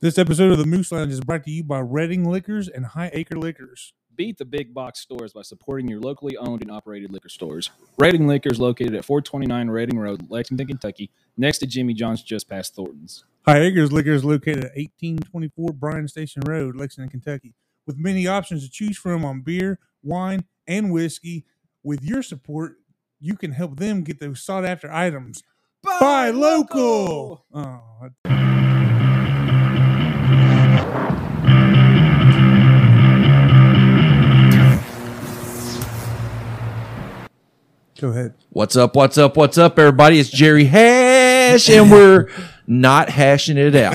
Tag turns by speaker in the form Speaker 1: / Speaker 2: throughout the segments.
Speaker 1: This episode of the Moose Lounge is brought to you by Reading Liquors and High Acre Liquors.
Speaker 2: Beat the big box stores by supporting your locally owned and operated liquor stores. Reading Liquors located at 429 Reading Road, Lexington, Kentucky, next to Jimmy John's just past Thornton's.
Speaker 1: High Acres Liquor is located at 1824 Bryan Station Road, Lexington, Kentucky, with many options to choose from on beer, wine, and whiskey. With your support, you can help them get those sought after items. Buy, local. Oh, I- Go ahead.
Speaker 3: What's up? What's up? What's up, everybody? It's Jerry Hash, and we're not hashing it out.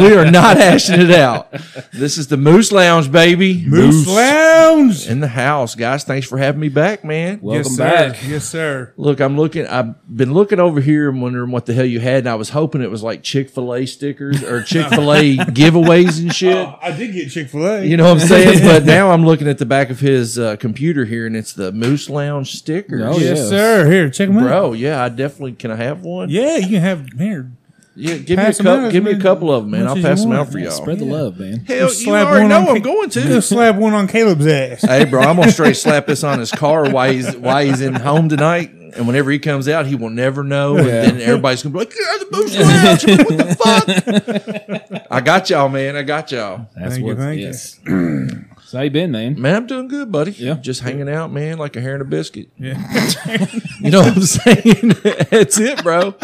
Speaker 3: we are not hashing it out. This is the Moose Lounge, baby.
Speaker 1: Moose, Lounge.
Speaker 3: in the house, guys. Thanks for having me back, man.
Speaker 2: Welcome
Speaker 1: yes,
Speaker 2: back.
Speaker 1: Sir. Yes, sir.
Speaker 3: Look, I'm looking. I've been looking over here and wondering what the hell you had, and I was hoping it was like Chick Fil A stickers or Chick Fil A giveaways and shit.
Speaker 1: Oh, I did get Chick fil A.
Speaker 3: You know what I'm saying? But now I'm looking at the back of his uh, computer here, and it's the Moose Lounge stickers.
Speaker 2: Oh,
Speaker 1: yes,
Speaker 2: yes.
Speaker 1: sir. Here, check them out.
Speaker 3: Bro, yeah, I definitely can. I have one.
Speaker 1: Yeah, you can have here.
Speaker 3: Yeah, give
Speaker 1: Pass
Speaker 3: me
Speaker 1: 'em out
Speaker 3: a couple.
Speaker 1: as
Speaker 3: Give me a
Speaker 1: many-
Speaker 3: couple of them, man.
Speaker 1: much
Speaker 3: I'll
Speaker 1: as
Speaker 3: pass
Speaker 1: you
Speaker 3: them
Speaker 1: want.
Speaker 3: out for y'all.
Speaker 2: Spread the love, man.
Speaker 3: Hell,
Speaker 1: Just slap one on Ca- Just slap one on Caleb's ass.
Speaker 3: hey, bro, I'm gonna straight slap this on his car while he's while he's in home tonight, and whenever he comes out, he will never know. And then everybody's gonna be like, "Yeah, the booze lounge. What the fuck?" I got y'all, man. I got y'all.
Speaker 2: That's
Speaker 1: Thank you,
Speaker 2: what
Speaker 1: thank you.
Speaker 2: yes. so how you been, man?
Speaker 3: Man, I'm doing good, buddy.
Speaker 2: Yeah.
Speaker 3: Just hanging out, man, like a hair and a biscuit.
Speaker 1: Yeah.
Speaker 3: You know what I'm saying? That's it, bro.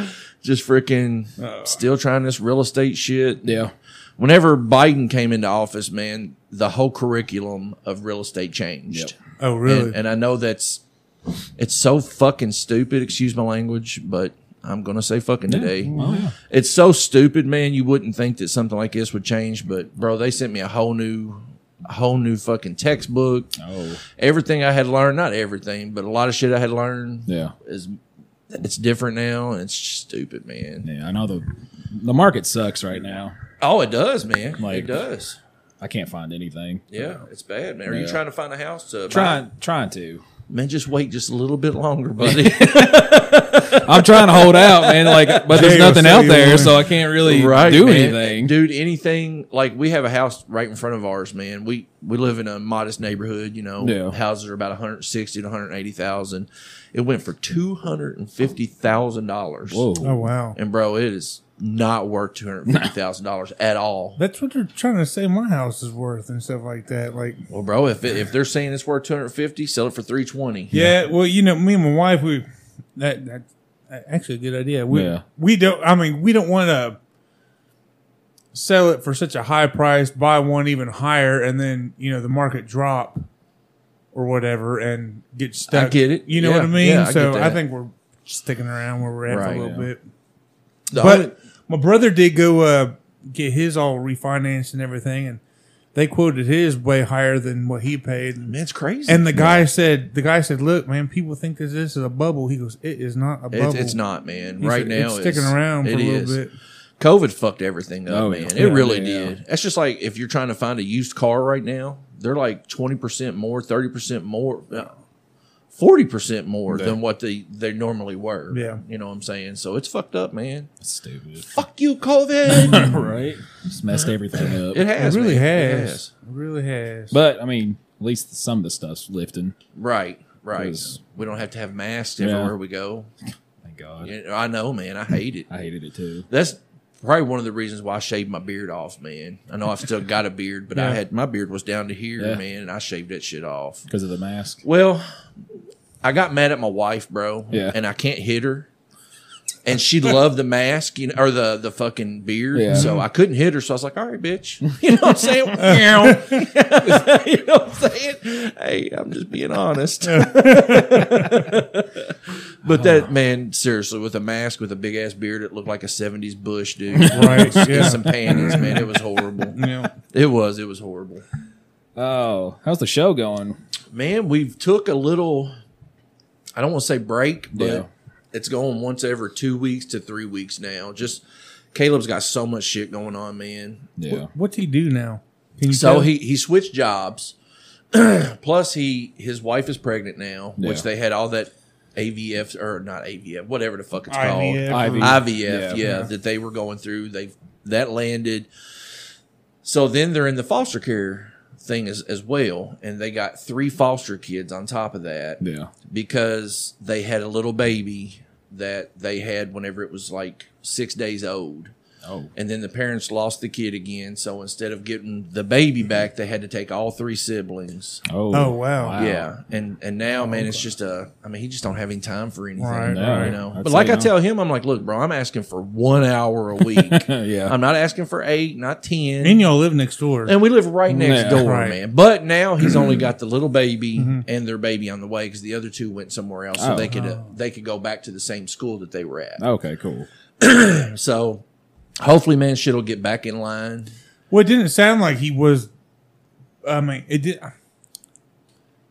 Speaker 3: Just freaking still trying this real estate shit.
Speaker 2: Yeah.
Speaker 3: whenever Biden came into office, man, the whole curriculum of real estate changed.
Speaker 1: Oh, really?
Speaker 3: And, and I know that's it's so fucking stupid. Excuse my language, but I'm gonna say fucking today. It's so stupid, man. You wouldn't think that something like this would change, but bro, they sent me a whole new. A whole new fucking textbook.
Speaker 2: Oh,
Speaker 3: Everything I had learned, not everything, but a lot of shit I had learned
Speaker 2: yeah.
Speaker 3: is it's different now and it's stupid, man.
Speaker 2: Yeah, I know the the market sucks right now.
Speaker 3: Oh, it does, man.
Speaker 2: Like-
Speaker 3: it does.
Speaker 2: I can't find anything.
Speaker 3: Yeah, it's bad, man. Are
Speaker 2: Yeah.
Speaker 3: you trying to find a house to buy?
Speaker 2: Trying trying to.
Speaker 3: Man, just wait just a little bit longer, buddy.
Speaker 2: I'm trying to hold out, man. Like, but there's
Speaker 1: Yeah,
Speaker 2: nothing
Speaker 1: so
Speaker 2: out
Speaker 1: you
Speaker 2: there,
Speaker 1: were-
Speaker 2: so I can't really do anything.
Speaker 3: dude. Anything like we have a house right in front of ours, man. We we live in a modest neighborhood, you know.
Speaker 2: Yeah.
Speaker 3: Houses are about 160 to 180 thousand. It went for two hundred and fifty thousand dollars.
Speaker 2: Whoa.
Speaker 1: oh, wow.
Speaker 3: And bro, it is not worth two hundred fifty thousand dollars at all.
Speaker 1: That's what they're trying to say my house is worth and stuff like that. Like,
Speaker 3: Well, bro, if it, if they're saying it's worth two hundred fifty, sell it for three twenty.
Speaker 1: yeah, well, you know, me and my wife, we, that, that, that- actually a good idea. We,
Speaker 2: Yeah.
Speaker 1: we don't, I mean, we don't want to sell it for such a high price, buy one even higher, and then, you know, the market drop or whatever and get stuck.
Speaker 3: get it.
Speaker 1: You know
Speaker 3: Yeah,
Speaker 1: what I mean?
Speaker 3: yeah, I
Speaker 1: so
Speaker 3: get
Speaker 1: I
Speaker 3: that.
Speaker 1: think we're sticking around where we're at
Speaker 3: Right,
Speaker 1: for a little
Speaker 2: yeah.
Speaker 1: bit.
Speaker 3: The only-
Speaker 1: But my brother did go uh, get his all refinanced and everything, and they quoted his way higher than what he paid.
Speaker 3: man, it's crazy.
Speaker 1: And the guy said, the guy said, "Look, man, people think this this is a bubble." He goes, "It is not a bubble.
Speaker 3: It's, it's not, man.
Speaker 1: He
Speaker 3: right
Speaker 1: said,
Speaker 3: now,
Speaker 1: it's sticking
Speaker 3: it's-
Speaker 1: around for
Speaker 3: it
Speaker 1: a little
Speaker 3: is.
Speaker 1: bit."
Speaker 3: COVID fucked everything up,
Speaker 2: Oh,
Speaker 3: man.
Speaker 2: yeah.
Speaker 3: It really
Speaker 2: Yeah.
Speaker 3: did. That's just like if you're trying to find a used car right now, they're like twenty percent more, thirty percent more, forty percent more than what they they normally were.
Speaker 1: Yeah.
Speaker 3: you know what I'm saying. So it's fucked up, man.
Speaker 2: That's stupid.
Speaker 3: Fuck you, COVID.
Speaker 2: right? Just messed everything up.
Speaker 3: it has.
Speaker 1: it really
Speaker 3: man. It
Speaker 1: has.
Speaker 3: has.
Speaker 1: It really has.
Speaker 2: But I mean, at least some of the stuff's lifting.
Speaker 3: Right. Right.
Speaker 2: Yes.
Speaker 3: We don't have to have masks
Speaker 2: Yeah.
Speaker 3: everywhere we go.
Speaker 2: Thank God.
Speaker 3: You know, I know, man. I hate it.
Speaker 2: I hated it too.
Speaker 3: That's probably one of the reasons why I shaved my beard off, man. I know I've still got a beard, but I
Speaker 1: Yeah.
Speaker 3: had my beard was down to here,
Speaker 2: Yeah.
Speaker 3: man, and I shaved that shit off.
Speaker 2: Because of the mask.
Speaker 3: Well, I got mad at my wife, bro.
Speaker 2: Yeah.
Speaker 3: And I can't hit her. And she loved the mask, you know, or the the fucking beard.
Speaker 2: Yeah.
Speaker 3: So I couldn't hit her. So I was like, all right, bitch. You know what I'm saying? Meow. you know what I'm saying? Hey, I'm just being honest. but that man, seriously, with a mask, with a big ass beard, it looked like a 70s bush, dude.
Speaker 1: Right,
Speaker 3: And
Speaker 1: yeah.
Speaker 3: some panties, man. It was horrible.
Speaker 1: you know,
Speaker 3: It was. It was horrible.
Speaker 2: Oh, how's the show going?
Speaker 3: man we've took a little i don't want to say break but
Speaker 2: Yeah.
Speaker 3: it's going once every two weeks to three weeks now just caleb's got so much shit going on man
Speaker 2: Yeah.
Speaker 1: what's he do now? Can you
Speaker 3: so
Speaker 1: tell?
Speaker 3: he he switched jobs plus he his wife is pregnant now which
Speaker 2: Yeah.
Speaker 3: they had all that avf or not avf whatever the fuck it's
Speaker 1: IVF.
Speaker 2: Ivy.
Speaker 3: called IVF, yeah,
Speaker 2: Yeah.
Speaker 3: that they were going through. They've That landed. So then they're in the foster care thing as, as well. And they got three foster kids on top of that
Speaker 2: Yeah.
Speaker 3: because they had a little baby that they had whenever it was like six days old.
Speaker 2: Oh.
Speaker 3: And then the parents lost the kid again. So instead of getting the baby back, they had to take all three siblings.
Speaker 2: Oh.
Speaker 1: Oh, wow.
Speaker 3: Yeah, and and now, man, it's just a. I mean, he just don't have any time for anything,
Speaker 1: Right,
Speaker 3: you
Speaker 1: right.
Speaker 3: know.
Speaker 2: I'd
Speaker 3: but like
Speaker 2: say
Speaker 3: I
Speaker 2: no.
Speaker 3: tell him, I'm like, look, bro, I'm asking for one hour a week.
Speaker 2: yeah.
Speaker 3: I'm not asking for eight, not ten.
Speaker 1: And y'all live next door.
Speaker 3: And we live right next
Speaker 2: Yeah.
Speaker 3: door,
Speaker 1: Right. Mm-hmm.
Speaker 3: man. But now he's only got the little baby and their baby on the way because the other two went somewhere else, so
Speaker 2: Oh.
Speaker 3: they could uh, they could go back to the same school that they were at.
Speaker 2: okay. Cool.
Speaker 3: So hopefully, man, shit'll get back in line.
Speaker 1: Well, it didn't sound like he was. I mean, it did.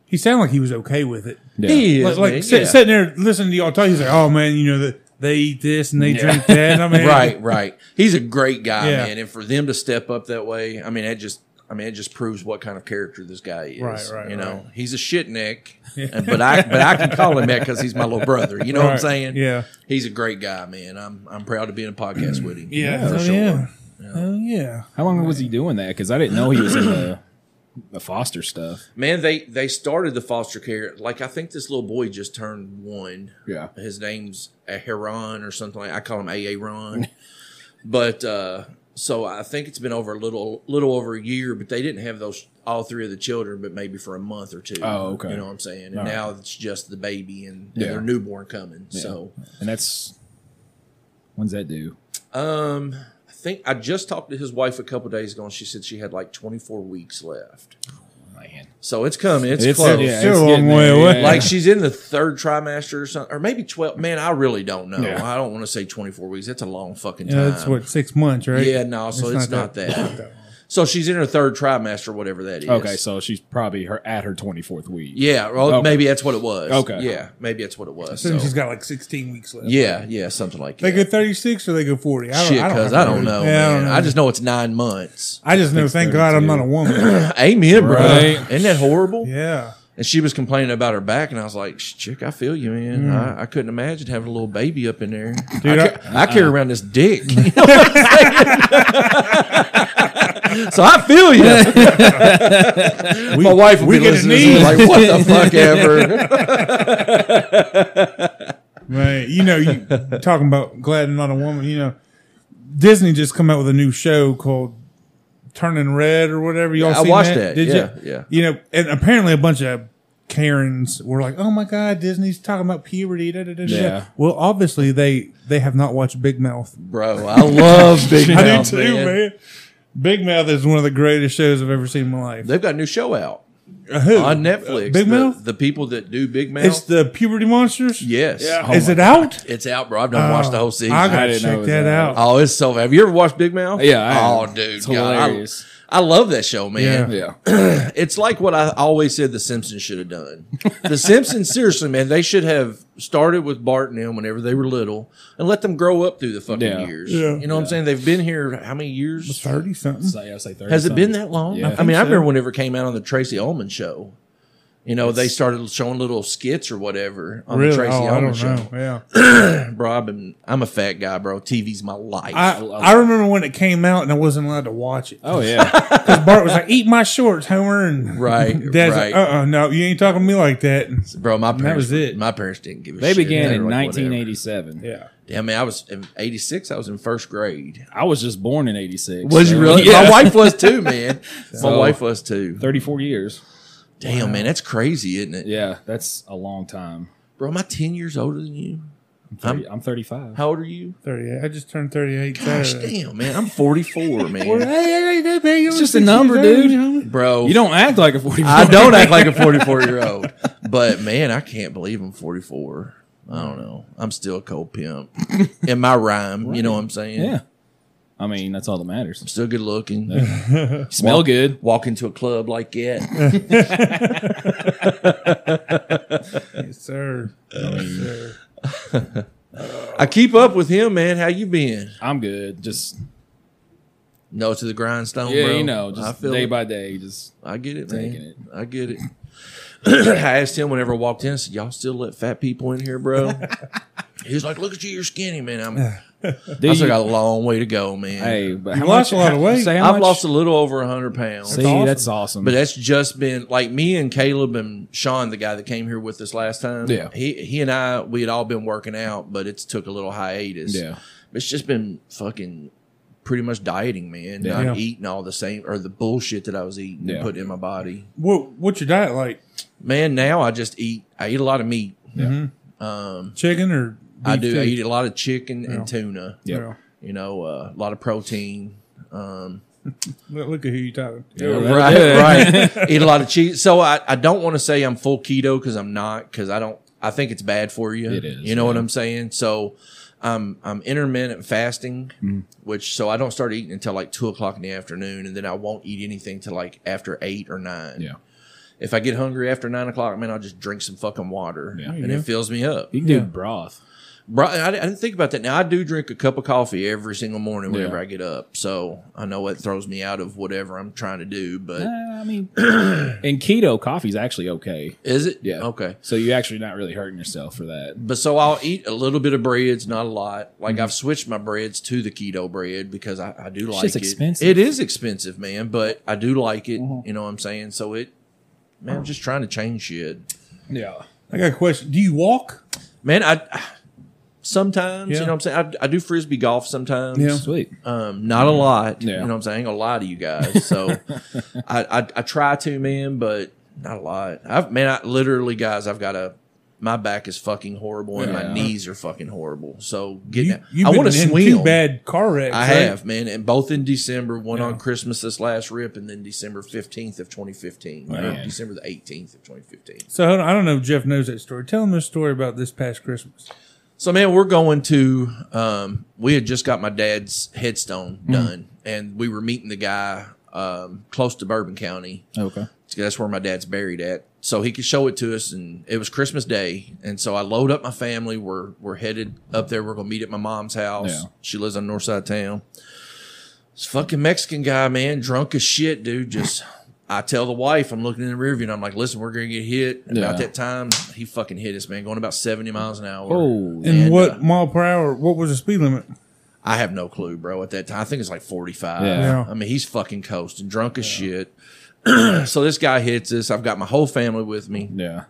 Speaker 1: He sounded like he was okay with it.
Speaker 2: Yeah.
Speaker 3: He is,
Speaker 1: Like, like
Speaker 3: man,
Speaker 1: sit,
Speaker 3: yeah.
Speaker 1: sitting there listening to y'all talk, he's like, "Oh man, you know that they eat this and they drink that." I mean,
Speaker 3: right, right. He's a great guy,
Speaker 1: Yeah.
Speaker 3: man. And for them to step up that way, I mean, it just, I mean, it just proves what kind of character this guy is.
Speaker 1: Right, right,
Speaker 3: You know,
Speaker 1: right.
Speaker 3: he's a shitneck, and but I, but I can call him that because he's my little brother. You know what I'm
Speaker 1: Right.
Speaker 3: saying?
Speaker 1: Yeah.
Speaker 3: He's a great guy, man. I'm, I'm proud to be in a podcast with him.
Speaker 1: Yeah.
Speaker 3: for
Speaker 1: oh,
Speaker 3: sure.
Speaker 1: yeah. Oh yeah.
Speaker 2: How long was he doing that? Because I didn't know he was in the, the foster stuff.
Speaker 3: Man, they they started the foster care. Like I think this little boy just turned one.
Speaker 2: Yeah.
Speaker 3: his name's Aharon or something like I call him AA Ron. but uh so I think it's been over a little little over a year, but they didn't have those all three of the children, but maybe for a month or two.
Speaker 2: Oh, okay.
Speaker 3: You know what I'm saying? And
Speaker 2: All right.
Speaker 3: now it's just the baby and, and
Speaker 2: Yeah.
Speaker 3: their newborn coming. So
Speaker 2: And that's when's that due?
Speaker 3: um I think I just talked to his wife a couple days ago and she said she had like twenty four weeks left.
Speaker 2: Man.
Speaker 3: So it's coming. It's, close.
Speaker 1: yeah. Still a long way away.
Speaker 3: Like she's in the third trimester or something, or maybe twelve. Man, I really don't know.
Speaker 2: Yeah.
Speaker 3: I don't want to say twenty four weeks. That's a long fucking
Speaker 1: Yeah,
Speaker 3: time.
Speaker 1: that's what six months, right?
Speaker 3: Um, Yeah, no, so it's, not, that. So she's in her third trimester, whatever that is.
Speaker 2: okay, so she's probably her at her twenty fourth week.
Speaker 3: Yeah, well,
Speaker 2: Okay.
Speaker 3: maybe that's what it was.
Speaker 2: Okay.
Speaker 3: Yeah, maybe that's what it was.
Speaker 1: So
Speaker 3: So,
Speaker 1: she's got like sixteen weeks left.
Speaker 3: yeah, yeah, something like
Speaker 1: They
Speaker 3: that.
Speaker 1: go thirty six or they go forty. I don't,
Speaker 3: Shit,
Speaker 1: I don't,
Speaker 3: cuz
Speaker 1: have
Speaker 3: I
Speaker 1: to
Speaker 3: don't know,
Speaker 1: Yeah, I don't
Speaker 3: man.
Speaker 1: know.
Speaker 3: I just know it's nine months.
Speaker 1: I just know. Thank God I'm
Speaker 2: 32.
Speaker 1: not a woman.
Speaker 3: Amen, bro.
Speaker 2: Right.
Speaker 3: Isn't that horrible?
Speaker 1: yeah.
Speaker 3: And she was complaining about her back, and I was like, "Sh- "Chick, I feel you, man. I, I couldn't imagine having a little baby up in there.
Speaker 1: Hmm. Dude,
Speaker 3: I,
Speaker 1: I- uh,
Speaker 3: ca- I carry around this dick, You know what I'm saying? so I feel you. My wife would
Speaker 1: we
Speaker 3: be
Speaker 1: get a
Speaker 3: listening to this
Speaker 1: need.
Speaker 3: like, "What the fuck ever."
Speaker 1: Right. You know, you talking about glad I'm not a woman, you know, Disney just come out with a new show called Turning Red or whatever. Y'all
Speaker 3: I
Speaker 1: seen
Speaker 3: watched
Speaker 1: that?
Speaker 3: that.
Speaker 1: Did
Speaker 3: Yeah,
Speaker 1: you?
Speaker 3: yeah.
Speaker 1: You know, and apparently a bunch of Karens were like, "Oh my God, Disney's talking about puberty." Da, da, da, da.
Speaker 2: Yeah.
Speaker 1: Well, obviously they they have not watched Big Mouth.
Speaker 3: Bro, I love Big
Speaker 1: I
Speaker 3: Mouth.
Speaker 1: do too, man.
Speaker 3: man.
Speaker 1: Big Mouth is one of the greatest shows I've ever seen in my life.
Speaker 3: They've got a new show out
Speaker 1: Uh, Who?
Speaker 3: on Netflix.
Speaker 1: Big
Speaker 3: the,
Speaker 1: Mouth?
Speaker 3: the people that do Big Mouth.
Speaker 1: it's the puberty monsters.
Speaker 3: yes,
Speaker 2: Yeah.
Speaker 1: is
Speaker 2: Oh
Speaker 1: it
Speaker 2: my
Speaker 1: out?
Speaker 3: it's out, bro. I've done watched the whole season.
Speaker 1: I gotta
Speaker 2: didn't know it
Speaker 1: check
Speaker 2: was
Speaker 1: that
Speaker 2: out.
Speaker 1: out.
Speaker 3: Oh, it's so. Have you ever watched Big Mouth?
Speaker 2: Yeah, I
Speaker 3: oh,
Speaker 2: have.
Speaker 3: dude,
Speaker 2: It's
Speaker 3: God, I-
Speaker 2: hilarious.
Speaker 3: I, love that show, man.
Speaker 1: Yeah.
Speaker 2: Yeah.
Speaker 3: It's like what I always said the Simpsons should have done. The Simpsons, seriously, man, they should have started with Bart and them whenever they were little and let them grow up through the fucking
Speaker 2: Yeah.
Speaker 3: years.
Speaker 1: Yeah.
Speaker 3: You know what I'm saying? They've been here how many years?
Speaker 1: Thirty something.
Speaker 2: So, yeah, I was like 30
Speaker 3: Has it
Speaker 2: something.
Speaker 3: been that long?
Speaker 2: Yeah. I
Speaker 3: I, mean,
Speaker 1: think
Speaker 3: I remember
Speaker 1: so.
Speaker 3: whenever it came out on the Tracy Ullman show. You know, they started showing little skits or whatever on
Speaker 1: Really?
Speaker 3: the Tracy
Speaker 1: Oh, I
Speaker 3: Ullman
Speaker 1: don't
Speaker 3: show.
Speaker 1: know. Yeah.
Speaker 3: Bro, I've been, I'm a fat guy, bro. TV's my life.
Speaker 1: I, I remember when it came out and I wasn't allowed to watch it.
Speaker 2: Oh yeah.
Speaker 1: Because Bart was like, eat my shorts, Homer. And
Speaker 3: right,
Speaker 1: Dad's
Speaker 3: right.
Speaker 1: like, uh uh no, you ain't talking to me like that. And,
Speaker 3: Bro, my parents,
Speaker 1: was it.
Speaker 3: My parents didn't give a
Speaker 2: they
Speaker 3: shit.
Speaker 2: began
Speaker 3: They
Speaker 2: in
Speaker 3: were like, whatever.
Speaker 2: nineteen eighty seven.
Speaker 1: yeah.
Speaker 3: Yeah, I mean, I was in '86. I was in first grade.
Speaker 2: I was just born in eighty six.
Speaker 3: My wife was too, man. My
Speaker 2: So-
Speaker 3: wife was too.
Speaker 2: Thirty four years.
Speaker 3: Damn, man, that's crazy, isn't it,
Speaker 2: Yeah, that's a long time.
Speaker 3: bro? Am I ten years older than you?
Speaker 2: I'm, I'm thirty five.
Speaker 3: How old are you?
Speaker 1: 38. I just turned 38.
Speaker 3: Gosh,
Speaker 1: Saturday.
Speaker 3: damn, man, I'm 44,
Speaker 1: Well,
Speaker 3: man,
Speaker 1: hey, hey, hey, baby, you
Speaker 2: It's
Speaker 1: was
Speaker 2: just a
Speaker 1: 16
Speaker 2: number,
Speaker 1: years old,
Speaker 2: dude.
Speaker 1: you know?
Speaker 3: bro.
Speaker 2: You don't act like a forty four.
Speaker 3: I don't act like a 44 year old, but man, I can't believe I'm 44. I don't know. I'm still a cold pimp in my rhyme. You know what I'm saying?
Speaker 2: Yeah. I mean, that's all that matters.
Speaker 3: Still good looking.
Speaker 2: Smell good.
Speaker 3: Walk into a club like that.
Speaker 1: Yes, sir.
Speaker 3: Uh,
Speaker 1: Yes, sir.
Speaker 3: I keep up with him, man. How you been?
Speaker 2: I'm good. Just
Speaker 3: No to the grindstone,
Speaker 2: yeah,
Speaker 3: bro.
Speaker 2: you know,
Speaker 3: I
Speaker 2: just
Speaker 3: feel
Speaker 2: day
Speaker 3: it.
Speaker 2: by day. Just
Speaker 3: I get it, man.
Speaker 2: Taking it.
Speaker 3: I get it. I asked him whenever I walked in, I said, Y'all still let fat people in here, bro? he was like, Look at you, you're skinny, man. I'm I still got a long way to go, man.
Speaker 2: hey, but
Speaker 1: You
Speaker 2: how
Speaker 1: lost
Speaker 2: much-
Speaker 1: a lot of
Speaker 2: how-
Speaker 1: weight.
Speaker 2: say how
Speaker 3: I've
Speaker 2: much-
Speaker 3: lost a little over hundred pounds.
Speaker 2: See,
Speaker 1: awesome.
Speaker 2: that's awesome.
Speaker 3: But that's just been like me and Caleb and Sean, the guy that came here with us last time.
Speaker 2: Yeah.
Speaker 3: He he and I we had all been working out, but it's took a little hiatus.
Speaker 2: yeah,
Speaker 3: But it's just been fucking pretty much dieting, man.
Speaker 2: Yeah.
Speaker 3: Not
Speaker 1: Yeah.
Speaker 3: eating all the same or the bullshit that I was eating
Speaker 2: Yeah.
Speaker 3: and putting in my body.
Speaker 1: What what's your diet like?
Speaker 3: Man, now I just eat I eat a lot of meat.
Speaker 1: Mhm.
Speaker 3: Um
Speaker 1: Chicken or
Speaker 3: I
Speaker 1: beef
Speaker 3: do I
Speaker 1: steak?
Speaker 3: eat a lot of chicken
Speaker 1: Yeah.
Speaker 3: and tuna.
Speaker 2: Yeah.
Speaker 1: Well,
Speaker 3: You know, uh, a lot of protein. Um
Speaker 1: look look at who you talking. to.
Speaker 2: Yeah, that'll
Speaker 3: right,
Speaker 2: do it.
Speaker 3: right. Eat a lot of cheese. So I, I don't want to say I'm full keto because I'm not because I don't. I think it's bad for you.
Speaker 2: It is,
Speaker 3: You know what
Speaker 2: yeah.
Speaker 3: I'm saying? So I'm I'm intermittent fasting, which so I don't start eating until like two o'clock in the afternoon, and then I won't eat anything till like after eight or nine.
Speaker 2: Yeah.
Speaker 3: If I get hungry after nine o'clock, man, I'll just drink some fucking water,
Speaker 2: Yeah.
Speaker 3: and it fills me up.
Speaker 2: you can do
Speaker 1: Yeah.
Speaker 2: broth.
Speaker 3: Bro, I, I didn't think about that. Now I do drink a cup of coffee every single morning whenever
Speaker 2: Yeah.
Speaker 3: I get up, so I know it throws me out of whatever I'm trying to do. But
Speaker 2: Uh, I mean, and keto coffee's actually okay.
Speaker 3: Is it?
Speaker 2: Yeah.
Speaker 3: Okay.
Speaker 2: So you're actually not really hurting yourself for that.
Speaker 3: But so I'll eat a little bit of breads, not a lot. Like I've switched my breads to the keto bread because I, I do like
Speaker 2: just
Speaker 3: it.
Speaker 2: expensive.
Speaker 3: It is expensive, man, but I do like it. You know what I'm saying? So it, man, I'm just trying to change shit.
Speaker 2: Yeah.
Speaker 1: I got a question. Do you walk?
Speaker 3: Man, I sometimes,
Speaker 1: Yeah.
Speaker 3: you know what I'm saying? I, I do frisbee golf sometimes.
Speaker 1: Yeah.
Speaker 2: Sweet.
Speaker 3: Um, not
Speaker 1: Mm.
Speaker 3: a lot.
Speaker 2: Yeah.
Speaker 3: You know what I'm saying? I ain't gonna lie to you guys. So I, I I try to, man, but not a lot. I've man, I literally guys, I've got a my back is fucking horrible and
Speaker 2: Yeah.
Speaker 3: my knees are fucking horrible. So
Speaker 1: You,
Speaker 3: getting
Speaker 1: you've
Speaker 3: I
Speaker 1: been
Speaker 3: want to
Speaker 1: in
Speaker 3: swing.
Speaker 1: two bad car wrecks.
Speaker 3: I
Speaker 1: right?
Speaker 3: have, man, and both in December, one
Speaker 1: Yeah.
Speaker 3: on Christmas this last rip, and then December fifteenth of twenty fifteen.
Speaker 2: Man.
Speaker 3: December the eighteenth of twenty fifteen.
Speaker 1: So hold on, I don't know if Jeff knows that story. Tell him the story about this past Christmas.
Speaker 3: So man, we're going to. Um, we had just got my dad's headstone done, and we were meeting the guy um, close to Bourbon County.
Speaker 2: Okay.
Speaker 3: That's where my dad's buried at. So he could show it to us, and it was Christmas Day, and so I load up my family. We're we're headed up there. We're gonna meet at my mom's house.
Speaker 2: Yeah.
Speaker 3: She lives on the north side of town. This fucking Mexican guy, man, drunk as shit, dude. Just I tell the wife, I'm looking in the rearview, and I'm like, listen, we're gonna get hit. And About
Speaker 2: Yeah.
Speaker 3: that time, he fucking hit us, man, going about 70 miles an hour.
Speaker 2: Oh,
Speaker 1: And,
Speaker 3: And,
Speaker 1: what
Speaker 3: uh,
Speaker 1: mile per hour? What was the speed limit?
Speaker 3: I have no clue, bro. At that time, I think it's like 45.
Speaker 2: Yeah. Yeah.
Speaker 3: I mean, he's fucking coasting, drunk as shit. so this guy hits us. I've got my whole family with me.
Speaker 2: yeah.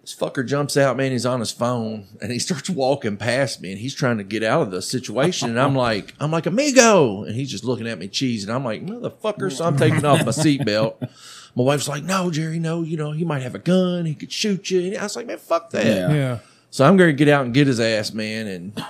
Speaker 3: This fucker jumps out, man. He's on his phone and he starts walking past me and he's trying to get out of the situation. And I'm like, I'm like, amigo. And he's just looking at me cheese. And I'm like, motherfucker. So I'm taking off my seatbelt. My wife's like, no, Jerry, no, you know, he might have a gun. He could shoot you. And I was like, man, fuck that.
Speaker 2: Yeah.
Speaker 1: Yeah.
Speaker 3: So I'm going to get out and get his ass, man. And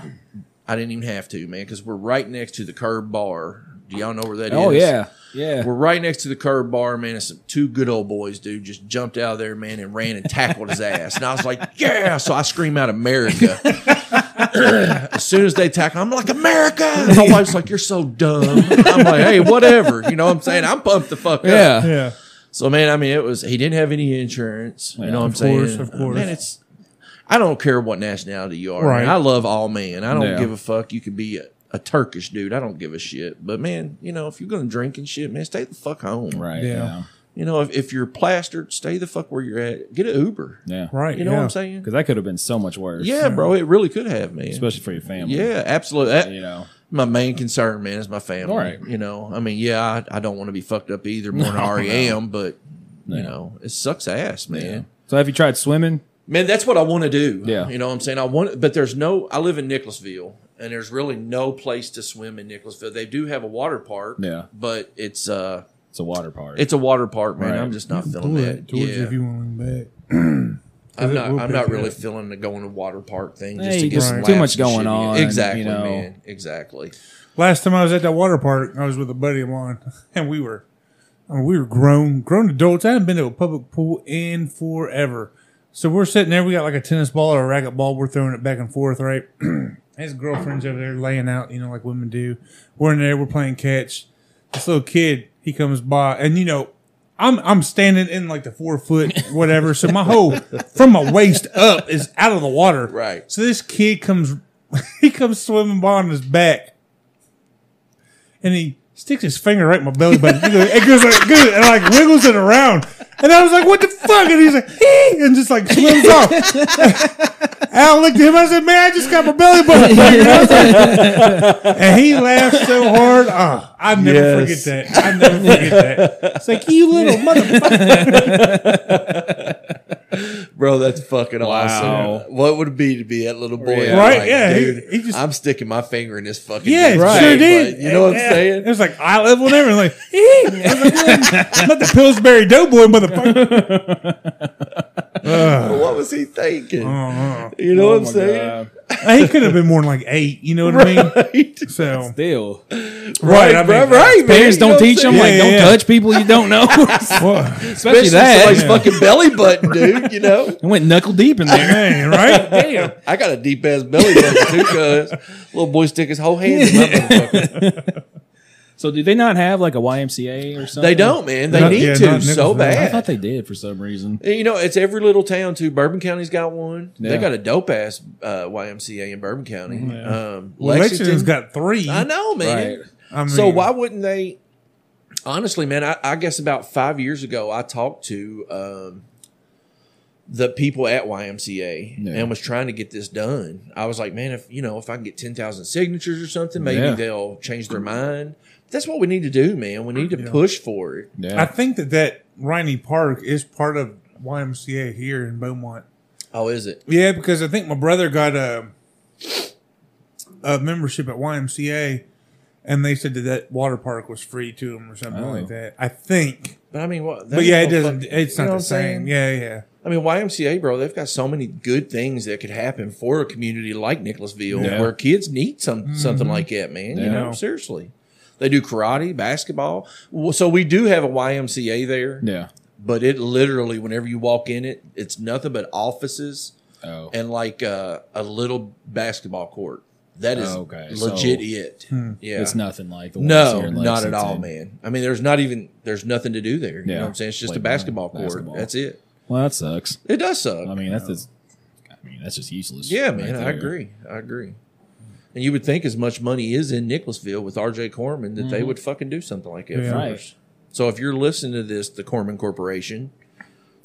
Speaker 3: I didn't even have to, man, because we're right next to the curb bar. Do y'all know where that is?
Speaker 2: Oh yeah. Yeah.
Speaker 3: We're right next to the curb bar, man. And some two good old boys, dude, just jumped out of there, man, and ran and tackled his ass. And I was like, yeah. So I scream out America. as soon as they tackle, I'm like, America. And my wife's like, you're so dumb. I'm like, hey, whatever. You know what I'm saying? I'm pumped the fuck up.
Speaker 2: yeah.
Speaker 1: Yeah.
Speaker 3: So man, I mean, it was he didn't have any insurance. You know what I'm
Speaker 1: course,
Speaker 3: saying?
Speaker 1: of course.
Speaker 3: Man, it's I don't care what nationality you are.
Speaker 1: Right.
Speaker 3: Man. I love all men. I don't
Speaker 2: Yeah.
Speaker 3: give a fuck. You could be a, a Turkish dude. I don't give a shit. But man, you know, if you're gonna drink and shit, man, stay the fuck home.
Speaker 2: Right.
Speaker 1: Yeah.
Speaker 2: Yeah.
Speaker 3: You know, if, if you're plastered, stay the fuck where you're at. Get an Uber.
Speaker 2: Yeah.
Speaker 1: Right.
Speaker 3: You know what
Speaker 1: yeah.
Speaker 3: I'm saying?
Speaker 2: Because that could have been so much worse.
Speaker 3: Yeah, bro, it really could have, man.
Speaker 2: Especially for your family.
Speaker 3: yeah, absolutely. That-
Speaker 2: You know.
Speaker 3: my main concern, man, is my family.
Speaker 2: All right.
Speaker 3: You know, I mean, yeah, I, I don't want to be fucked up either more than I already am, but you know, it sucks ass, man.
Speaker 2: So have you tried swimming?
Speaker 3: Man, that's what I want to do.
Speaker 2: Yeah.
Speaker 3: You know what I'm saying? I want but there's no I live in Nicholasville and there's really no place to swim in Nicholasville. They do have a water park.
Speaker 2: Yeah.
Speaker 3: But it's uh
Speaker 2: It's a water park.
Speaker 3: it's a water park, man.
Speaker 2: Right.
Speaker 3: I'm just not feeling
Speaker 1: George,
Speaker 3: that.
Speaker 1: George,
Speaker 3: Yeah.
Speaker 1: if you want to back.
Speaker 3: I'm
Speaker 1: it
Speaker 3: not
Speaker 1: will
Speaker 3: I'm
Speaker 1: pick
Speaker 3: not
Speaker 1: you
Speaker 3: really
Speaker 1: up.
Speaker 3: feeling the going to water park thing just
Speaker 2: Hey,
Speaker 3: to get
Speaker 2: just
Speaker 3: some
Speaker 2: too
Speaker 3: laps
Speaker 2: much
Speaker 3: and shit
Speaker 2: going
Speaker 3: in.
Speaker 2: on,
Speaker 3: Exactly,
Speaker 2: you know.
Speaker 3: man. Exactly.
Speaker 1: Last time I was at that water park, I was with a buddy of mine, and we were, I mean, we were grown, grown adults. I hadn't been to a public pool in forever, so we're sitting there. We got like a tennis ball or a racket ball. We're throwing it back and forth, right? His girlfriend's over there laying out, you know, like women do. We're in there, we're playing catch. This little kid, he comes by, and you know, I'm I'm standing in like the four foot whatever, so my whole from my waist up is out of the water.
Speaker 3: Right.
Speaker 1: So this kid comes, he comes swimming by on his back, and he sticks his finger right in my belly button. It goes, it goes like good, and like wiggles it around. And I was like, "What the fuck?" And he's like, "Hee!" and just like swims off. Al looked at him. I said, "Man, I just got my belly button." and he laughed so hard. Ah, I never forget
Speaker 3: Yes.
Speaker 1: that. I never forget that. It's like you little motherfucker.
Speaker 3: Bro, that's fucking
Speaker 2: Wow.
Speaker 3: awesome. What would it be to be that little boy?
Speaker 2: Yeah.
Speaker 1: Right,
Speaker 3: Like,
Speaker 1: yeah, he-
Speaker 3: dude,
Speaker 1: he just-
Speaker 3: I'm sticking my finger in his fucking.
Speaker 1: Yeah,
Speaker 3: dick,
Speaker 1: sure
Speaker 3: but
Speaker 1: did.
Speaker 3: You know what I'm
Speaker 1: Yeah.
Speaker 3: saying?
Speaker 1: It was like eye level and everything. Like, I'm not the Pillsbury Doughboy motherfucker.
Speaker 3: What was he thinking?
Speaker 1: Uh-uh.
Speaker 3: you know
Speaker 2: Oh
Speaker 3: what I'm
Speaker 2: my
Speaker 3: saying?
Speaker 2: God.
Speaker 1: He could have been more than like eight. You know what I
Speaker 3: Right.
Speaker 1: mean? So
Speaker 2: Still,
Speaker 1: Right, I
Speaker 3: Right, bro,
Speaker 1: mean,
Speaker 3: right, man.
Speaker 2: parents
Speaker 3: You know
Speaker 2: don't
Speaker 3: what I'm
Speaker 2: teach them.
Speaker 3: saying?
Speaker 2: Like,
Speaker 1: Yeah,
Speaker 2: don't
Speaker 1: yeah, yeah.
Speaker 2: touch people you don't know. Especially,
Speaker 1: well,
Speaker 3: Especially
Speaker 2: that.
Speaker 3: somebody's fucking belly button, dude. You know,
Speaker 2: I went knuckle deep in there.
Speaker 1: man, right? Damn.
Speaker 3: I got a deep ass belly button too, cuz little boy stick his whole hand in my motherfucker.
Speaker 2: So, do they not have like a YMCA or something?
Speaker 3: They don't, man. They
Speaker 1: Not-
Speaker 3: need
Speaker 1: yeah,
Speaker 3: to
Speaker 1: not
Speaker 3: so
Speaker 1: Nicholsville.
Speaker 2: I
Speaker 3: bad.
Speaker 2: thought they did for some reason.
Speaker 3: And, You know, it's every little town too. Bourbon County's got one.
Speaker 2: Yeah.
Speaker 3: They got a dope ass uh, YMCA in Bourbon County. Um,
Speaker 1: Well, Lexington's
Speaker 3: Lexington,
Speaker 1: got three.
Speaker 3: I know, man.
Speaker 2: Right.
Speaker 1: I
Speaker 3: so
Speaker 1: mean-
Speaker 3: why wouldn't they? Honestly, man, I, I guess about five years ago, I talked to um, the people at YMCA
Speaker 2: Yeah.
Speaker 3: and was trying to get this done. I was like, man, if you know, if I can get ten thousand signatures or something, maybe
Speaker 2: Yeah.
Speaker 3: they'll change their mind. That's what we need to do, man. We need to push for it.
Speaker 1: I
Speaker 2: Yeah.
Speaker 1: think that that Riney Park is part of YMCA here in Beaumont.
Speaker 3: Oh, is it?
Speaker 1: Yeah, because I think my brother got a a membership at YMCA, and they said that that water park was free to him or something
Speaker 2: Oh.
Speaker 1: like that. I think,
Speaker 3: But I mean, what?
Speaker 1: but yeah, it
Speaker 3: that's no
Speaker 1: doesn't.
Speaker 3: fucking-
Speaker 1: It's
Speaker 3: you know
Speaker 1: not
Speaker 3: what
Speaker 1: the
Speaker 3: I'm saying?
Speaker 1: same. Yeah, yeah.
Speaker 3: I mean, YMCA, bro, they've got so many good things that could happen for a community like Nicholasville
Speaker 2: Yeah.
Speaker 3: where kids need some something like that, man. You
Speaker 2: Yeah.
Speaker 3: know, seriously. They do karate, basketball. Well, So we do have a YMCA there,
Speaker 2: Yeah.
Speaker 3: but it literally, whenever you walk in it, it's nothing but offices
Speaker 2: Oh.
Speaker 3: and like uh, a little basketball court. That is
Speaker 2: Oh, Okay, so-
Speaker 3: legit it. Yeah.
Speaker 2: It's nothing like the ones
Speaker 3: No,
Speaker 2: here in
Speaker 3: not at all,
Speaker 2: Lexington.
Speaker 3: man. I mean, there's not even there's nothing to do there. You
Speaker 2: Yeah.
Speaker 3: know what I'm saying? It's just
Speaker 2: Like,
Speaker 3: a basketball court.
Speaker 2: basketball.
Speaker 3: That's it.
Speaker 2: Well, that sucks.
Speaker 3: It does suck.
Speaker 2: I mean, that's just, I mean, that's just useless.
Speaker 3: Yeah,
Speaker 2: right
Speaker 3: man, I
Speaker 2: there.
Speaker 3: agree. I agree. And you would think as much money is in Nicholasville with RJ Corman that
Speaker 2: Mm-hmm.
Speaker 3: they would fucking do something like that.
Speaker 1: Yeah.
Speaker 3: for
Speaker 2: Right.
Speaker 3: us. So if you're listening to this, the Corman Corporation,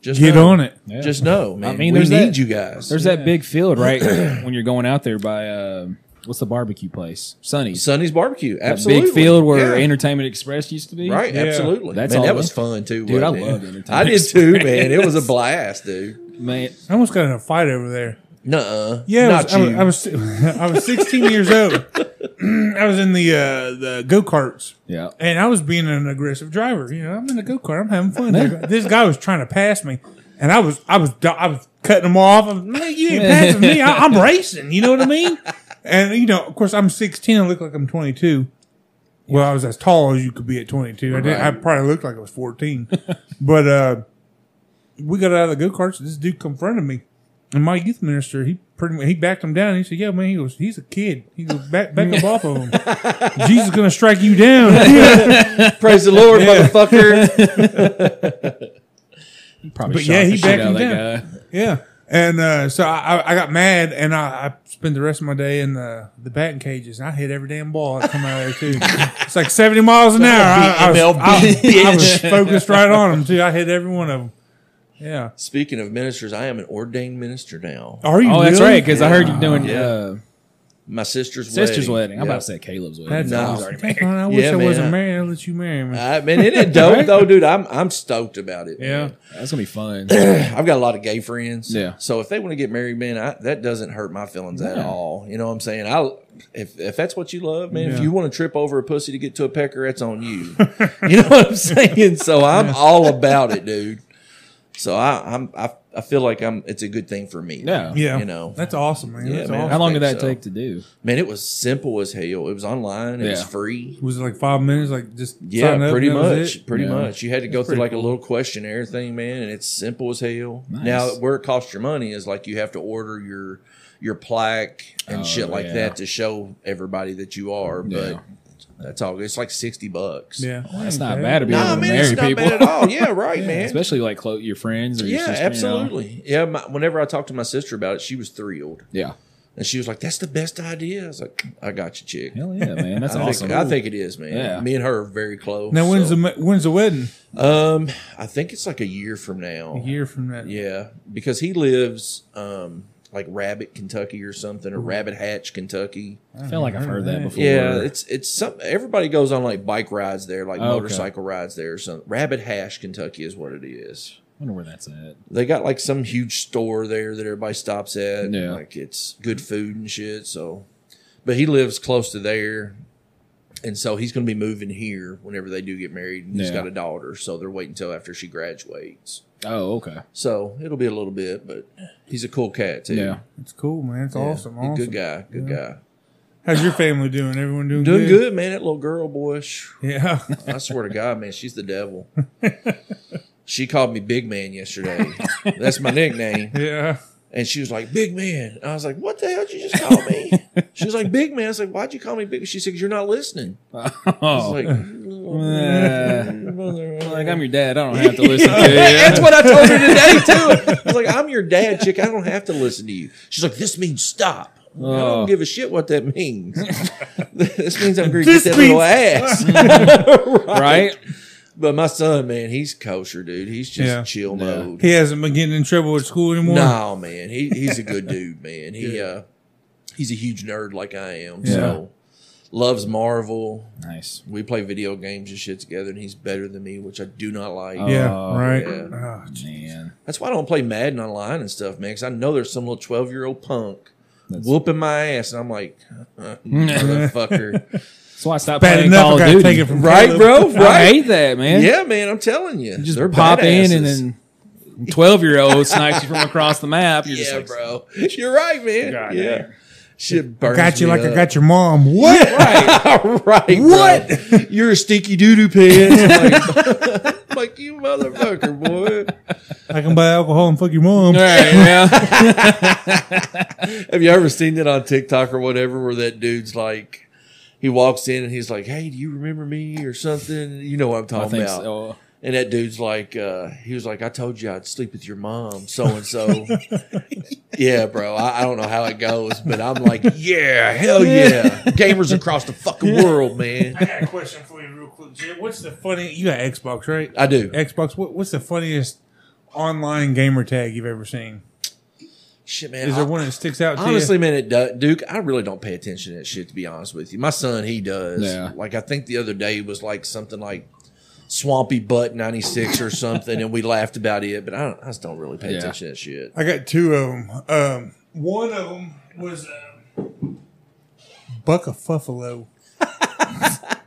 Speaker 3: just
Speaker 1: Get
Speaker 3: know.
Speaker 1: on it.
Speaker 2: Yeah.
Speaker 3: Just know, man.
Speaker 2: mean,
Speaker 3: we need
Speaker 2: there's that-
Speaker 3: you guys.
Speaker 2: There's that big field right when you're going out there by uh, what's the barbecue place? Sunny's.
Speaker 3: Sonny's barbecue.
Speaker 2: That
Speaker 3: Absolutely.
Speaker 2: big field where
Speaker 3: Yeah.
Speaker 2: Entertainment Express used to be.
Speaker 3: Right,
Speaker 1: Yeah.
Speaker 3: absolutely.
Speaker 2: That's
Speaker 3: man,
Speaker 2: all
Speaker 3: that
Speaker 2: we-
Speaker 3: was fun too.
Speaker 2: Dude, I
Speaker 3: wasn't it?
Speaker 2: loved entertainment
Speaker 3: I did too, man. It was a blast, dude.
Speaker 2: man.
Speaker 1: I almost got in a fight over there.
Speaker 3: Nuh-uh.
Speaker 1: Yeah,
Speaker 3: not
Speaker 1: I, was,
Speaker 3: you.
Speaker 1: I was I was I was 16 years old. I was in the uh, the go karts.
Speaker 2: Yeah.
Speaker 1: and I was being an aggressive driver. You know, I'm in a go kart. I'm having fun. this guy was trying to pass me, and I was, I was, I was cutting him off. I'm, Man, you ain't passing me. I, I'm racing. You know what I mean? And you know, of course, I'm 16. I look like I'm 22. Well, I was as tall as you could be at 22. I, did, I
Speaker 3: Right.
Speaker 1: probably looked like I was 14. but uh, we got out of the go karts. This dude confronted me, and my youth minister he pretty much, he backed him down. He said, "Yeah, man, he goes, he's a kid. He goes, back back up off of him. Jesus is gonna strike you down."
Speaker 3: Praise the Lord, motherfucker.
Speaker 2: Probably
Speaker 1: But
Speaker 2: shot
Speaker 1: yeah,
Speaker 2: the
Speaker 1: he
Speaker 2: shit
Speaker 1: backed
Speaker 2: out of
Speaker 1: him
Speaker 2: that guy.
Speaker 1: Yeah. And uh, so I, I- I got mad and I, I spent the rest of my day in the, the batting cages and I hit every damn ball that come out of there too. it's like seventy miles an hour. I, I, was,
Speaker 3: MLB,
Speaker 1: I- I was focused right on them too. I hit every one of them. Yeah.
Speaker 3: Speaking of ministers, I am an ordained minister now.
Speaker 1: Are you?
Speaker 2: Oh, that's
Speaker 1: really?
Speaker 2: right. Because I heard you doing
Speaker 3: Yeah.
Speaker 2: uh,
Speaker 3: My sister's
Speaker 2: sister's
Speaker 3: wedding.
Speaker 2: wedding. I'm
Speaker 3: Yeah.
Speaker 2: about to say Caleb's wedding.
Speaker 1: That's
Speaker 2: I
Speaker 3: No.
Speaker 2: was already married.
Speaker 1: Man, I wish
Speaker 3: Yeah,
Speaker 1: I
Speaker 3: man.
Speaker 1: wasn't married. I'll let you marry me.
Speaker 3: I man, isn't it dope though, dude? I'm I'm stoked about it.
Speaker 1: yeah.
Speaker 2: That's gonna be fun.
Speaker 3: man. I've got a lot of gay friends.
Speaker 2: Yeah.
Speaker 3: So if they want to get married, man, I, that doesn't hurt my feelings at
Speaker 2: Yeah.
Speaker 3: all. You know what I'm saying? I if if that's what you love, man, if
Speaker 1: Yeah.
Speaker 3: you want to trip over a pussy to get to a pecker, that's on you. you know what I'm saying? So I'm all about it, dude. So I, I'm I, I feel like I'm it's a good thing for me.
Speaker 2: Yeah.
Speaker 1: Yeah.
Speaker 3: uh, You know.
Speaker 1: That's awesome, man.
Speaker 3: Yeah,
Speaker 1: that's
Speaker 3: man.
Speaker 2: How
Speaker 1: awesome.
Speaker 2: long did that
Speaker 3: think so.
Speaker 2: take to do?
Speaker 3: Man, it was simple as hell. It was online, it was
Speaker 2: Yeah.
Speaker 3: free.
Speaker 1: Was it like five minutes? Like just
Speaker 3: Yeah,
Speaker 1: sign up
Speaker 3: pretty
Speaker 1: and that was it?
Speaker 3: much. Pretty
Speaker 2: Yeah.
Speaker 3: much. You had to go through
Speaker 1: pretty
Speaker 3: like a
Speaker 1: cool.
Speaker 3: little questionnaire thing, man, and it's simple as hell.
Speaker 2: Nice.
Speaker 3: Now, where it costs your money is like you have to order your your plaque and
Speaker 2: Oh,
Speaker 3: shit like
Speaker 2: yeah.
Speaker 3: that to show everybody that you are, but
Speaker 2: Yeah.
Speaker 3: that's all. It's like sixty bucks.
Speaker 1: Yeah.
Speaker 2: That's not bad to be
Speaker 3: Nah,
Speaker 2: able to
Speaker 3: man,
Speaker 2: marry
Speaker 3: it's not
Speaker 2: people,
Speaker 3: bad at all. Yeah, right, man.
Speaker 2: especially like close your friends or your
Speaker 3: yeah,
Speaker 2: sister, you know?
Speaker 3: absolutely. Yeah, my, whenever I talked to my sister about it, she was thrilled,
Speaker 2: Yeah.
Speaker 3: and she was like, "That's the best idea." I was like, "I got you, chick."
Speaker 2: Hell yeah, man. That's
Speaker 3: I
Speaker 2: awesome.
Speaker 3: Think, I think it is, man.
Speaker 2: Yeah.
Speaker 3: Me and her are very close.
Speaker 1: Now when's
Speaker 3: so-
Speaker 1: the the when's the wedding?
Speaker 3: Um, I think it's like a year from now.
Speaker 1: A year from now.
Speaker 3: Yeah, because he lives. Um, like Rabbit, Kentucky, or something, or Rabbit Hatch, Kentucky.
Speaker 1: I
Speaker 2: feel like I've heard that before.
Speaker 3: Yeah, it's it's some. Everybody goes on like bike rides there, like
Speaker 2: Okay.
Speaker 3: motorcycle rides there. or something. Rabbit Hash, Kentucky, is what it is.
Speaker 2: wonder where that's at.
Speaker 3: They got like some huge store there that everybody stops at.
Speaker 2: Yeah.
Speaker 3: like it's good food and shit. So, but he lives close to there, and so he's going to be moving here whenever they do get married. And He's
Speaker 2: Yeah.
Speaker 3: got a daughter, so they're waiting until after she graduates.
Speaker 2: Oh, okay.
Speaker 3: So it'll be a little bit, but he's a cool cat too.
Speaker 2: Yeah.
Speaker 1: It's cool, man. It's
Speaker 3: Yeah,
Speaker 1: awesome.
Speaker 3: he's a
Speaker 1: awesome.
Speaker 3: Good guy. Good guy.
Speaker 1: How's your family doing? Everyone doing, good?
Speaker 3: Doing good, man. That little girl, boy. sh-
Speaker 1: Yeah.
Speaker 3: I swear to God, man, she's the devil. She called me Big Man yesterday. That's my nickname.
Speaker 1: Yeah.
Speaker 3: And she was like, Big Man. I was like, What the hell did you just call me? She was like, Big Man. I was like, Why'd you call me Big? She said, You're not listening. I was
Speaker 2: Oh.
Speaker 3: like,
Speaker 2: Eh. like
Speaker 3: like
Speaker 2: I'm your dad. I don't have to listen to you.
Speaker 3: That's what I told her today too. I was like, "I'm your dad, chick. I don't have to listen to you." She's like, "This means stop." I'm like, I
Speaker 2: Oh.
Speaker 3: don't give a shit what that means. this means I'm going to
Speaker 1: This
Speaker 3: get that little
Speaker 1: means-
Speaker 3: ass,
Speaker 2: Right?
Speaker 3: But my son, man, he's kosher, dude. He's just
Speaker 1: Yeah.
Speaker 3: chill
Speaker 2: Yeah.
Speaker 3: mode.
Speaker 1: He hasn't been getting in trouble at school anymore.
Speaker 3: No, man, he he's a good dude, man. He uh, he's a huge nerd like I am. So loves Marvel.
Speaker 2: Nice.
Speaker 3: We play video games and shit together, and he's better than me, which I do not like.
Speaker 1: Yeah.
Speaker 2: Oh,
Speaker 1: right.
Speaker 3: yeah.
Speaker 1: Oh, gee.
Speaker 2: Man.
Speaker 3: That's why I don't play Madden online and stuff, man. Because I know there's some little twelve year old punk
Speaker 2: That's-
Speaker 3: whooping my ass, and I'm like, "Uh-uh, motherfucker,
Speaker 2: That's why I stopped
Speaker 1: Bad
Speaker 2: playing
Speaker 1: enough.
Speaker 2: Call
Speaker 1: I
Speaker 2: of
Speaker 1: got
Speaker 2: Duty.
Speaker 1: to take it from
Speaker 3: right,
Speaker 1: Caleb.
Speaker 3: bro?
Speaker 2: I
Speaker 3: Right?
Speaker 2: hate that, man.
Speaker 3: Yeah, man. I'm telling you,
Speaker 2: You just
Speaker 3: They're
Speaker 2: pop in and
Speaker 3: badasses.
Speaker 2: then 12 year old snipes you from across the map. You're
Speaker 3: yeah,
Speaker 2: just like,
Speaker 3: bro. You're right, man.
Speaker 2: God
Speaker 3: yeah.
Speaker 2: damn.
Speaker 3: Shit burns
Speaker 1: Got you
Speaker 3: me
Speaker 1: like I
Speaker 3: up.
Speaker 1: got your mom. What?
Speaker 3: right. right. What? You're a stinky doo doo pants. like, I'm like, you motherfucker, boy.
Speaker 1: I can buy alcohol and fuck your mom.
Speaker 2: All right, yeah.
Speaker 3: Have you ever seen that on TikTok or whatever where that dude's like, he walks in and he's like, hey, do you remember me or something? You know what I'm
Speaker 2: I
Speaker 3: talking
Speaker 2: think
Speaker 3: about.
Speaker 2: so.
Speaker 3: And that dude's like, uh, he was like, I told you I'd sleep with your mom, so and so. Yeah, bro. I, I don't know how it goes, but I'm like, yeah, hell yeah. Gamers across the fucking world, man.
Speaker 1: I got a question for you, real quick, Jim. What's the funny? You got Xbox, right?
Speaker 3: I do.
Speaker 1: Xbox. What, what's the funniest online gamer tag you've ever seen?
Speaker 3: Shit, man.
Speaker 1: Is there
Speaker 3: I-
Speaker 1: one that sticks out? To
Speaker 3: Honestly,
Speaker 1: you?
Speaker 3: man, it do, Duke, I really don't pay attention to that shit. To be honest with you, my son, he does.
Speaker 2: Yeah.
Speaker 3: Like I think the other day was like something like Swampy Butt '96 or something, and we laughed about it. But I, don't, I just don't really pay
Speaker 2: Yeah.
Speaker 3: attention to that shit.
Speaker 1: I got two of them. Um, one of them was um, Buck a Fuffalo,
Speaker 3: Oh,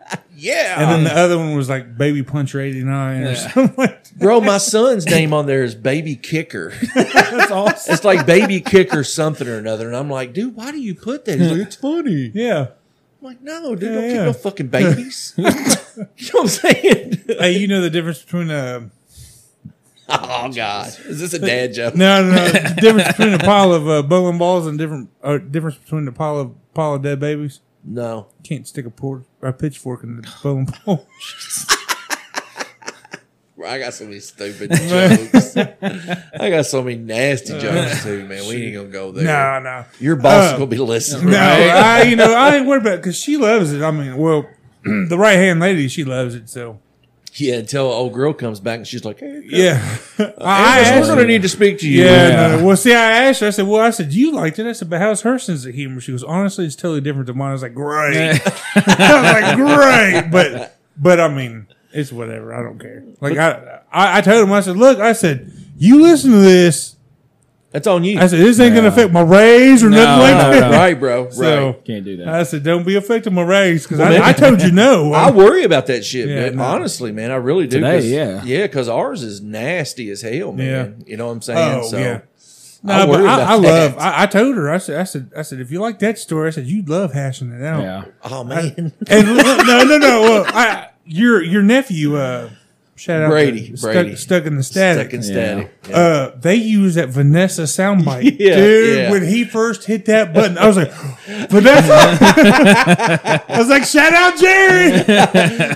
Speaker 3: Yeah,
Speaker 1: and then the other one was like Baby Puncher eighty nine or
Speaker 2: Yeah.
Speaker 1: something. Like that.
Speaker 3: bro, my son's name on there is Baby Kicker.
Speaker 1: That's awesome.
Speaker 3: It's like Baby Kicker something or another, and I'm like, dude, why do you put that? He's like, it's funny.
Speaker 1: Yeah.
Speaker 3: I'm like, no, dude, don't
Speaker 1: Yeah,
Speaker 3: keep
Speaker 1: yeah.
Speaker 3: no fucking babies. you know what I'm saying?
Speaker 1: Hey, you know the difference between uh, a
Speaker 3: oh God, is this a dad joke?
Speaker 1: no, no, no the difference between a pile of uh, bowling balls and different uh, difference between a pile of pile of dead babies.
Speaker 3: No.
Speaker 1: Can't stick a, por- a pitchfork in the bowling ball.
Speaker 3: Bro, I got so many stupid jokes. I got so many nasty jokes too, man. We ain't gonna go there.
Speaker 1: No, no,
Speaker 3: Your boss
Speaker 1: Uh,
Speaker 3: is gonna be listening.
Speaker 1: no.
Speaker 3: right?
Speaker 1: I, you know, I ain't worried about it because she loves it. I mean, well, the right hand lady, she loves it. So
Speaker 3: Yeah, until an old girl comes back and she's like, "Hey,
Speaker 1: yeah, I, I
Speaker 3: Chris, we're
Speaker 1: asked
Speaker 3: gonna
Speaker 1: her.
Speaker 3: need to speak to you."
Speaker 1: Yeah, no. well, see, I asked her. I said, "Well, I said you liked it." I said, "But how's her sense of humor?" She goes, "Honestly, it's totally different than mine." I was like, "Great," I was like, "Great," but but I mean, it's whatever. I don't care. Like I, I I told him, I said, "Look," I said, "You listen to this."
Speaker 3: that's on you.
Speaker 1: I said, "This ain't gonna affect my raise or
Speaker 2: No,
Speaker 1: nothing like
Speaker 2: no,
Speaker 1: that."
Speaker 2: no.
Speaker 3: right, bro. Right.
Speaker 1: So.
Speaker 2: Can't do that.
Speaker 1: I said, "Don't be affecting my raise because
Speaker 3: man-
Speaker 1: I, I told you no."
Speaker 3: I worry about that shit,
Speaker 1: Um, Yeah,
Speaker 3: man.
Speaker 1: no.
Speaker 3: Honestly, man, I really do.
Speaker 2: Today,
Speaker 3: 'cause-
Speaker 2: yeah.
Speaker 3: yeah, because ours is nasty as hell, man. You know what I'm saying?
Speaker 1: oh
Speaker 3: so,
Speaker 1: yeah.
Speaker 3: I
Speaker 1: No, but
Speaker 3: worry
Speaker 1: I,
Speaker 3: about
Speaker 1: I love.
Speaker 3: that.
Speaker 1: I, I told her. I said. I said. I said. If you like that story, I said you love hashing it out.
Speaker 2: yeah.
Speaker 3: oh man,
Speaker 1: And look, no, no, no. Well, I, your your nephew, uh, shout out
Speaker 3: Brady,
Speaker 1: to
Speaker 3: Brady.
Speaker 1: stuck, stuck in the static.
Speaker 3: second static. Yeah.
Speaker 1: uh, they use that Vanessa soundbite,
Speaker 3: Yeah,
Speaker 1: dude.
Speaker 3: yeah.
Speaker 1: When he first hit that button, I was like, Vanessa. I was like, shout out Jerry.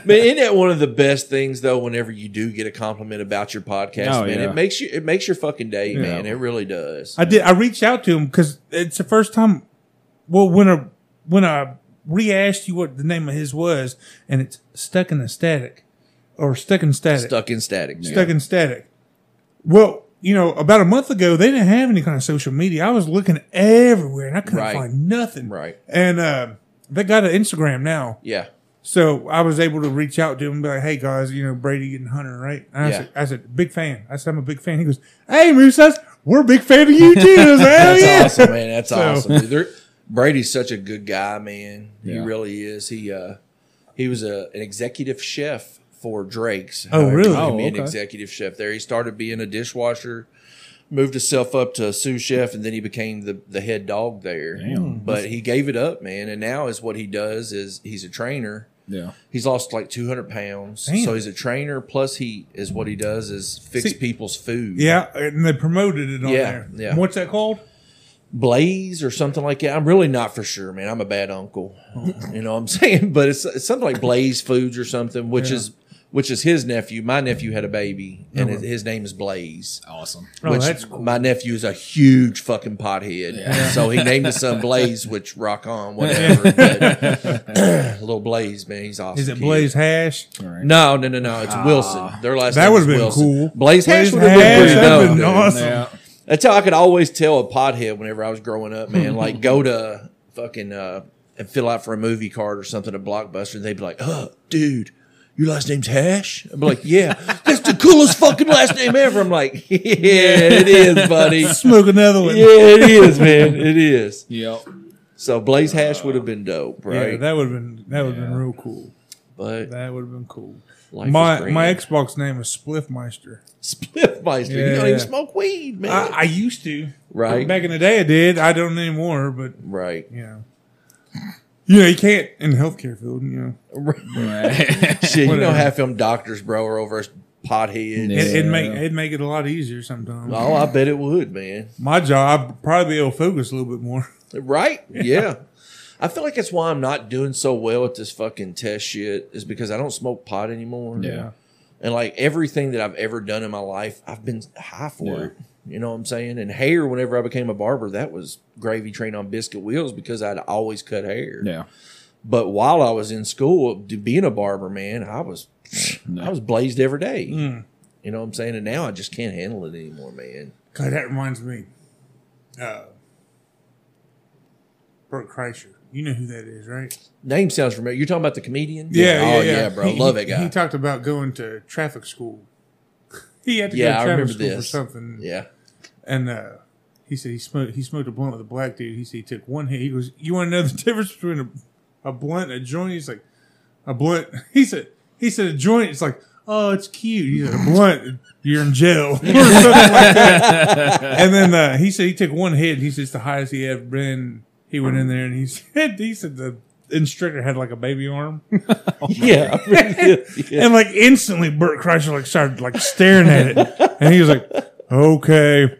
Speaker 3: Man, isn't that one of the best things though? Whenever you do get a compliment about your podcast,
Speaker 2: Oh,
Speaker 3: man,
Speaker 2: yeah.
Speaker 3: it makes you it makes your fucking day, man.
Speaker 2: Yeah.
Speaker 3: It really does.
Speaker 1: I did. I reached out to him because it's the first time. Well, when I when I re-asked you what the name of his was, and it's stuck in the static, or stuck in static,
Speaker 3: Stuck in static.
Speaker 1: stuck in static. Well, you know, about a month ago, they didn't have any kind of social media. I was looking everywhere and I couldn't
Speaker 3: Right.
Speaker 1: find nothing.
Speaker 3: Right.
Speaker 1: And uh, they got an Instagram now.
Speaker 3: Yeah.
Speaker 1: So I was able to reach out to him and be like, hey, guys, you know, Brady and Hunter, right? And I,
Speaker 3: Yeah.
Speaker 1: said, I said, big fan. I said, I'm a big fan. He goes, hey, Moose, that's, we're a big fan of you too. I was like, "Hell
Speaker 3: That's
Speaker 1: yeah.
Speaker 3: awesome, man. That's
Speaker 1: So-
Speaker 3: awesome. dude. They're- Brady's such a good guy, man. He
Speaker 2: Yeah.
Speaker 3: really is. He uh, he was a, an executive chef for Drake's.
Speaker 1: Oh,
Speaker 3: However,
Speaker 1: really?
Speaker 3: He became
Speaker 2: Oh,
Speaker 3: an
Speaker 2: okay.
Speaker 3: executive chef there. He started being a dishwasher, moved himself up to sous chef, and then he became the, the head dog there.
Speaker 2: Damn.
Speaker 3: But he gave it up, man. And now is what he does is he's a trainer.
Speaker 2: Yeah.
Speaker 3: He's lost like 200 pounds.
Speaker 1: Damn.
Speaker 3: So he's a trainer. Plus he is what he does is fix
Speaker 1: See-
Speaker 3: people's food.
Speaker 1: Yeah. And they promoted it on
Speaker 3: Yeah,
Speaker 1: there.
Speaker 3: yeah.
Speaker 1: What's that called?
Speaker 3: Blaze or something like that. I'm really not for sure, man. I'm a bad uncle. you know what I'm saying? But it's, it's something like Blaze Foods or something, which is which is his nephew. My nephew had a baby, and his, his name is Blaze.
Speaker 2: Awesome.
Speaker 1: Oh,
Speaker 3: which
Speaker 1: that's cool.
Speaker 3: my nephew is a huge fucking pothead. So he named his son Blaze, which rock on, whatever. But, little Blaze, man, he's awesome.
Speaker 1: Is it
Speaker 3: kid.
Speaker 1: Blaze Hash?
Speaker 3: No, no, no, no. It's Wilson. Their last
Speaker 1: That
Speaker 3: name
Speaker 1: would've
Speaker 3: is
Speaker 1: been
Speaker 3: Wilson.
Speaker 1: cool.
Speaker 3: Blaze Hash
Speaker 1: Blaze
Speaker 3: would have been
Speaker 1: Hash,
Speaker 3: pretty
Speaker 1: that'd
Speaker 3: dope.
Speaker 1: been
Speaker 3: dude.
Speaker 1: awesome.
Speaker 2: Yeah.
Speaker 3: That's how I could always tell a pothead whenever I was growing up, man. like go to fucking uh, and fill out for a movie card or something at Blockbuster, and they'd be like, "Oh, dude, your last name's Hash." I'd be like, "Yeah, that's the coolest fucking last name ever." I'm like, "Yeah, it is, buddy. Yeah,
Speaker 1: Smoke another one.
Speaker 3: it is, man. It is."
Speaker 2: Yep.
Speaker 3: So Blaze Hash would have been dope,
Speaker 1: Yeah,
Speaker 3: right?
Speaker 1: that would have been that would have been real cool.
Speaker 3: but
Speaker 1: That would have been cool.
Speaker 3: life is
Speaker 1: my
Speaker 3: great.
Speaker 1: my Xbox name is Spliffmeister.
Speaker 3: Spliffmeister, you
Speaker 1: Yeah,
Speaker 3: don't
Speaker 1: yeah.
Speaker 3: even smoke weed, man.
Speaker 1: I, I used to.
Speaker 3: Right.
Speaker 1: Back in the day I did. I don't anymore, but
Speaker 3: right.
Speaker 1: you know. You know, you can't in the healthcare field, you know.
Speaker 3: Shit, you know
Speaker 1: Whatever.
Speaker 3: half them doctors, bro, are over us potheads.
Speaker 2: Yeah.
Speaker 1: It, it'd make it'd make it a lot easier sometimes.
Speaker 3: Oh, I bet it would, man.
Speaker 1: My job I'd probably be able to focus a little bit more.
Speaker 3: Right? Yeah. I feel like that's why I'm not doing so well at this fucking test shit is because I don't smoke pot anymore.
Speaker 2: Yeah.
Speaker 3: And like everything that I've ever done in my life, I've been high for
Speaker 2: Yeah.
Speaker 3: it. You know what I'm saying? And hair, whenever I became a barber, that was gravy train on biscuit wheels because I'd always cut hair.
Speaker 2: Yeah.
Speaker 3: But while I was in school, d- being a barber, man, I was I was blazed every day.
Speaker 1: Hmm.
Speaker 3: You know what I'm saying? And now I just can't handle it anymore, man.
Speaker 1: God, that reminds me. Uh Bert Kreischer. You know who that is, right?
Speaker 3: Name sounds familiar. You're talking about the comedian?
Speaker 1: Yeah, yeah,
Speaker 3: oh
Speaker 1: yeah,
Speaker 3: yeah, bro,
Speaker 1: He-
Speaker 3: love
Speaker 1: he-
Speaker 3: that guy.
Speaker 1: He talked about going to traffic school. He had to
Speaker 3: Yeah, I
Speaker 1: go to traffic
Speaker 3: remember
Speaker 1: school
Speaker 3: this.
Speaker 1: for something,
Speaker 3: yeah,
Speaker 1: and uh, he said he smoked he smoked a blunt with a black dude. He said he took one hit. He goes, "You want to know the difference between a, a blunt and a joint?" He's like, "A blunt." He said he said a joint. It's like, oh, it's cute. He said a blunt. You're in jail, or something like that. and then uh, he said he took one hit. He said it's the highest he ever been. He went in there and he said he said the instructor had like a baby arm.
Speaker 3: yeah, I remember this. yeah.
Speaker 1: And like instantly, Bert Kreischer like started like staring at it, and he was like, "Okay,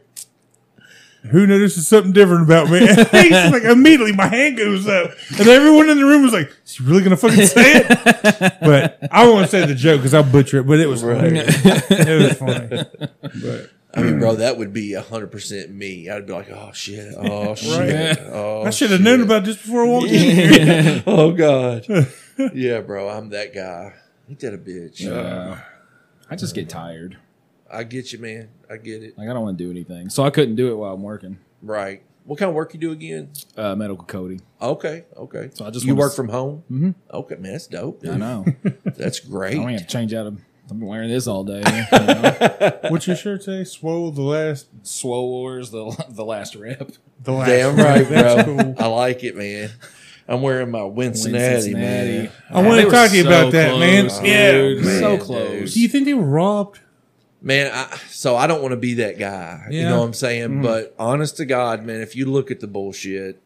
Speaker 1: who notices something different about me?" And he's like, immediately my hand goes up, and everyone in the room was like, "Is he really gonna fucking say it?" But I won't say the joke because I'll butcher it. But it was
Speaker 3: Right.
Speaker 1: hilarious. it was funny. But
Speaker 3: I mean, bro, that would be hundred percent me. I'd be like, oh shit, oh shit, oh,
Speaker 1: I should have known about this before I walked in. here.
Speaker 3: oh god, yeah, bro, I'm that guy. Ain't that a bitch?
Speaker 2: Yeah. I just get tired.
Speaker 3: I get you, man. I get it.
Speaker 2: Like I don't want to do anything, so I couldn't do it while I'm working.
Speaker 3: Right. What kind of work you do again?
Speaker 2: Uh, medical coding.
Speaker 3: Okay, okay.
Speaker 2: So I just
Speaker 3: you
Speaker 2: wanna
Speaker 3: work
Speaker 2: s-
Speaker 3: from home. Mm-hmm. Okay, man, that's dope. dude.
Speaker 2: I know.
Speaker 3: That's
Speaker 2: I don't
Speaker 3: great.
Speaker 2: have to change out of. I've been wearing this all day. You know?
Speaker 1: What's your shirt say? Swole the last,
Speaker 2: Swole Wars, the the last rep.
Speaker 1: the last.
Speaker 3: Damn right,
Speaker 1: That's
Speaker 3: bro.
Speaker 1: cool.
Speaker 3: I like it, man. I'm wearing my Cincinnati, man.
Speaker 1: I want
Speaker 2: They
Speaker 1: to
Speaker 2: were
Speaker 1: talk to you
Speaker 2: so
Speaker 1: about that, man.
Speaker 2: close,
Speaker 1: Yeah.
Speaker 2: dude. so
Speaker 3: man,
Speaker 2: close.
Speaker 1: Do you think they were robbed?
Speaker 3: Man, I, so I don't want to be that guy. You
Speaker 1: Yeah. Mm-hmm.
Speaker 3: know what I'm saying? But honest to God, man, if you look at the bullshit,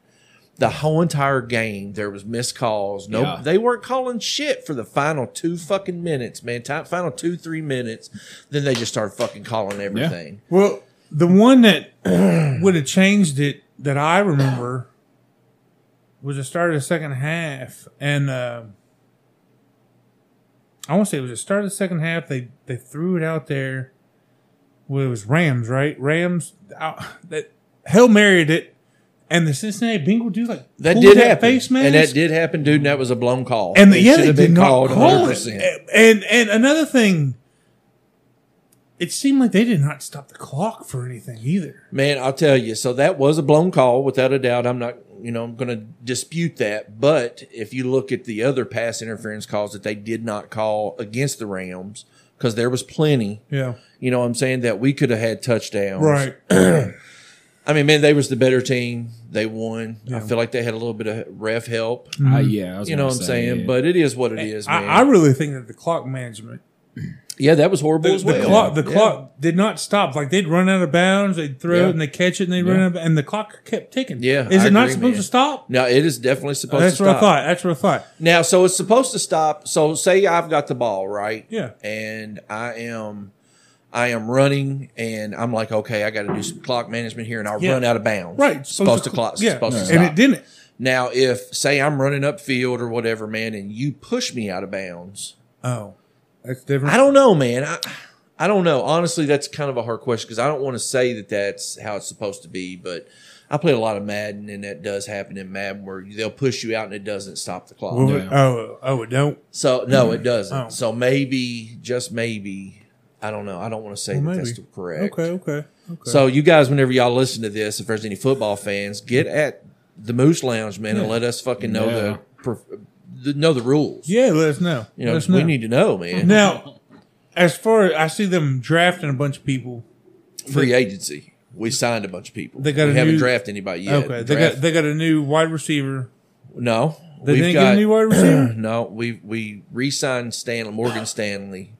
Speaker 3: the whole entire game, there was missed calls. No,
Speaker 2: Yeah.
Speaker 3: they weren't calling shit for the final two fucking minutes, man. Ti- final two, three minutes. Then they just started fucking calling everything.
Speaker 1: Well, the one that would have changed it that I remember was the start of the second half, and uh, I want to say it was the start of the second half. They they threw it out there. Well, it was Rams, right? Rams uh, that hell married it, and the Cincinnati Bengals do like
Speaker 3: That
Speaker 1: pulled
Speaker 3: did happen.
Speaker 1: face mask,
Speaker 3: and that did happen, dude. And that was a blown call.
Speaker 1: and
Speaker 3: It
Speaker 1: yeah,
Speaker 3: should
Speaker 1: they
Speaker 3: have
Speaker 1: did
Speaker 3: been
Speaker 1: not
Speaker 3: called
Speaker 1: call
Speaker 3: 100%.
Speaker 1: it. And and another thing, It seemed like they did not stop the clock for anything either.
Speaker 3: Man, I'll tell you. So that was a blown call, without a doubt. I'm not, you know, I'm going to dispute that. But if you look at the other pass interference calls that they did not call against the Rams, because there was plenty,
Speaker 1: Yeah.
Speaker 3: you know, what I'm saying that we could have had touchdowns.
Speaker 1: Right.
Speaker 3: I mean, man, they was the better team. They won. I
Speaker 1: Yeah. Mm-hmm.
Speaker 3: feel like they had a little bit of ref help.
Speaker 2: Uh, yeah, I was
Speaker 3: You know what
Speaker 2: gonna say,
Speaker 3: I'm saying?
Speaker 2: yeah.
Speaker 3: But it is what it is,
Speaker 1: I,
Speaker 3: man.
Speaker 1: I really think that the clock management,
Speaker 3: yeah, that was horrible
Speaker 1: the,
Speaker 3: as
Speaker 1: the
Speaker 3: well.
Speaker 1: clock, the
Speaker 3: Yeah.
Speaker 1: clock did not stop. Like they'd run out of bounds, they'd throw
Speaker 3: Yeah.
Speaker 1: it and they catch it and they would run out, of, and the clock kept ticking.
Speaker 3: Yeah,
Speaker 1: is
Speaker 3: I
Speaker 1: it not
Speaker 3: agree,
Speaker 1: supposed
Speaker 3: man.
Speaker 1: to stop?
Speaker 3: No, it is definitely supposed
Speaker 1: That's
Speaker 3: to
Speaker 1: what I
Speaker 3: stop.
Speaker 1: thought. That's what I thought.
Speaker 3: Now, so it's supposed to stop. So say I've got the ball, right?
Speaker 1: Yeah.
Speaker 3: And I am I am running and I'm like, okay, I gotta do some clock management here and I'll
Speaker 1: Yeah.
Speaker 3: run out of bounds.
Speaker 1: Right.
Speaker 3: Supposed to clock
Speaker 1: Yeah.
Speaker 3: supposed to
Speaker 1: and
Speaker 3: stop.
Speaker 1: it didn't.
Speaker 3: Now if say I'm running upfield or whatever, man, and you push me out of bounds,
Speaker 1: Oh, that's different.
Speaker 3: I don't know, man. I I don't know. Honestly, that's kind of a hard question because I don't want to say that that's how it's supposed to be, but I play a lot of Madden, and that does happen in Madden where they'll push you out and it doesn't stop the clock.
Speaker 1: Well, it- oh, oh, it don't.
Speaker 3: So no, it doesn't.
Speaker 1: Oh.
Speaker 3: So maybe, just maybe, I don't know. I don't want to say
Speaker 1: Well,
Speaker 3: that that's
Speaker 1: maybe.
Speaker 3: correct.
Speaker 1: Okay, okay, okay.
Speaker 3: So you guys, whenever y'all listen to this, if there's any football fans, get at the Moose Lounge, man, and let us fucking know
Speaker 2: Yeah.
Speaker 3: the the, the know the rules.
Speaker 1: yeah, let us know.
Speaker 3: You know,
Speaker 1: let us
Speaker 3: we
Speaker 1: know.
Speaker 3: need to know, man.
Speaker 1: now. As far as I see them drafting a bunch of people,
Speaker 3: Free agency. We signed a bunch of people.
Speaker 1: They got
Speaker 3: we
Speaker 1: a
Speaker 3: haven't
Speaker 1: new-
Speaker 3: drafted anybody yet.
Speaker 1: okay, they
Speaker 3: Draft-
Speaker 1: got they got a new wide receiver.
Speaker 3: no.
Speaker 1: They
Speaker 3: we've
Speaker 1: didn't
Speaker 3: got,
Speaker 1: get a new wide receiver.
Speaker 3: No, we we re-signed Stanley Morgan Stanley.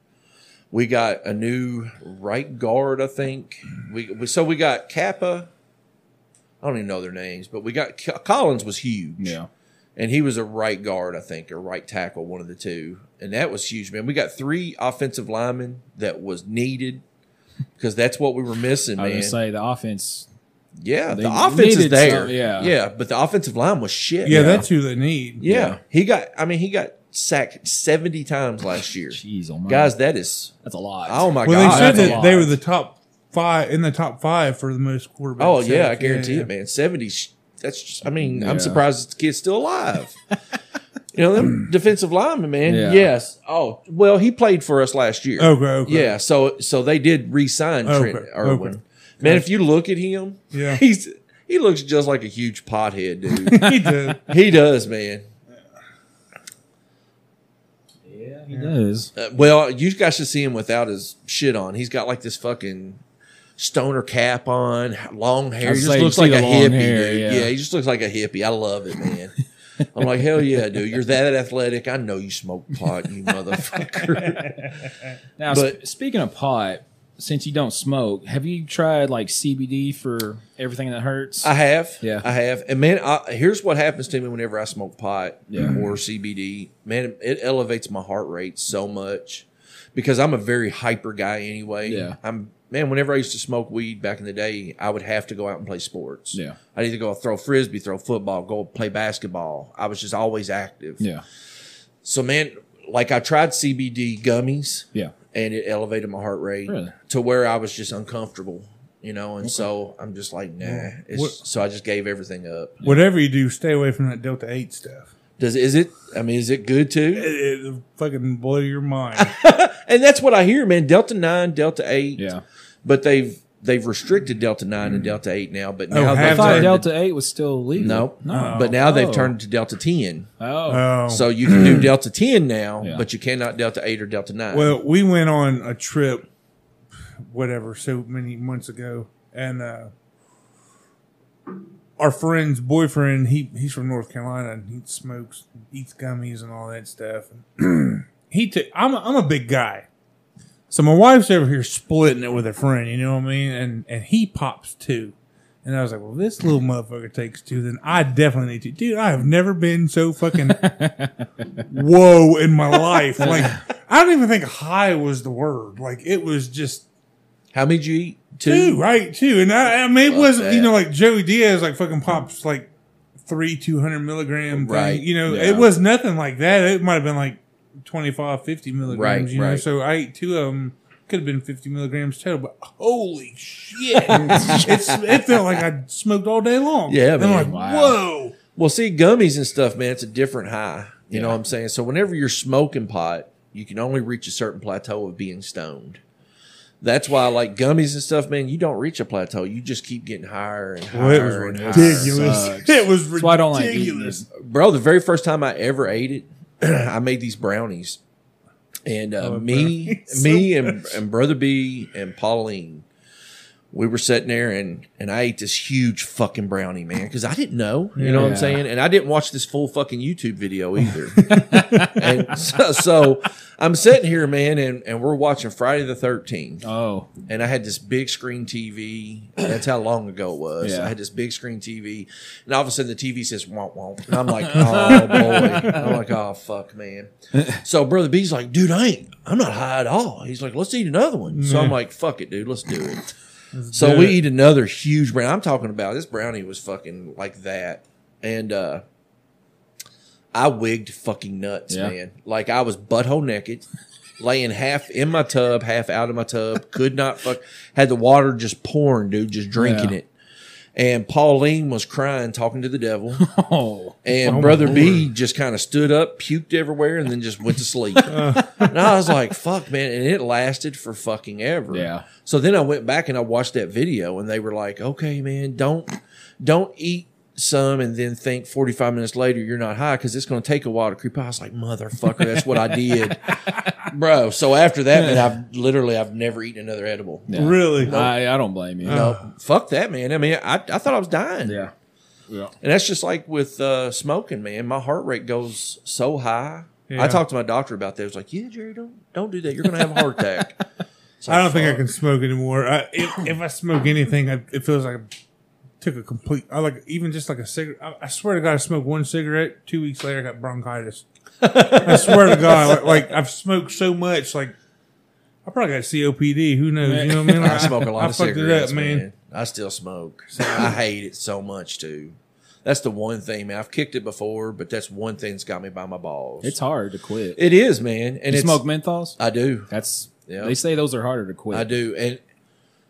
Speaker 3: We got a new right guard, I think. We, we so we got Kappa. I don't even know their names, but we got Co- Collins was huge,
Speaker 2: Yeah.
Speaker 3: and he was a right guard, I think, or right tackle, one of the two, and that was huge, man. We got three offensive linemen that was needed because that's what we were missing,
Speaker 2: I was
Speaker 3: man.
Speaker 2: gonna say the offense.
Speaker 3: yeah,
Speaker 2: they
Speaker 3: the offense is
Speaker 2: needed
Speaker 3: there,
Speaker 2: some- yeah.
Speaker 3: yeah, but the offensive line was shit.
Speaker 1: yeah, that's who they need.
Speaker 3: Yeah. He got I mean he got sacked 70 times last year.
Speaker 2: Jeez, oh my
Speaker 3: Guys, that is
Speaker 2: that's a lot.
Speaker 3: Oh my
Speaker 1: Well,
Speaker 3: god.
Speaker 1: they said
Speaker 2: that's a
Speaker 1: that
Speaker 2: lot.
Speaker 1: they were the top five in the top five for the most quarterbacks.
Speaker 3: oh yeah, I
Speaker 1: sacks.
Speaker 3: guarantee
Speaker 1: yeah.
Speaker 3: it, man. 70 sh- that's just, I mean,
Speaker 2: Yeah.
Speaker 3: I'm surprised this kid's still alive. you know, them defensive linemen, man.
Speaker 2: Yeah.
Speaker 3: Yes. Oh, well, he played for us last year.
Speaker 1: Okay, Oh, okay.
Speaker 3: Yeah, so so they did re-sign
Speaker 1: Okay,
Speaker 3: Trent Irwin.
Speaker 1: okay.
Speaker 3: Man, if you look at him,
Speaker 1: Yeah.
Speaker 3: he's he looks just like a huge pothead, dude.
Speaker 1: he did.
Speaker 3: he does, man.
Speaker 2: Yeah, he does.
Speaker 3: Uh, well, you guys should see him without his shit on. He's got like this fucking stoner cap on, long hair.
Speaker 2: I'd
Speaker 3: He
Speaker 2: say
Speaker 3: just
Speaker 2: you
Speaker 3: looks
Speaker 2: see
Speaker 3: like a
Speaker 2: the long
Speaker 3: hippie.
Speaker 2: hair,
Speaker 3: dude.
Speaker 2: yeah.
Speaker 3: Yeah. he just looks like a hippie. I love it, man. I'm like, hell yeah, dude. You're that athletic. I know you smoke pot, you motherfucker.
Speaker 2: Now,
Speaker 3: But-
Speaker 2: sp- speaking of pot, since you don't smoke, have you tried like CBD for everything that hurts?
Speaker 3: I have.
Speaker 2: Yeah.
Speaker 3: I have. And man, I, here's what happens to me whenever I smoke pot
Speaker 2: Yeah.
Speaker 3: or CBD. Man, it elevates my heart rate so much because I'm a very hyper guy anyway.
Speaker 2: Yeah.
Speaker 3: I'm, man, whenever I used to smoke weed back in the day, I would have to go out and play sports.
Speaker 2: yeah,
Speaker 3: I'd either go throw frisbee, throw football, go play basketball. I was just always active.
Speaker 2: yeah,
Speaker 3: So, man, like I tried CBD gummies
Speaker 2: yeah.
Speaker 3: and it elevated my heart rate
Speaker 2: Really?
Speaker 3: to where I was just uncomfortable, you know. And so I'm just like, nah. It's,
Speaker 1: What-
Speaker 3: so I just gave everything up.
Speaker 1: Whatever you do, stay away from that Delta Eight stuff.
Speaker 3: Does is it? I mean, is it good too?
Speaker 1: It, it'll fucking blow your mind.
Speaker 3: And that's what I hear, man. Delta nine, Delta eight,
Speaker 2: Yeah,
Speaker 3: but they've they've restricted Delta nine and Delta eight now. But now
Speaker 1: Mm-hmm. Oh,
Speaker 3: they've
Speaker 2: I
Speaker 1: have
Speaker 2: thought
Speaker 1: they?
Speaker 3: turned
Speaker 2: Delta Eight was still illegal.
Speaker 3: Nope.
Speaker 2: no.
Speaker 3: but now
Speaker 2: Oh.
Speaker 3: they've turned to Delta ten.
Speaker 2: Oh,
Speaker 1: Oh.
Speaker 3: So you can do Delta 10 now,
Speaker 2: Yeah.
Speaker 3: but you cannot Delta 8 or Delta 9.
Speaker 1: Well, we went on a trip, whatever, so many months ago, and uh, our friend's boyfriend he he's from North Carolina and he smokes, eats gummies, and all that stuff. he took. I'm a, I'm a big guy, so my wife's over here splitting it with a friend. You know what I mean? And and he pops two. And I was like, well, this little motherfucker takes two, then I definitely need to. Dude, I have never been so fucking whoa in my life. Like, I don't even think high was the word. Like, it was just
Speaker 3: How many did you eat?
Speaker 1: two, right? Two. And I, I mean, it
Speaker 3: Fuck
Speaker 1: wasn't, you
Speaker 3: that.
Speaker 1: know, like Joey Diaz, like fucking pops like three, 200 milligram. Thing.
Speaker 3: Right.
Speaker 1: You know,
Speaker 2: Yeah.
Speaker 1: it was nothing like that. It might have been like 25, 50 milligrams,
Speaker 3: Right,
Speaker 1: you know?
Speaker 3: right.
Speaker 1: So I ate two of them. Could have been 50 milligrams total, but holy shit. it's, it felt like I smoked all day long.
Speaker 3: Yeah,
Speaker 1: And
Speaker 3: man.
Speaker 1: I'm like,
Speaker 2: Wow.
Speaker 1: whoa.
Speaker 3: Well, see, gummies and stuff, man, it's a different high. You know
Speaker 2: Yeah.
Speaker 3: what I'm saying? So whenever you're smoking pot, you can only reach a certain plateau of being stoned. That's why, like gummies and stuff, man, you don't reach a plateau. You just keep getting higher and higher.
Speaker 1: Well, it was
Speaker 3: and higher.
Speaker 1: ridiculous.
Speaker 2: sucks.
Speaker 1: It was ridiculous.
Speaker 2: That's why I don't like eating this.
Speaker 3: bro the very first time i ever ate it i made these brownies and uh,
Speaker 1: love
Speaker 3: me
Speaker 1: brownies
Speaker 3: me and, and brother b and pauline we were sitting there and and i ate this huge fucking brownie man because i didn't know you know what i'm
Speaker 2: Yeah.
Speaker 3: saying and i didn't watch this full fucking youtube video either and so, so i'm sitting here man and, and we're watching friday the 13th
Speaker 2: Oh,
Speaker 3: and I had this big screen TV. That's how long ago it was.
Speaker 2: Yeah.
Speaker 3: I had this big screen TV, and all of a sudden the TV says "womp womp," and I'm like, "Oh boy!" I'm like, "Oh fuck, man!" So brother B's like, "Dude, I ain't. I'm not high at all." He's like, "Let's eat another one." So I'm like, "Fuck it, dude, let's do it." so
Speaker 1: do
Speaker 3: we
Speaker 1: it.
Speaker 3: eat another huge brownie. I'm talking about this brownie was fucking like that, and uh I wigged fucking nuts,
Speaker 2: Yeah.
Speaker 3: man. Like I was butthole naked, laying half in my tub, half out of my tub. Could not fuck. Had the water just pouring, dude, just drinking
Speaker 2: Yeah.
Speaker 3: it. And Pauline was crying, talking to the devil.
Speaker 2: oh,
Speaker 3: And brother B just kind of stood up, puked everywhere, and then just went to sleep. and I was like, "Fuck, man!" And it lasted for fucking ever.
Speaker 2: Yeah.
Speaker 3: So then I went back and I watched that video, and they were like, "Okay, man, don't don't eat." Some and then think 45 minutes later you're not high because it's going to take a while to creep out. I was like, motherfucker, that's what I did, bro. So after that, man, I've literally I've never eaten another edible.
Speaker 2: Yeah.
Speaker 1: Really?
Speaker 2: I, I don't blame you.
Speaker 3: No, fuck that, man. I mean, I, I thought I was dying.
Speaker 2: Yeah, yeah.
Speaker 3: And that's just like with uh, smoking, man. My heart rate goes so high.
Speaker 1: Yeah.
Speaker 3: I talked to my doctor about that. He was like, "Yeah, Jerry, don't don't do that. You're gonna have a heart attack." It's like,
Speaker 1: I don't think I
Speaker 3: fuck.
Speaker 1: can smoke anymore. I, if, if I smoke anything, I, it feels like I took a complete. I like even just like a cigarette. I, I swear to God, I smoked one cigarette. Two weeks later, I got bronchitis. I swear to God, like, like I've smoked so much, like I probably got COPD. Who knows? You know what I mean? Like,
Speaker 3: I smoke a lot
Speaker 1: I
Speaker 3: of
Speaker 1: fucked it up,
Speaker 3: cigarettes,
Speaker 1: man.
Speaker 3: man. I still smoke. I hate it so much too. That's the one thing, man. I've kicked it before, but that's one thing that's got me by my balls.
Speaker 2: It's hard to quit.
Speaker 3: it is, man. And
Speaker 2: you
Speaker 3: it's,
Speaker 2: smoke menthols?
Speaker 3: I do.
Speaker 2: That's
Speaker 3: Yeah.
Speaker 2: they say those are harder to quit.
Speaker 3: I do. And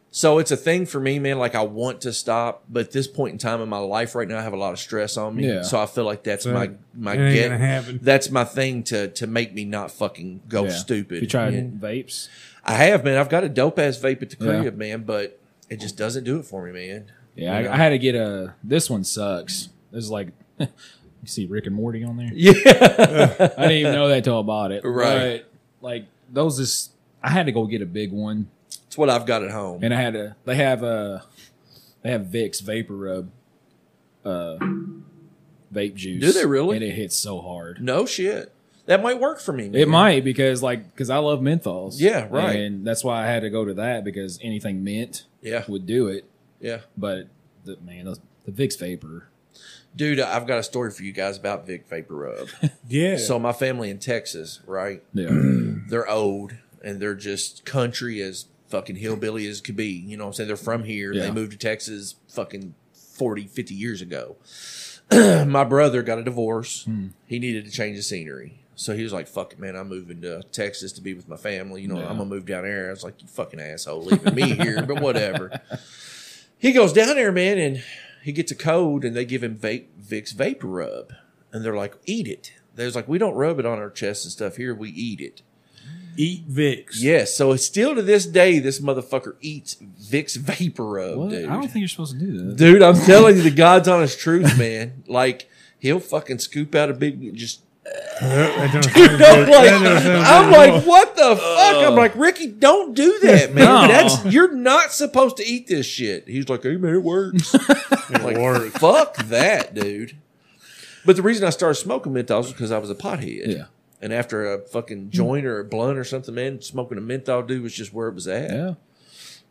Speaker 3: so it's a thing for me, man. Like I want to stop, but at this point in time in my life right now, I have a lot of stress on me.
Speaker 2: Yeah.
Speaker 3: So I feel like that's
Speaker 1: So,
Speaker 3: my my
Speaker 1: it ain't
Speaker 3: get.
Speaker 1: gonna happen.
Speaker 3: That's my thing to to make me not fucking go
Speaker 2: Yeah.
Speaker 3: stupid.
Speaker 2: You tried
Speaker 3: Yeah.
Speaker 2: vapes?
Speaker 3: I have, man. I've got a dope ass vape at the
Speaker 2: Yeah.
Speaker 3: crib, man, but it just doesn't do it for me, man.
Speaker 2: Yeah, I,
Speaker 3: Yeah.
Speaker 2: I had to get a. This one sucks. This is like you see Rick and Morty on there.
Speaker 3: Yeah.
Speaker 2: I didn't even know that till I bought it.
Speaker 3: Right.
Speaker 2: But, like those is I had to go get a big one,
Speaker 3: it's what I've got at home.
Speaker 2: and I had to. They have a. They have Vicks Vapor Rub. Uh, vape juice.
Speaker 3: Do they really?
Speaker 2: And it hits so hard.
Speaker 3: No shit. That might work for me.
Speaker 2: It
Speaker 3: man.
Speaker 2: might because like because I love menthols.
Speaker 3: Yeah, right.
Speaker 2: And that's why I had to go to that because anything mint
Speaker 3: Yeah.
Speaker 2: would do it.
Speaker 3: Yeah.
Speaker 2: But the, man, those, the Vicks Vapor.
Speaker 3: Dude, I've got a story for you guys about Vic Vapor Rub.
Speaker 1: Yeah.
Speaker 3: so my family in Texas, right?
Speaker 2: Yeah.
Speaker 3: they're old and they're just country as fucking hillbilly as could be. You know what I'm saying? They're from here.
Speaker 2: Yeah.
Speaker 3: They moved to Texas fucking 40, 50 years ago. My brother got a divorce.
Speaker 2: Hmm.
Speaker 3: He needed to change the scenery. So he was like, fuck it, man, I'm moving to Texas to be with my family. You know,
Speaker 2: Yeah.
Speaker 3: I'm going to move down there. I was like, you fucking asshole leaving me here, but whatever. He goes down there, man, and he gets a code and they give him vape, Vicks Vapor Rub. And they're like, eat it. There's like, we don't rub it on our chest and stuff here. We eat it.
Speaker 1: eat Vicks.
Speaker 3: Yes, so it's still to this day, this motherfucker eats Vicks Vapor Rub,
Speaker 2: What?
Speaker 3: dude.
Speaker 2: I don't think you're supposed to do that.
Speaker 3: dude, I'm telling you, the God's honest truth, man. Like he'll fucking scoop out a big just.
Speaker 1: That don't sound
Speaker 3: You
Speaker 1: good.
Speaker 3: know, like,
Speaker 1: That don't sound
Speaker 3: I'm
Speaker 1: good at
Speaker 3: like, what the fuck? I'm like, Ricky, don't do that, man.
Speaker 2: No.
Speaker 3: That's you're not supposed to eat this shit. He's like, hey man, it works.
Speaker 1: all.
Speaker 3: like,
Speaker 1: Lord.
Speaker 3: Fuck that, dude. But the reason I started smoking menthols was because I was a pothead.
Speaker 2: Yeah.
Speaker 3: And after a fucking joint or a blunt or something, man, smoking a menthol dude was just where it was at.
Speaker 2: Yeah.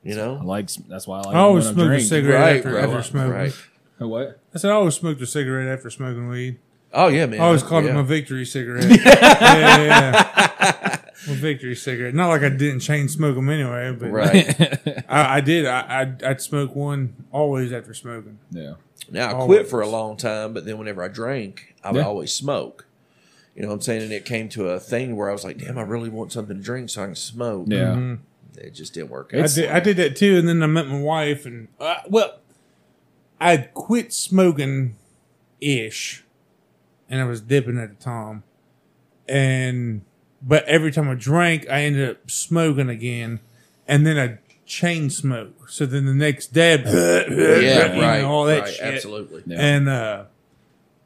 Speaker 3: You
Speaker 2: I
Speaker 3: know,
Speaker 2: like that's why I like
Speaker 1: I always
Speaker 2: when
Speaker 1: smoke a
Speaker 2: drink.
Speaker 1: cigarette after, after smoking.
Speaker 2: What?
Speaker 1: I said I always smoked a cigarette after smoking weed.
Speaker 3: Oh yeah, man.
Speaker 1: I always called
Speaker 3: yeah.
Speaker 1: it my victory cigarette. yeah, yeah, yeah. My victory cigarette. Not like I didn't chain smoke them anyway, but
Speaker 3: Right
Speaker 1: I, I did. I, I'd, I'd smoke one always after smoking.
Speaker 2: yeah.
Speaker 3: now, I
Speaker 1: Always.
Speaker 3: quit for a long time, but then whenever I drank, I would
Speaker 2: Yeah.
Speaker 3: always smoke. You know what I'm saying? And it came to a thing where I was like, "Damn, I really want something to drink so I can smoke."
Speaker 2: Yeah.
Speaker 1: Mm-hmm.
Speaker 3: It just didn't work
Speaker 1: I
Speaker 3: out.
Speaker 1: did, I did that too, and then I met my wife, and uh, well, I quit smoking ish, and I was dipping at the time, and but every time I drank, I ended up smoking again, and then a chain smoke. So then the next day,
Speaker 3: Yeah,
Speaker 1: you know,
Speaker 3: right.
Speaker 1: all that
Speaker 3: right,
Speaker 1: shit.
Speaker 3: Absolutely.
Speaker 2: Yeah.
Speaker 1: And uh,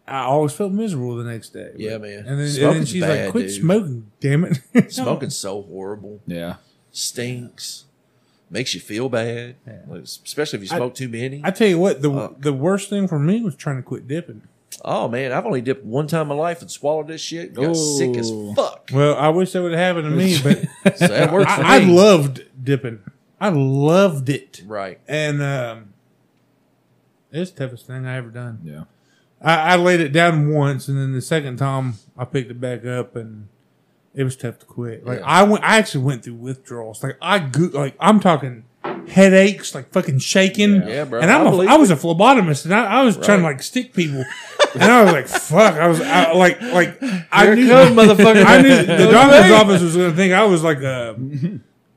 Speaker 1: I always felt miserable the next day.
Speaker 3: Yeah, man.
Speaker 1: And then, and then
Speaker 3: Smoking's
Speaker 1: she's like,
Speaker 3: bad,
Speaker 1: "Quit
Speaker 3: dude.
Speaker 1: smoking, damn it!"
Speaker 3: Smoking's so horrible.
Speaker 2: Yeah.
Speaker 3: Stinks. Makes you feel bad, Like, especially if you smoke too many.
Speaker 1: I tell you what, the
Speaker 3: Fuck.
Speaker 1: the worst thing for me was trying to quit dipping.
Speaker 3: oh man, I've only dipped one time in my life and swallowed this shit. Got sick as
Speaker 2: Oh.
Speaker 3: fuck.
Speaker 1: Well, I wish that would have happened to me, but
Speaker 3: So that works for
Speaker 1: I, I
Speaker 3: me.
Speaker 1: loved dipping. I loved it,
Speaker 3: Right.
Speaker 1: and um, it's the toughest thing I ever done.
Speaker 2: Yeah.
Speaker 1: I, I laid it down once, and then the second time I picked it back up, and it was tough to quit. Like
Speaker 3: Yeah.
Speaker 1: I went, I actually went through withdrawals. Like I go, like I'm talking headaches, like fucking shaking.
Speaker 2: Yeah.
Speaker 3: Yeah, bro.
Speaker 1: And I'm
Speaker 3: I
Speaker 1: a,
Speaker 3: believe
Speaker 1: I was a phlebotomist, and I, I was trying to
Speaker 3: Right.
Speaker 1: like stick people, and I was like, "Fuck!" I was I, like, "Like I
Speaker 3: Here it
Speaker 1: knew,
Speaker 3: come, motherfucker.
Speaker 1: I knew the
Speaker 3: Okay.
Speaker 1: doctor's office was going to think I was like a,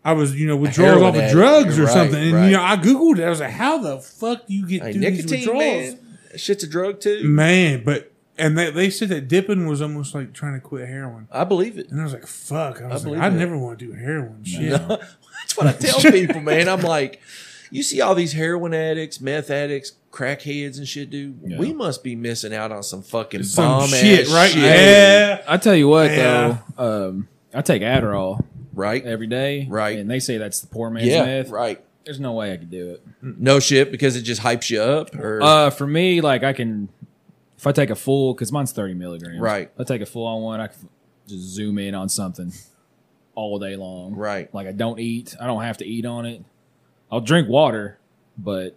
Speaker 1: I was you know withdrawals
Speaker 3: heroin
Speaker 1: off of
Speaker 3: addict.
Speaker 1: drugs or
Speaker 3: Right,
Speaker 1: something." And
Speaker 3: right.
Speaker 1: you know, I googled it. I was like, "How the fuck do you get
Speaker 3: Hey,
Speaker 1: through these
Speaker 3: nicotine,
Speaker 1: withdrawals?" Mm.
Speaker 3: man. That Shit's a drug too.
Speaker 1: Man, but and they, they said that dipping was almost like trying to quit heroin.
Speaker 3: I believe it.
Speaker 1: And I was like, fuck. I was like,
Speaker 3: believe
Speaker 1: I
Speaker 3: it.
Speaker 1: never want to do heroin. Shit.
Speaker 3: That's what I tell people, man. I'm like, you see all these heroin addicts, meth addicts, crackheads and shit, dude.
Speaker 2: Yeah.
Speaker 3: We must be missing out on some fucking
Speaker 1: Some
Speaker 3: bomb
Speaker 1: shit,
Speaker 3: ass
Speaker 1: right?
Speaker 3: shit.
Speaker 1: Yeah.
Speaker 2: I tell you what,
Speaker 1: Yeah.
Speaker 2: though, um, I take Adderall
Speaker 3: Right?
Speaker 2: every day.
Speaker 3: Right.
Speaker 2: And they say that's the poor man's
Speaker 3: Yeah,
Speaker 2: meth.
Speaker 3: right.
Speaker 2: There's no way I could do it.
Speaker 3: No shit because it just hypes you up or
Speaker 2: Uh, for me, like I can, if I take a full, because mine's 30 milligrams.
Speaker 3: Right.
Speaker 2: If I take a full on one, I can just zoom in on something all day long.
Speaker 3: Right.
Speaker 2: Like I don't eat. I don't have to eat on it. I'll drink water, but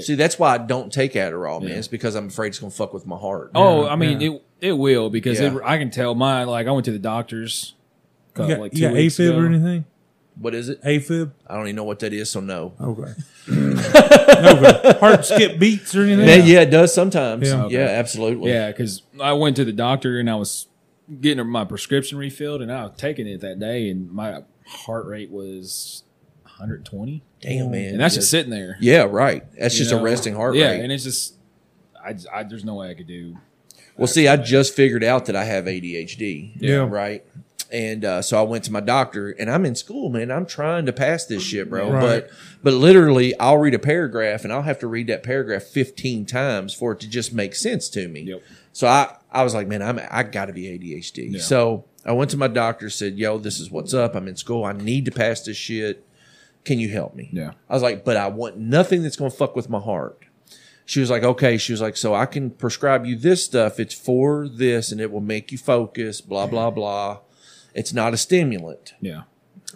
Speaker 3: See, that's why I don't take Adderall, man.
Speaker 2: Yeah.
Speaker 3: It's because I'm afraid it's gonna fuck with my heart.
Speaker 2: oh,
Speaker 1: Yeah,
Speaker 2: I mean it. It will because
Speaker 3: Yeah.
Speaker 2: it, I can tell my like I went to the doctors.
Speaker 1: You
Speaker 2: uh,
Speaker 1: got,
Speaker 2: like
Speaker 1: you
Speaker 2: two
Speaker 1: got
Speaker 2: weeks
Speaker 1: AFib
Speaker 2: ago.
Speaker 1: or anything?
Speaker 3: What is it?
Speaker 1: AFib?
Speaker 3: I don't even know what that is, so no.
Speaker 1: Okay. okay. Heart skip beats or anything?
Speaker 3: Yeah, yeah it does sometimes.
Speaker 1: Yeah.
Speaker 3: Yeah,
Speaker 2: Okay.
Speaker 3: absolutely.
Speaker 2: Yeah, because I went to the doctor and I was getting my prescription refilled, and I was taking it that day, and my heart rate was 120,
Speaker 3: Damn man.
Speaker 2: and that's
Speaker 3: Yeah.
Speaker 2: just sitting there.
Speaker 3: Yeah, right. That's
Speaker 2: you
Speaker 3: just
Speaker 2: know?
Speaker 3: a resting heart
Speaker 2: Yeah,
Speaker 3: rate.
Speaker 2: and it's just, I, j- I- there's no way I could do.
Speaker 3: Well, see, I just figured out that I have ADHD.
Speaker 1: Yeah.
Speaker 3: Right. And uh, so I went to my doctor, and I'm in school, man. I'm trying to pass this shit, bro.
Speaker 1: Right.
Speaker 3: But but literally, I'll read a paragraph, and I'll have to read that paragraph 15 times for it to just make sense to me.
Speaker 2: Yep.
Speaker 3: So I I was like, man, I'm I got to be ADHD.
Speaker 2: Yeah.
Speaker 3: So I went to my doctor, said, yo, this is what's up. I'm in school. I need to pass this shit. Can you help me?
Speaker 2: Yeah.
Speaker 3: I was like, but I want nothing that's going to fuck with my heart. She was like, okay. She was like, so I can prescribe you this stuff. It's for this and it will make you focus, blah, blah, blah. It's not a stimulant.
Speaker 2: Yeah.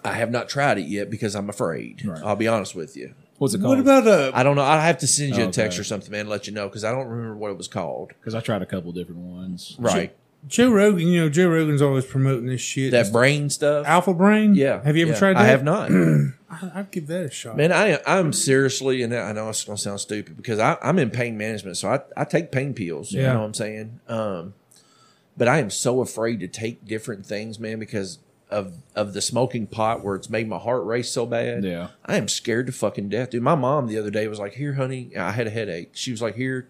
Speaker 3: I have not tried it yet because I'm afraid.
Speaker 2: Right.
Speaker 3: I'll be honest with you.
Speaker 2: What's it
Speaker 1: What
Speaker 2: called?
Speaker 1: about uh,
Speaker 3: I don't know. I'll have to send you a text
Speaker 2: Okay.
Speaker 3: or something, man, and let you know because I don't remember what it was called.
Speaker 2: Because I tried a couple different ones.
Speaker 3: Right.
Speaker 1: Joe Rogan? You know, Joe Rogan's always promoting this shit.
Speaker 3: That brain stuff.
Speaker 1: Alpha Brain?
Speaker 3: yeah.
Speaker 1: Have you ever
Speaker 3: Yeah.
Speaker 1: tried that?
Speaker 3: I have not.
Speaker 1: I, I'd give that a shot.
Speaker 3: Man, I I'm seriously, and I know it's gonna sound stupid because I, I'm in pain management, so I, I take pain pills. You
Speaker 1: Yeah.
Speaker 3: know what I'm saying? Um, but I am so afraid to take different things, man, because of of the smoking pot where it's made my heart race so bad.
Speaker 2: Yeah.
Speaker 3: I am scared to fucking death, dude. My mom the other day was like, "Here, honey, I had a headache." She was like, "Here,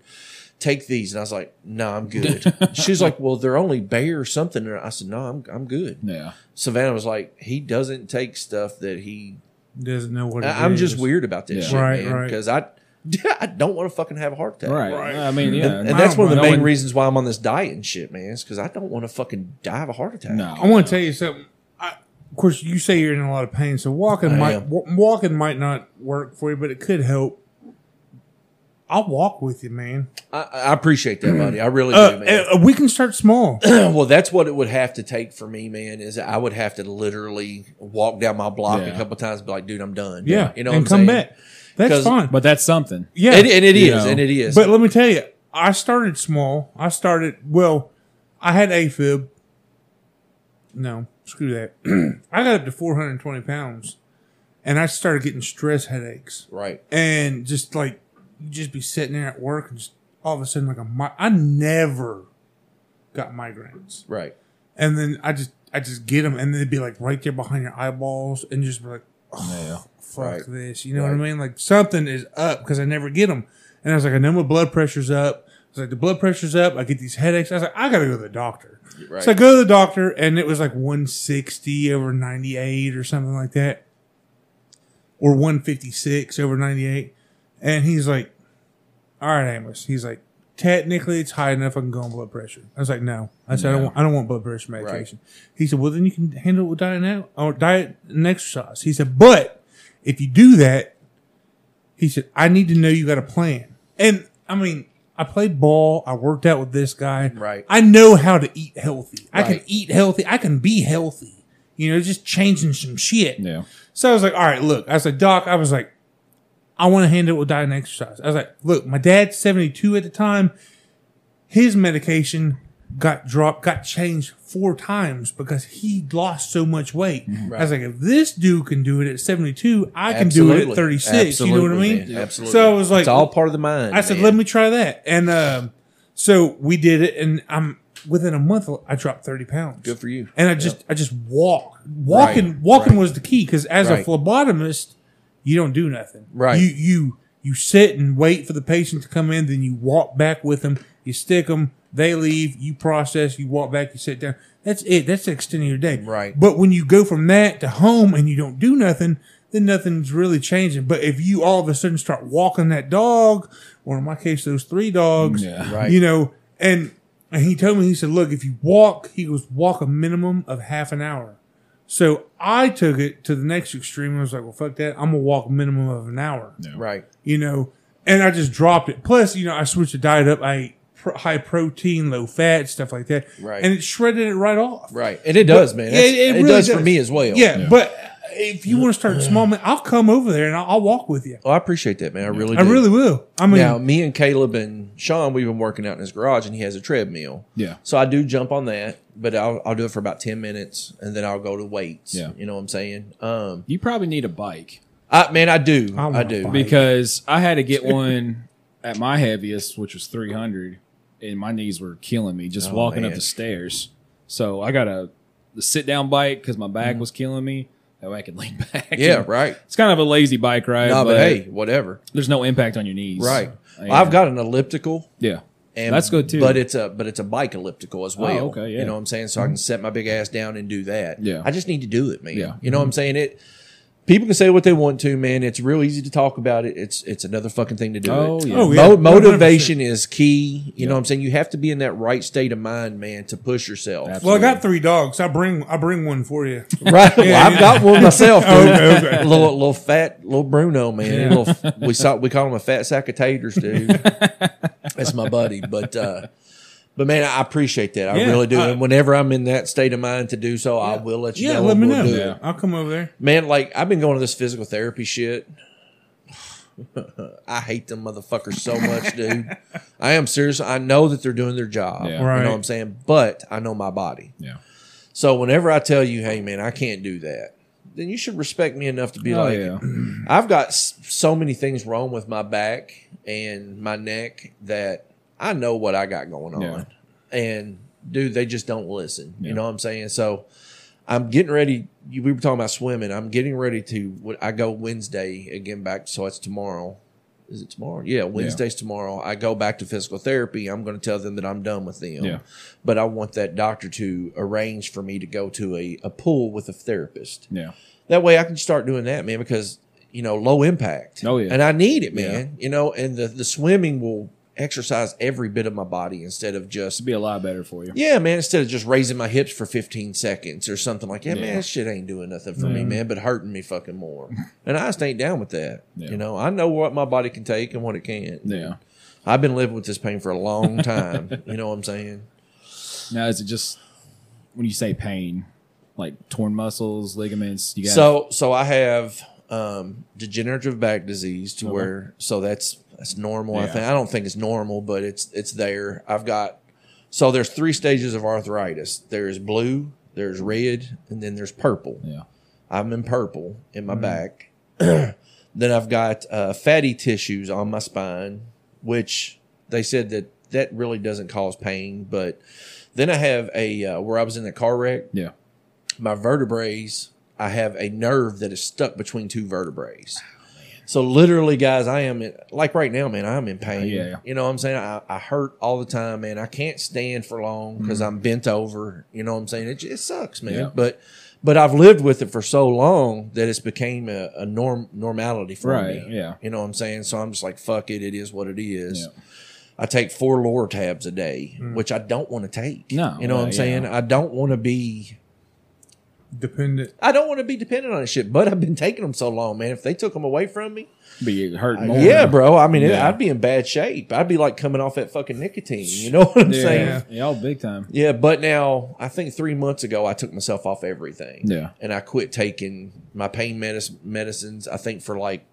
Speaker 3: take these," and I was like, "No, I'm good." she was like, "Well, they're only Bayer or something," and I said, "No, I'm I'm good."
Speaker 2: Yeah.
Speaker 3: Savannah was like, "He doesn't take stuff that he
Speaker 1: Doesn't know what it
Speaker 3: I, I'm just
Speaker 1: is.
Speaker 3: weird about this
Speaker 2: Yeah.
Speaker 3: shit,
Speaker 1: Right,
Speaker 3: man,
Speaker 1: right.
Speaker 3: because I, I don't want to fucking have a heart attack.
Speaker 2: Right.
Speaker 1: Right.
Speaker 2: I mean, yeah.
Speaker 3: And that's one of the
Speaker 2: No
Speaker 3: main
Speaker 2: one-
Speaker 3: reasons why I'm on this diet and shit, man. Is because I don't want to fucking die of a heart attack.
Speaker 2: No.
Speaker 1: I want to tell you something. I, of course, you say you're in a lot of pain, so walking
Speaker 3: I
Speaker 1: might
Speaker 3: am.
Speaker 1: w- walking might not work for you, but it could help. I'll walk with you, man.
Speaker 3: I, I appreciate that, buddy. I really do,
Speaker 1: Uh,
Speaker 3: man.
Speaker 1: uh, we can start small.
Speaker 3: well, that's what it would have to take for me, man. Is I would have to literally walk down my block a
Speaker 2: Yeah.
Speaker 3: couple times, and be like, dude, I'm done.
Speaker 1: Yeah,
Speaker 3: you know,
Speaker 1: and
Speaker 3: what I'm
Speaker 1: come
Speaker 3: saying?
Speaker 1: back. That's
Speaker 3: 'Cause-
Speaker 1: fine.
Speaker 2: But that's something.
Speaker 1: yeah,
Speaker 3: And, and it is,
Speaker 2: You know.
Speaker 3: and it is.
Speaker 1: but let me tell you, I started small. I started well. I had AFib. No, screw that. I got up to 420 pounds, and I started getting stress headaches.
Speaker 3: right,
Speaker 1: and just like you just be sitting there at work and just all of a sudden like a mi- I never got migraines,
Speaker 3: right,
Speaker 1: and then I just I just get them, and they'd be like right there behind your eyeballs, and just be like,
Speaker 2: Yeah.
Speaker 1: fuck
Speaker 3: Right.
Speaker 1: this, you know what I
Speaker 3: Right.
Speaker 1: mean? Like something is up because I never get them, and I was like, I know my blood pressure's up. I was like, the blood pressure's up. I get these headaches. I was like, I gotta go to the doctor.
Speaker 3: right.
Speaker 1: So I go to the doctor, and it was like 160 over 98 or something like that. or 156 over 98. And he's like, all right, Amos. He's like, technically it's high enough I can go on blood pressure. I was like, no. I said, I, don't want, I don't want blood pressure medication. He said, well, then you can handle it with diet now or diet and exercise. He said, but if you do that, he said, I need to know you got a plan. And I mean, I played ball. I worked out with this guy.
Speaker 3: Right.
Speaker 1: I know how to eat healthy. I can
Speaker 3: Right.
Speaker 1: eat healthy. I can be healthy. You know, just changing some shit.
Speaker 2: Yeah.
Speaker 1: So I was like, all right, look. I was like, Doc, I was like, I want to handle it with diet and exercise. I was like, look, my dad's 72 at the time. His medication got dropped, got changed four times because he lost so much weight. I was like, if this dude can do it at 72, I can do it
Speaker 3: Absolutely.
Speaker 1: at 36. you know what I
Speaker 4: Absolutely,
Speaker 1: mean?
Speaker 4: man.
Speaker 3: Absolutely.
Speaker 1: So I was like,
Speaker 4: It's all part of the mind.
Speaker 1: I said,
Speaker 4: man.
Speaker 1: let me try that. And um, so we did it. And I'm within a month, I dropped 30 pounds.
Speaker 3: Good for you.
Speaker 1: And I just, I just walk. Walking,
Speaker 3: Right,
Speaker 1: walking
Speaker 3: right.
Speaker 1: was the key because as a
Speaker 3: Right.
Speaker 1: phlebotomist, you don't do nothing.
Speaker 3: Right.
Speaker 1: You, you, you sit and wait for the patient to come in. Then you walk back with them. You stick them. They leave. You process. You walk back. You sit down. That's it. That's the extent of your day.
Speaker 3: Right.
Speaker 1: But when you go from that to home and you don't do nothing, then nothing's really changing. But if you all of a sudden start walking that dog, or in my case, those three dogs,
Speaker 2: Yeah.
Speaker 3: Right.
Speaker 1: you know, and and he told me, he said, look, if you walk, he goes, walk a minimum of half an hour. So I took it to the next extreme. I was like, well, fuck that. I'm going to walk a minimum of an hour
Speaker 3: Right.
Speaker 1: you know, and I just dropped it. Plus, you know, I switched the diet up. I ate pro- high protein, low fat, stuff like that.
Speaker 3: Right.
Speaker 1: And it shredded it right off.
Speaker 3: Right. And it does,
Speaker 1: But-
Speaker 3: man.
Speaker 1: yeah,
Speaker 3: That's-
Speaker 1: it-
Speaker 3: it,
Speaker 1: it really
Speaker 3: does, for
Speaker 1: does.
Speaker 3: me as well.
Speaker 1: Yeah, but if you want to start small, man, I'll come over there and I'll, I'll walk with you.
Speaker 3: Well, Oh, I appreciate that, man. I really
Speaker 1: I
Speaker 3: do.
Speaker 1: really will. I mean,
Speaker 3: now, me and Caleb and Sean, we've been working out in his garage, and he has a treadmill.
Speaker 2: Yeah.
Speaker 3: So I do jump on that, but I'll, I'll do it for about ten minutes, and then I'll go to weights.
Speaker 2: Yeah.
Speaker 3: You know what I'm saying? Um,
Speaker 2: You probably need a bike
Speaker 3: I man, I do,
Speaker 1: I want
Speaker 3: I,
Speaker 1: a
Speaker 3: do.
Speaker 1: bike.
Speaker 2: because I had to get one at my heaviest, which was 300, and my knees were killing me just
Speaker 3: Oh,
Speaker 2: walking up
Speaker 3: man.
Speaker 2: the stairs. So I got a sit down bike because my back was killing me. That way I could lean back.
Speaker 3: Mm-hmm. Yeah, right.
Speaker 2: It's kind of a lazy bike ride,
Speaker 3: No,
Speaker 2: but,
Speaker 3: but hey, whatever.
Speaker 2: there's no impact on your knees.
Speaker 3: Right.
Speaker 2: And-
Speaker 3: I've got an elliptical.
Speaker 2: yeah.
Speaker 3: And,
Speaker 2: That's good, too. Oh,
Speaker 3: But it's a but it's a bike elliptical as well.
Speaker 2: okay, yeah. Mm-hmm.
Speaker 3: You know what I'm saying? So I can set my big ass down and do that.
Speaker 2: Yeah.
Speaker 3: I just need to do it, man.
Speaker 2: Yeah. Mm-hmm.
Speaker 3: You know what I'm saying? It people can say what they want to, man. It's real easy to talk about it. It's it's another fucking thing to do
Speaker 2: Oh,
Speaker 3: it.
Speaker 2: yeah.
Speaker 1: Oh, yeah.
Speaker 3: Mo-
Speaker 1: 100%.
Speaker 3: motivation is key. You know what I'm saying? You have to be in that right state of mind, man, to push yourself.
Speaker 2: Absolutely.
Speaker 1: well, I got three dogs. I bring I bring one for you.
Speaker 3: Right. Well, I've got one myself. Dude.
Speaker 1: Okay, okay.
Speaker 3: Little little fat little Bruno man. Little, we saw we call him a fat sack of taters, dude. That's my buddy. But uh but man, I appreciate that. I
Speaker 1: Yeah,
Speaker 3: really do.
Speaker 1: I-
Speaker 3: and whenever I'm in that state of mind to do so, I will let you
Speaker 1: Yeah,
Speaker 3: know.
Speaker 1: let
Speaker 3: and
Speaker 1: me
Speaker 3: we'll
Speaker 1: know.
Speaker 3: do it.
Speaker 1: I'll come over there.
Speaker 3: Man, like I've been going to this physical therapy shit. I hate them motherfuckers so much, dude. I am serious. I know that they're doing their job.
Speaker 2: Yeah.
Speaker 3: You
Speaker 1: Right.
Speaker 3: know what I'm saying? But I know my body.
Speaker 2: Yeah.
Speaker 3: So whenever I tell you, hey man, I can't do that, then you should respect me enough to be
Speaker 2: Oh,
Speaker 3: like,
Speaker 2: yeah.
Speaker 3: I've got s- so many things wrong with my back and my neck that I know what I got going on.
Speaker 2: Yeah.
Speaker 3: And dude, they just don't listen.
Speaker 2: Yeah.
Speaker 3: You know what I'm saying? So I'm getting ready. You, we were talking about swimming. I'm getting ready to. what- I go Wednesday again back. So it's tomorrow. Is it tomorrow? Yeah, Wednesday's tomorrow. I go back to physical therapy. I'm going to tell them that I'm done with them.
Speaker 2: Yeah.
Speaker 3: But I want that doctor to arrange for me to go to a, a pool with a therapist.
Speaker 2: Yeah.
Speaker 3: That way I can start doing that, man, because you know, low impact.
Speaker 2: Oh, yeah.
Speaker 3: And I need it, man. You know, and the the swimming will exercise every bit of my body instead of
Speaker 2: It'd
Speaker 3: just
Speaker 2: be a lot better for you.
Speaker 3: yeah, man, instead of just raising my hips for 15 seconds or something like that,
Speaker 2: Yeah.
Speaker 3: man, that shit ain't doing nothing for me, man, but hurting me fucking more. And I just ain't down with that.
Speaker 2: Yeah.
Speaker 3: You know, I know what my body can take and what it can't.
Speaker 2: Yeah.
Speaker 3: I've been living with this pain for a long time. you know what I'm saying?
Speaker 2: Now, is it just when you say pain, like torn muscles, ligaments? You got
Speaker 3: So so I have um, degenerative back disease to where so that's that's normal. I
Speaker 2: Yeah.
Speaker 3: think I don't think it's normal, but it's it's there. I've got so there's three stages of arthritis. There's blue, there's red, and then there's purple.
Speaker 2: yeah,
Speaker 3: I'm in purple
Speaker 2: Mm-hmm.
Speaker 3: in my back. then I've got uh, fatty tissues on my spine, which they said that that really doesn't cause pain. But then I have a uh, where I was in the car wreck
Speaker 2: yeah,
Speaker 3: my vertebrae, I have a nerve that is stuck between two vertebrae.
Speaker 2: Oh,
Speaker 3: so literally, guys, I am in, like right now, man. I'm in pain.
Speaker 2: Yeah, yeah.
Speaker 3: You know what I'm saying? I, I hurt all the time, man. I can't stand for long because I'm bent over. You know what I'm saying? It, it sucks, man.
Speaker 2: Mm-hmm. Yeah.
Speaker 3: But But I've lived with it for so long that it's became a, a norm normality for
Speaker 2: Right,
Speaker 3: me.
Speaker 2: yeah.
Speaker 3: You know what I'm saying? So I'm just like, fuck it. It is what it is.
Speaker 2: Yeah.
Speaker 3: I take four lore tabs a day, which I don't want to take.
Speaker 2: No,
Speaker 3: You know what
Speaker 2: uh,
Speaker 3: I'm saying? I don't want to be
Speaker 1: Dependent.
Speaker 3: I don't want to be dependent on this shit, but I've been taking them so long, man. If they took them away from me,
Speaker 2: Be hurt more.
Speaker 3: yeah, bro. I mean, it,
Speaker 2: Yeah.
Speaker 3: I'd be in bad shape. I'd be like coming off that fucking nicotine. You know what I'm
Speaker 2: Yeah.
Speaker 3: saying?
Speaker 2: Yeah. all big time.
Speaker 3: Yeah, but now I think three months ago I took myself off everything.
Speaker 2: Yeah.
Speaker 3: and I quit taking my pain medicine medicines. I think for like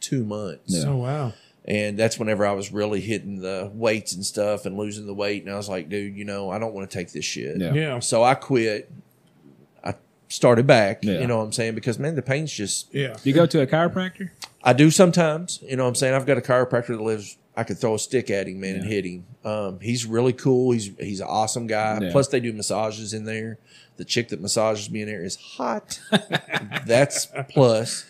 Speaker 3: two months.
Speaker 2: Yeah.
Speaker 5: Oh wow.
Speaker 3: And that's whenever I was really hitting the weights and stuff and losing the weight. And I was like, dude, you know, I don't want to take this shit.
Speaker 2: Yeah.
Speaker 5: Yeah.
Speaker 3: So I quit. I started back.
Speaker 2: Yeah.
Speaker 3: You know what I'm saying? Because man, the pain's just
Speaker 5: Yeah.
Speaker 2: You go to a chiropractor?
Speaker 3: I do sometimes. You know what I'm saying? I've got a chiropractor that lives. I could throw a stick at him, man, and hit him. Um, he's really cool. He's he's an awesome guy.
Speaker 2: Yeah.
Speaker 3: Plus, they do massages in there. The chick that massages me in there is hot. That's plus.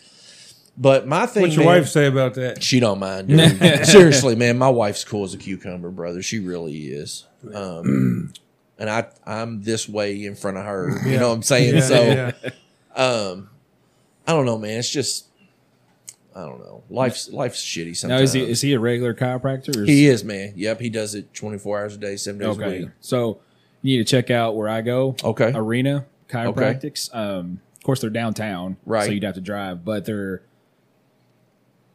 Speaker 3: But my thing,
Speaker 1: What's your
Speaker 3: man,
Speaker 1: wife say about that?
Speaker 3: she don't mind. dude. Seriously, man, my wife's cool as a cucumber, brother. She really is. Um, and I I'm this way in front of her. You know what I'm saying?
Speaker 1: Yeah,
Speaker 3: so
Speaker 1: yeah.
Speaker 3: um, I don't know, man. It's just, I don't know. Life's life's shitty
Speaker 2: Now
Speaker 3: sometimes.
Speaker 2: is he is he a regular chiropractor? Or is,
Speaker 3: he is, man. Yep, he does it twenty four hours a day, seven days a
Speaker 2: okay.
Speaker 3: week.
Speaker 2: So you need to check out where I go.
Speaker 3: Okay.
Speaker 2: Arena Chiropractics. Um, of course, they're downtown,
Speaker 3: Right.
Speaker 2: So you'd have to drive, but they're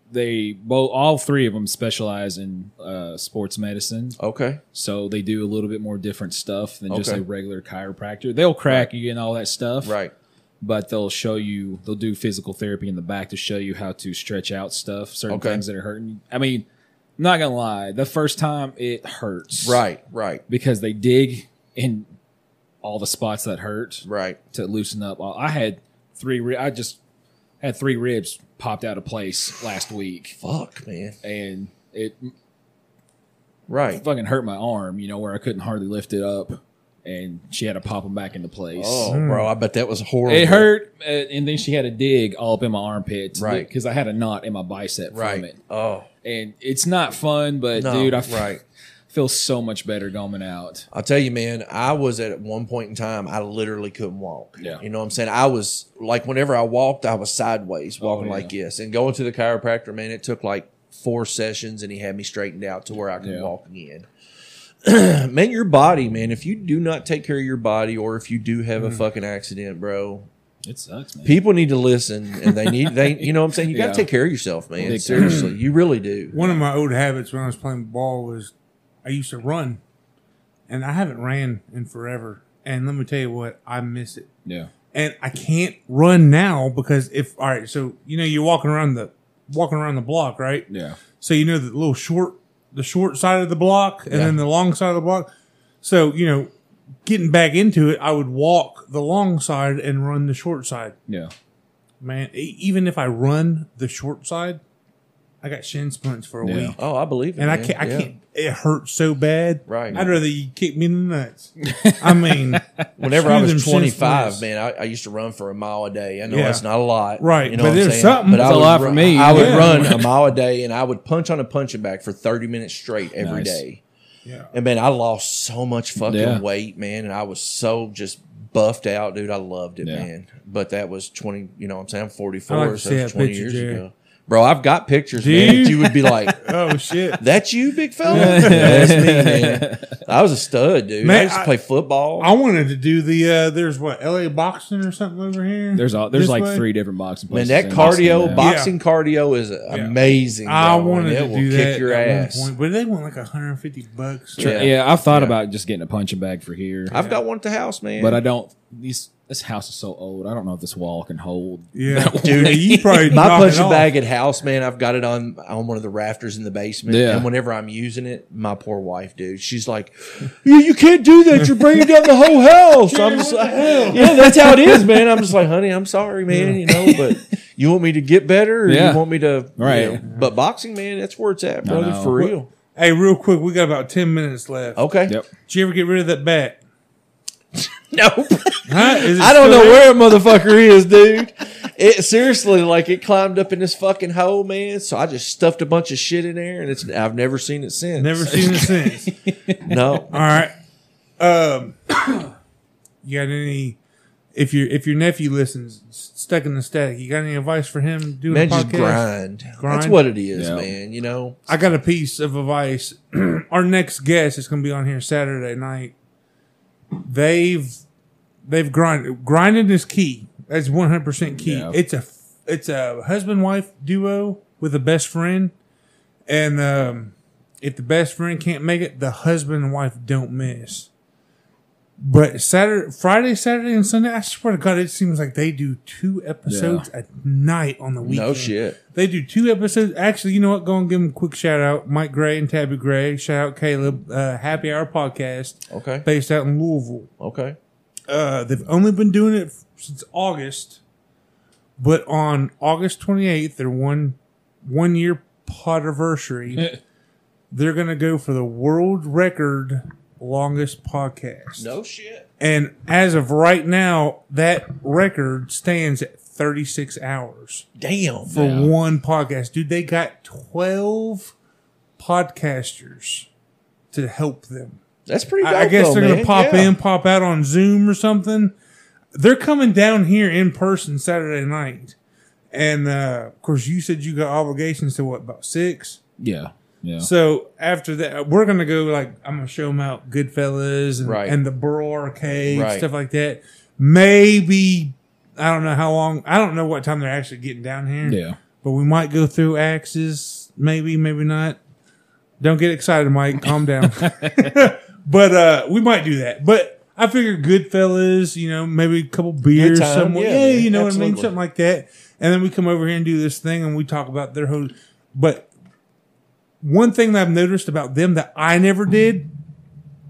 Speaker 2: they both all three of them specialize in uh, sports medicine,
Speaker 3: Okay.
Speaker 2: so they do a little bit more different stuff than just
Speaker 3: Okay.
Speaker 2: a regular chiropractor. They'll crack you and all that stuff,
Speaker 3: Right.
Speaker 2: But they'll show you they'll do physical therapy in the back to show you how to stretch out stuff, certain
Speaker 3: Okay.
Speaker 2: things that are hurting. I mean, not gonna lie, the first time it hurts,
Speaker 3: Right. Right.
Speaker 2: because they dig in all the spots that hurt
Speaker 3: Right.
Speaker 2: to loosen up. I I had three. Ri- I just had three ribs popped out of place last week,
Speaker 3: Fuck, man.
Speaker 2: and it
Speaker 3: Right.
Speaker 2: fucking hurt my arm. You know where I couldn't hardly lift it up, and she had to pop them back into place.
Speaker 3: Oh, bro, I bet that was horrible.
Speaker 2: It hurt, uh, and then she had a dig all up in my armpit,
Speaker 3: Right.
Speaker 2: Because I had a knot in my bicep from
Speaker 3: Right.
Speaker 2: it,
Speaker 3: Oh,
Speaker 2: and it's not fun. But
Speaker 3: No,
Speaker 2: dude, I f-
Speaker 3: right.
Speaker 2: feel so much better going out.
Speaker 3: I'll tell you, man, I was at one point in time, I literally couldn't walk.
Speaker 2: Yeah.
Speaker 3: You know what I'm saying? I was like, whenever I walked, I was sideways
Speaker 1: Oh,
Speaker 3: walking
Speaker 2: yeah.
Speaker 3: like this. And going to the chiropractor, man, it took like four sessions and he had me straightened out to where I could
Speaker 2: Yeah.
Speaker 3: walk again. man, your body, man, if you do not take care of your body or if you do
Speaker 1: Mm.
Speaker 3: have a fucking accident, bro,
Speaker 2: It sucks, man.
Speaker 3: people need to listen and they need, they, you know what I'm saying? You got
Speaker 2: Yeah.
Speaker 3: to take care of yourself, man.
Speaker 2: Big time.
Speaker 3: Seriously. You really do.
Speaker 1: One of my old habits when I was playing ball was I used to run, and I haven't ran in forever. And let me tell you what, I miss it.
Speaker 2: yeah,
Speaker 1: and I can't run now because if all right, so you know you're walking around the walking around the block, right?
Speaker 2: yeah.
Speaker 1: So you know the little short the short side of the block and then the long side of the block. So, you know, getting back into it, I would walk the long side and run the short side.
Speaker 2: Yeah.
Speaker 1: Man, e- even if I run the short side, I got shin splints for a
Speaker 2: Yeah.
Speaker 1: week.
Speaker 3: Oh, I believe it.
Speaker 1: And I
Speaker 3: man.
Speaker 1: can't, I
Speaker 3: Yeah.
Speaker 1: can't, it hurts so bad.
Speaker 3: Right.
Speaker 1: I'd rather you kick me in the nuts. I mean,
Speaker 3: Whenever
Speaker 1: screw
Speaker 3: I
Speaker 1: them
Speaker 3: was
Speaker 1: shin
Speaker 3: 25,
Speaker 1: splints.
Speaker 3: man, I, I used to run for a mile a day. I know
Speaker 1: Yeah.
Speaker 3: that's not a lot,
Speaker 1: Right,
Speaker 3: You know
Speaker 1: but
Speaker 3: what I'm
Speaker 1: there's
Speaker 3: saying?
Speaker 1: something.
Speaker 3: But I
Speaker 2: It's a
Speaker 3: would
Speaker 2: lot for
Speaker 3: run-
Speaker 2: me.
Speaker 3: I would
Speaker 1: Yeah.
Speaker 3: run a mile a day, and I would punch on a punching bag for 30 minutes straight every
Speaker 2: Nice.
Speaker 3: day.
Speaker 1: Yeah.
Speaker 3: And man, I lost so much fucking
Speaker 2: Yeah.
Speaker 3: weight, man, and I was so just buffed out, dude. I loved it,
Speaker 2: Yeah.
Speaker 3: man. But that was 20. You know, what I'm saying I'm 44,
Speaker 1: I like to
Speaker 3: so
Speaker 1: see
Speaker 3: it's
Speaker 1: that
Speaker 3: 20
Speaker 1: picture,
Speaker 3: years
Speaker 1: Jerry.
Speaker 3: ago, bro. I've got pictures, man.
Speaker 1: Dude.
Speaker 3: that You would be like.
Speaker 1: Oh, shit.
Speaker 3: That's you, big fella. That's me, man. I was a stud, dude.
Speaker 1: Man,
Speaker 3: I used to
Speaker 1: I-
Speaker 3: play football.
Speaker 1: I wanted to do the uh there's what LA boxing or something over here.
Speaker 2: There's all there's
Speaker 1: This
Speaker 2: like
Speaker 1: way?
Speaker 2: three different boxing
Speaker 3: Man,
Speaker 2: places.
Speaker 3: that
Speaker 2: in Austin
Speaker 3: cardio,
Speaker 2: now.
Speaker 3: boxing cardio is amazing.
Speaker 1: I
Speaker 3: bro, and
Speaker 1: wanted
Speaker 3: it
Speaker 1: to
Speaker 3: will
Speaker 1: do
Speaker 3: kick
Speaker 1: that
Speaker 3: your
Speaker 1: at one
Speaker 3: ass.
Speaker 1: point, but they want like 150 bucks.
Speaker 3: Sure.
Speaker 2: Yeah,
Speaker 3: Yeah.
Speaker 2: I've thought
Speaker 3: Yeah.
Speaker 2: about just getting a punching bag for here,
Speaker 3: I've got one at the house, man.
Speaker 2: but I don't. These this house is so old. I don't know if this wall can hold.
Speaker 1: Yeah,
Speaker 3: Dude,
Speaker 1: Yeah, you probably
Speaker 3: my
Speaker 1: knock it
Speaker 3: punching
Speaker 1: off.
Speaker 3: bag at house, man. I've got it on on one of the rafters in the basement.
Speaker 2: Yeah.
Speaker 3: And whenever I'm using it, my poor wife, dude, she's like, "You, you can't do that. You're bringing down the whole house." I'm just like, "Yeah, that's how it is, man." I'm just like, "Honey, I'm sorry, man. You know, but you want me to get better, or
Speaker 2: Yeah.
Speaker 3: you want me to, you
Speaker 2: Right.
Speaker 3: know, But boxing, man, that's where it's at, brother,
Speaker 2: know.
Speaker 3: for real.
Speaker 1: Hey, real quick, we got about 10 minutes left.
Speaker 3: Okay.
Speaker 2: Yep.
Speaker 1: Did you ever get rid of that bat?
Speaker 3: Nope.
Speaker 1: Huh? Is it
Speaker 3: I
Speaker 1: still
Speaker 3: don't know
Speaker 1: there?
Speaker 3: where a motherfucker is, dude. It seriously, like it climbed up in this fucking hole, man. So I just stuffed a bunch of shit in there, and it's I've never seen it since.
Speaker 1: Never seen it since.
Speaker 3: No.
Speaker 1: All right. Um, you got any if your if your nephew listens, s- stuck in the static, you got any advice for him doing
Speaker 3: Man,
Speaker 1: a podcast?
Speaker 3: just grind. That's
Speaker 1: Grind.
Speaker 3: what it is,
Speaker 2: Yeah.
Speaker 3: man. You know,
Speaker 1: I got a piece of advice. Our next guest is going to be on here Saturday night. They've they've grinded. Grinding is key. That's one hundred percent key.
Speaker 2: Yeah.
Speaker 1: It's a it's a husband wife duo with a best friend, and um, if the best friend can't make it, the husband and wife don't miss. But Saturday, Friday, Saturday, and Sunday, I swear to God, it seems like they do two episodes at night on the weekend.
Speaker 3: no shit.
Speaker 1: They do two episodes. Actually, you know what? Go and give them a quick shout out. Mike Gray and Tabby Gray. Shout out Caleb. Uh, Happy Hour Podcast
Speaker 3: Okay,
Speaker 1: based out in Louisville.
Speaker 3: okay.
Speaker 1: Uh, they've only been doing it f- since August, but on August 28th, their one one year podiversary, they're going to go for the world record longest podcast.
Speaker 3: No shit.
Speaker 1: And as of right now, that record stands at 36 hours
Speaker 3: Damn.
Speaker 1: for
Speaker 2: Yeah.
Speaker 1: one podcast. Dude, they got 12 podcasters to help them.
Speaker 3: That's pretty.
Speaker 1: I, I
Speaker 3: dope,
Speaker 1: guess
Speaker 3: though,
Speaker 1: they're going to
Speaker 3: man.
Speaker 1: pop
Speaker 3: Yeah.
Speaker 1: in, pop out on Zoom or something. They're coming down here in person Saturday night. And uh, of course, you said you got obligations to what, about six?
Speaker 2: Yeah. Yeah.
Speaker 1: So after that, we're gonna go like I'm gonna show them out Goodfellas and,
Speaker 3: Right.
Speaker 1: and the Burl Arcade
Speaker 3: Right.
Speaker 1: stuff like that. Maybe I don't know how long. I don't know what time they're actually getting down here.
Speaker 2: Yeah.
Speaker 1: but we might go through axes. Maybe, maybe not. Don't get excited, Mike. Calm down. but uh we might do that. But I figure Goodfellas, you know, maybe a couple beers
Speaker 3: time,
Speaker 1: somewhere.
Speaker 3: yeah,
Speaker 1: Yeah,
Speaker 3: man,
Speaker 1: you know what I mean,
Speaker 3: absolutely.
Speaker 1: something like that. And then we come over here and do this thing, and we talk about their whole. But one thing that I've noticed about them that I never did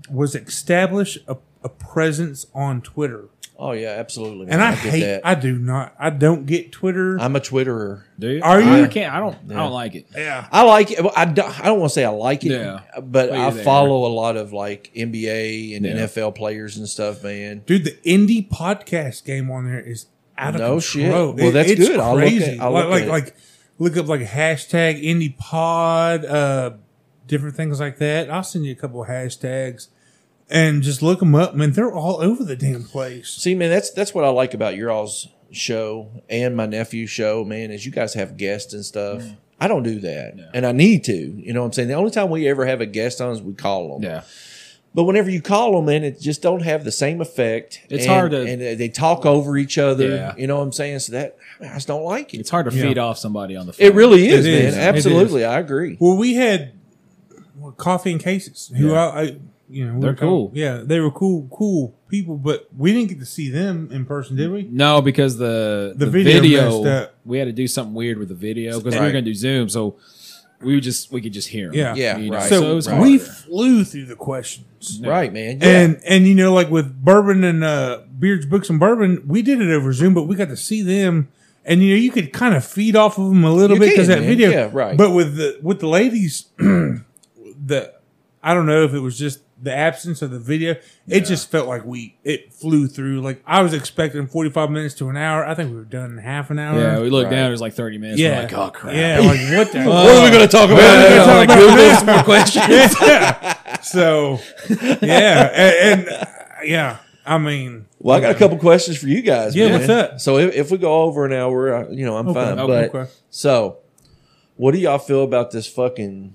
Speaker 1: was establish a, a presence on Twitter,
Speaker 3: Oh yeah, absolutely. man.
Speaker 1: and I,
Speaker 3: get
Speaker 1: hate.
Speaker 3: that.
Speaker 1: I do not. I don't get Twitter.
Speaker 3: I'm a Twitterer.
Speaker 2: Do you?
Speaker 1: Are you?
Speaker 2: I can't. I don't. I don't like it.
Speaker 1: yeah,
Speaker 3: I like it. Well, I don't, I don't want to say I like it,
Speaker 2: Yeah.
Speaker 3: but
Speaker 2: Well,
Speaker 3: I
Speaker 2: you're there.
Speaker 3: follow a lot of like NBA and
Speaker 2: Yeah.
Speaker 3: NFL players and stuff, man.
Speaker 1: dude, the indie podcast game on there is out of
Speaker 3: No shit.
Speaker 1: control.
Speaker 3: Well, that's
Speaker 1: it's
Speaker 3: good. I'll look
Speaker 1: Crazy.
Speaker 3: at- I'll look
Speaker 1: like
Speaker 3: at
Speaker 1: like, like look up like hashtag indie pod, uh, different things like that. I'll send you a couple of hashtags and just look them up. Man, they're all over the damn place.
Speaker 3: See, man, that's that's what I like about your all's show and my nephew's show, man, is you guys have guests and stuff. I don't do that. And I need to. You know what I'm saying? The only time we ever have a guest on is we call them.
Speaker 2: Yeah.
Speaker 3: But whenever you call them, man, it just don't have the same effect.
Speaker 2: It's
Speaker 3: And-
Speaker 2: hard to-
Speaker 3: and uh, they- they talk over each other.
Speaker 2: Yeah.
Speaker 3: You know what I'm saying? So that I just don't like it.
Speaker 2: It's hard to feed off somebody on the. Phone.
Speaker 3: It really is,
Speaker 1: It
Speaker 3: man.
Speaker 1: is. It is.
Speaker 3: Absolutely, I agree.
Speaker 1: Well, we had well, coffee and cases who
Speaker 2: Yeah.
Speaker 1: I, I you know we
Speaker 2: They're
Speaker 1: were talking-
Speaker 2: cool.
Speaker 1: Yeah, they were cool, cool people, but we didn't get to see them in person, did we?
Speaker 2: No, because the
Speaker 1: The
Speaker 2: the,
Speaker 1: video
Speaker 2: video,
Speaker 1: messed up.
Speaker 2: we had to do something weird with the video because we
Speaker 3: Right.
Speaker 2: were going to do Zoom, so we would just we could just hear. 'em.
Speaker 1: Yeah.
Speaker 3: Yeah,
Speaker 2: You know,
Speaker 3: right.
Speaker 1: So,
Speaker 2: So it was
Speaker 1: we
Speaker 2: harder.
Speaker 1: flew through the questions.
Speaker 3: Right, man. Yeah.
Speaker 1: And and you know, like with bourbon and uh Beards, Books and Bourbon, we did it over Zoom, but we got to see them and you know, you could kind of feed off of them a little
Speaker 3: You
Speaker 1: bit because
Speaker 3: can,
Speaker 1: that
Speaker 3: man.
Speaker 1: video.
Speaker 3: Yeah, right.
Speaker 1: But with the with the ladies the I don't know if it was just the absence of the video. It just felt like we it flew through. Like I was expecting forty five minutes to an hour. I think we were done in half an hour.
Speaker 2: Yeah, we looked
Speaker 3: Right.
Speaker 2: down. It was like thirty minutes.
Speaker 1: yeah.
Speaker 2: Yeah. We're like, oh crap.
Speaker 1: Yeah, like what the
Speaker 3: what are we going to talk about?
Speaker 1: we're gonna talk about
Speaker 3: Google
Speaker 1: this.
Speaker 3: some more questions.
Speaker 1: yeah. So, yeah, and, and, uh, yeah. I mean,
Speaker 3: Well, I got a couple questions for you guys.
Speaker 1: Yeah,
Speaker 3: man.
Speaker 1: what's up?
Speaker 3: So if, if we go over an hour, I- you know, I'm fine.
Speaker 2: okay,
Speaker 3: but
Speaker 1: okay.
Speaker 3: so, what do y'all feel about this fucking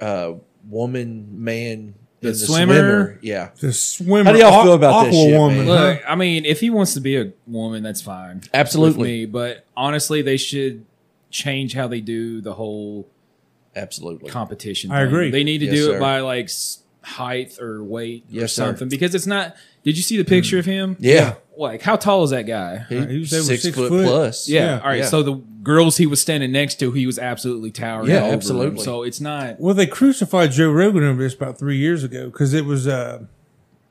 Speaker 3: uh, woman, man,
Speaker 2: The
Speaker 3: and
Speaker 2: swimmer?
Speaker 3: Yeah,
Speaker 1: the swimmer.
Speaker 3: How do y'all
Speaker 1: Aqu-
Speaker 3: feel about this shit,
Speaker 1: Aquawoman,
Speaker 3: man?
Speaker 1: huh?
Speaker 2: Look, I mean, if he wants to be a woman, that's fine.
Speaker 3: Absolutely.
Speaker 2: With me, but honestly, they should change how they do the whole
Speaker 3: absolutely.
Speaker 2: competition.
Speaker 1: I
Speaker 2: thing.
Speaker 1: agree.
Speaker 2: They need to
Speaker 3: Yes,
Speaker 2: do
Speaker 3: sir.
Speaker 2: it by like s- height or weight or
Speaker 3: Yes, sir.
Speaker 2: something because it's not. Did you see the picture of him?
Speaker 3: Yeah,
Speaker 2: Like, how tall is that guy?
Speaker 3: He-
Speaker 1: Right, Uh, he was over
Speaker 3: six,
Speaker 1: six
Speaker 3: foot,
Speaker 1: foot.
Speaker 3: plus.
Speaker 2: Yeah.
Speaker 1: Yeah.
Speaker 2: All right.
Speaker 3: Yeah.
Speaker 2: So the girls he was standing next to, he was absolutely towering.
Speaker 3: Yeah,
Speaker 2: over them.
Speaker 3: absolutely.
Speaker 2: So it's not.
Speaker 1: Well, they crucified Joe Rogan over this about three years ago because it was uh,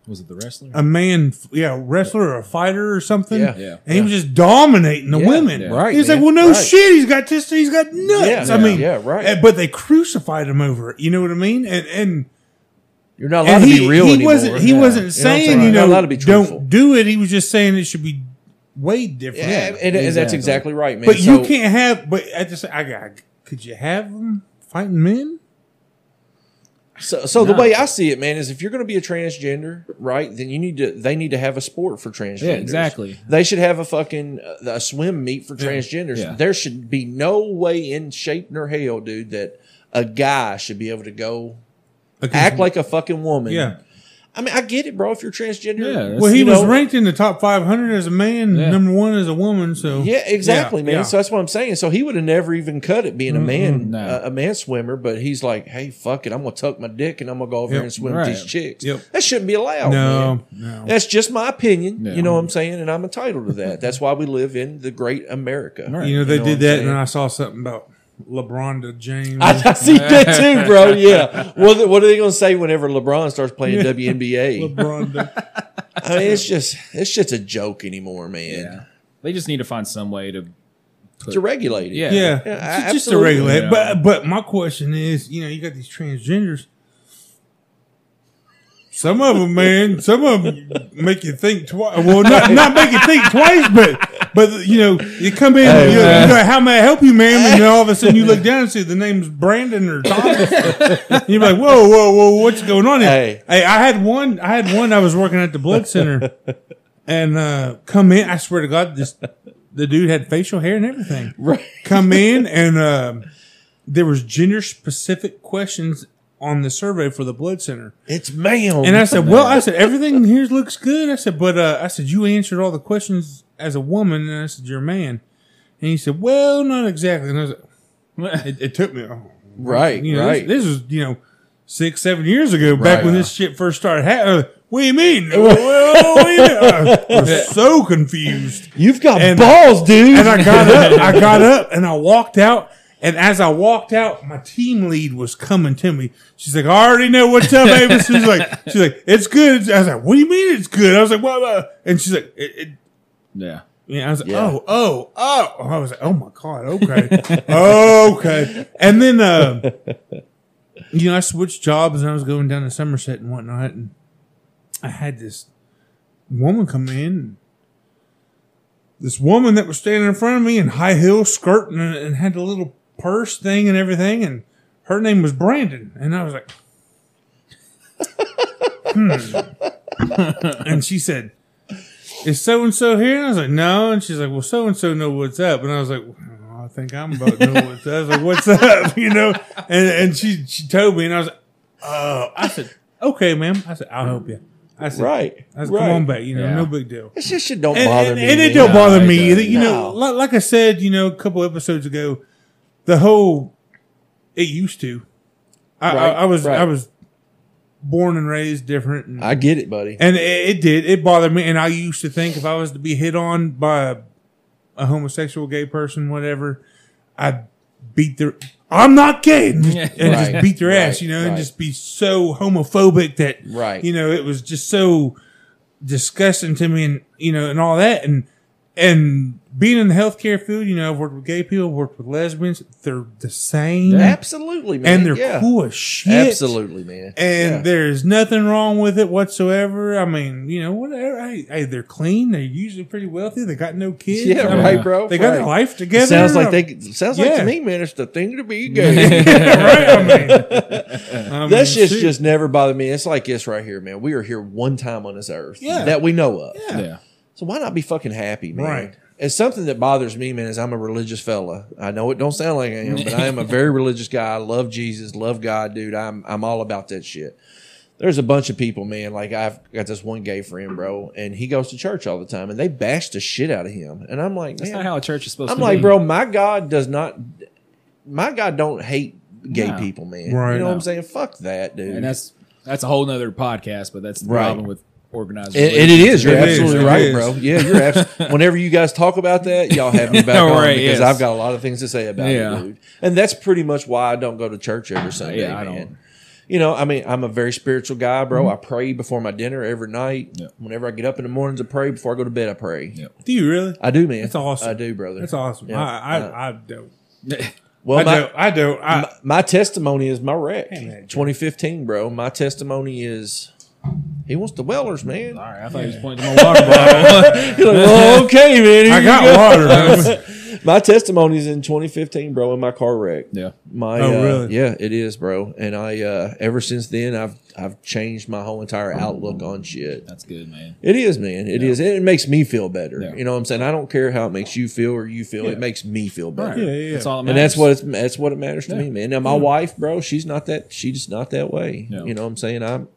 Speaker 2: Was it the wrestler?
Speaker 3: Uh,
Speaker 1: a man, yeah, wrestler or a fighter or something.
Speaker 3: Yeah.
Speaker 2: Yeah.
Speaker 1: And he was just dominating the
Speaker 3: Yeah,
Speaker 1: women.
Speaker 2: yeah.
Speaker 3: Right,
Speaker 1: He's
Speaker 3: man,
Speaker 1: like, well, no
Speaker 3: right.
Speaker 1: shit. He's got this. He's got nuts.
Speaker 3: Yeah,
Speaker 1: I
Speaker 3: yeah,
Speaker 1: mean,
Speaker 3: yeah, right.
Speaker 1: uh, But they crucified him over it. You know what I mean? And and
Speaker 3: You're not
Speaker 1: and
Speaker 3: allowed to
Speaker 1: he,
Speaker 3: be real
Speaker 1: he
Speaker 3: anymore.
Speaker 1: wasn't he wasn't
Speaker 3: Yeah. You know what I'm
Speaker 1: saying
Speaker 3: saying?
Speaker 1: you
Speaker 3: You're
Speaker 1: know
Speaker 3: not allowed to be truthful.
Speaker 1: don't do it. He was just saying it should be way different.
Speaker 3: yeah, and, and that's
Speaker 2: Exactly.
Speaker 3: exactly right, man.
Speaker 1: but
Speaker 3: So-
Speaker 1: you can't have. But I just I got. Could you have them fighting men?
Speaker 3: So, so the
Speaker 2: No.
Speaker 3: way I see it, man, is if you're going to be a transgender, right, then you need to. They need to have a sport for transgenders.
Speaker 2: Yeah, exactly.
Speaker 3: They should have a fucking uh, a swim meet for transgenders.
Speaker 2: Yeah.
Speaker 3: There should be no way in shape nor hell, dude, that a guy should be able to go act like a fucking woman.
Speaker 1: Yeah.
Speaker 3: I mean, I get it, bro. If you're transgender,
Speaker 2: Yeah, that's-
Speaker 1: Well, he
Speaker 3: you
Speaker 1: was
Speaker 3: know-
Speaker 1: ranked in the top 500 as a man,
Speaker 2: Yeah.
Speaker 1: number one as a woman. So
Speaker 3: Yeah, exactly,
Speaker 1: Yeah,
Speaker 3: man.
Speaker 1: yeah.
Speaker 3: So that's what I'm saying. So he would have never even cut it being a man, uh,
Speaker 2: no.
Speaker 3: a- a man swimmer. But he's like, hey, fuck it, I'm gonna tuck my dick and I'm gonna go over
Speaker 1: Yep,
Speaker 3: here and swim
Speaker 2: right.
Speaker 3: with these chicks.
Speaker 1: Yep.
Speaker 3: That shouldn't be allowed. oh, man.
Speaker 1: no, no.
Speaker 3: that's just my opinion.
Speaker 2: Yeah.
Speaker 3: You know what I'm saying? And I'm entitled to that. that's why we live in the great America.
Speaker 2: Right.
Speaker 1: You know, they
Speaker 3: know what
Speaker 1: did
Speaker 3: I'm
Speaker 1: that,
Speaker 3: saying?
Speaker 1: and I saw something about LeBron to James.
Speaker 3: I, I see that too, bro. Yeah. What, what are they gonna say whenever LeBron starts playing WNBA?
Speaker 1: LeBron to,
Speaker 3: I mean, it's just it's just a joke anymore, man.
Speaker 2: Yeah. They just need to find some way to.
Speaker 3: To regulate it.
Speaker 1: yeah,
Speaker 2: Yeah.
Speaker 3: Yeah,
Speaker 1: Ju- just to
Speaker 3: absolutely.
Speaker 1: regulate.
Speaker 2: Yeah.
Speaker 1: But but my question is, you know, you got these transgenders. Some of them, man, some of them make you think twice. Well, not, not make you think twice, but but you know, you come in, and you're,
Speaker 2: man.
Speaker 1: you're like, "How may I help you, ma'am?" And then all of a sudden, you look down and see the name's Brandon or Thomas. You're like, "Whoa, whoa, whoa! What's going on here?"
Speaker 3: Hey.
Speaker 1: hey, I had one. I had one. I was working at the blood center, and uh come in. I swear to God, this the dude had facial hair and everything
Speaker 3: Right.
Speaker 1: come in and um there was gender specific questions on the survey for the blood center
Speaker 3: It's ma'am.
Speaker 1: and i said well i said everything here looks good i said but uh, i said you answered all the questions as a woman and i said you're a man and he said well not exactly and i was like, it, it took me oh,
Speaker 3: right,
Speaker 1: you know
Speaker 3: right.
Speaker 1: this, this was you know six seven years ago back
Speaker 3: Right.
Speaker 1: when this shit first started happening what do you mean? Well, what do you mean? I was so confused.
Speaker 3: You've got
Speaker 1: And-
Speaker 3: balls, dude.
Speaker 1: And I got up, I got up and I walked out. And as I walked out, my team lead was coming to me. She's like, I already know what's up, Avis. She's like, she's like, it's good. I was like, what do you mean it's good? I was like, what? what?" And she's like, it, it,
Speaker 2: Yeah.
Speaker 1: yeah, I was like,
Speaker 3: Yeah.
Speaker 1: oh, oh, oh. I was like, oh my god, okay, okay. And then, uh, you know, I switched jobs and I was going down to Somerset and whatnot, and I had this woman come in. This woman that was standing in front of me in high heel skirt and, and had a little purse thing and everything, and her name was Brandon, and I was like, hmm. and she said is so and so here? And I was like, no. And she's like, well, so and so know what's up. And I was like, well, I think I'm about to know what's up. I was like, what's up? You know? And and she she told me, and I was like, oh, I said, okay, ma'am. I said, I'll help you. I said,
Speaker 3: right.
Speaker 1: I said,
Speaker 3: right.
Speaker 1: come on back. You know,
Speaker 2: Yeah.
Speaker 1: no big deal.
Speaker 3: It just shit don't
Speaker 1: And,
Speaker 3: bother
Speaker 1: and,
Speaker 3: me.
Speaker 1: and it
Speaker 3: man.
Speaker 1: don't bother
Speaker 2: No, it
Speaker 1: me either.
Speaker 2: doesn't.
Speaker 1: You know,
Speaker 3: No.
Speaker 1: li- like I said, you know, a couple episodes ago, the whole it used to. I, I,
Speaker 3: Right,
Speaker 1: I was
Speaker 3: right.
Speaker 1: I was born and raised different. And
Speaker 3: I get it, buddy.
Speaker 1: and it, it did. It bothered me. And I used to think if I was to be hit on by a, a homosexual, gay person, whatever, I'd beat their. I'm not gay, and
Speaker 2: Yeah.
Speaker 1: just
Speaker 3: Right,
Speaker 1: beat their ass,
Speaker 3: right,
Speaker 1: you know, and
Speaker 3: right.
Speaker 1: just be so homophobic that,
Speaker 3: Right.
Speaker 1: you know, it was just so disgusting to me, and you know, and all that, and and being in the healthcare field, you know, I've worked with gay people, I've worked with lesbians, they're the same,
Speaker 3: Absolutely, man.
Speaker 1: and they're
Speaker 3: yeah.
Speaker 1: cool as shit,
Speaker 3: Absolutely, man.
Speaker 1: and
Speaker 3: yeah.
Speaker 1: there's nothing wrong with it whatsoever. I mean, you know, whatever. Hey, hey, they're clean. They're usually pretty wealthy. They got no kids.
Speaker 3: Yeah,
Speaker 1: I mean,
Speaker 3: right, bro.
Speaker 1: They got
Speaker 3: right.
Speaker 1: their life together.
Speaker 3: Sounds like they. Sounds like
Speaker 1: Yeah.
Speaker 3: to me, man. It's the thing to be gay.
Speaker 1: Yeah, right. I mean, I mean,
Speaker 3: that shit's
Speaker 1: shoot.
Speaker 3: just never bothered me. It's like this right here, man. We are here one time on this earth
Speaker 1: Yeah.
Speaker 3: that we know of.
Speaker 1: Yeah.
Speaker 2: Yeah.
Speaker 3: So why not be fucking happy, man?
Speaker 1: Right.
Speaker 3: And something that bothers me, man, is I'm a religious fella. I know it don't sound like I am, but I am a very religious guy. I love Jesus, love God, dude. I'm I'm all about that shit. There's a bunch of people, man. Like I've got this one gay friend, bro, and he goes to church all the time, and they bash the shit out of him. And I'm like,
Speaker 2: That's
Speaker 3: man,
Speaker 2: not how a church is supposed
Speaker 3: I'm
Speaker 2: to
Speaker 3: like,
Speaker 2: be.
Speaker 3: bro, my God does not, my God don't hate gay
Speaker 2: No.
Speaker 3: people, man.
Speaker 1: Right.
Speaker 3: You know what
Speaker 2: No.
Speaker 3: I'm saying? Fuck that, dude.
Speaker 2: And that's that's a whole nother podcast, but that's the
Speaker 3: Right.
Speaker 2: problem with organized.
Speaker 3: And,
Speaker 2: religion.
Speaker 3: and it is. You're
Speaker 1: It is,
Speaker 3: absolutely
Speaker 1: it
Speaker 3: right,
Speaker 1: is.
Speaker 3: bro. Yeah, you're absolutely. Whenever you guys talk about that, y'all have me back
Speaker 2: Yeah,
Speaker 3: on
Speaker 2: right,
Speaker 3: because
Speaker 2: yes.
Speaker 3: I've got a lot of things to say about
Speaker 2: Yeah.
Speaker 3: it, dude. And that's pretty much why I don't go to church every Sunday,
Speaker 2: I
Speaker 3: man.
Speaker 2: don't.
Speaker 3: You know, I mean, I'm a very spiritual guy, bro. I pray before my dinner every night.
Speaker 2: Yeah.
Speaker 3: Whenever I get up in the mornings, I pray. Before I go to bed, I pray.
Speaker 2: Yeah.
Speaker 1: Do you really?
Speaker 3: I do, man.
Speaker 1: That's awesome.
Speaker 3: I do, brother.
Speaker 1: That's awesome.
Speaker 3: Yeah.
Speaker 1: I, I,
Speaker 3: Uh,
Speaker 1: I don't.
Speaker 3: well,
Speaker 1: I,
Speaker 3: my,
Speaker 1: don't. I don't. I
Speaker 3: my, my testimony is my wreck.
Speaker 1: Hey, man.
Speaker 3: 2015, bro. My testimony is he wants the Wellers, man.
Speaker 2: All right, I thought he was pointing to my water bottle.
Speaker 3: You're like, well, okay, man. here
Speaker 1: I
Speaker 3: you
Speaker 1: got
Speaker 3: go.
Speaker 1: water.
Speaker 3: my testimony is in 2015, bro, in my car wreck.
Speaker 2: Yeah.
Speaker 3: My
Speaker 1: Oh,
Speaker 3: uh,
Speaker 1: really?
Speaker 3: yeah, it is, bro. And I uh ever since then I've I've changed my whole entire outlook on shit.
Speaker 2: That's good, man.
Speaker 3: It is, man. It is. It makes me feel better.
Speaker 2: Yeah.
Speaker 3: You know what I'm saying? I don't care how it makes you feel or you feel. It makes me feel better.
Speaker 1: Yeah, yeah, yeah.
Speaker 2: That's all that
Speaker 3: And that's
Speaker 2: matters.
Speaker 3: what it's, that's what it matters to me, man. Now my wife, bro, she's not that she's just not that way.
Speaker 2: Yeah.
Speaker 3: You know what I'm saying? I'm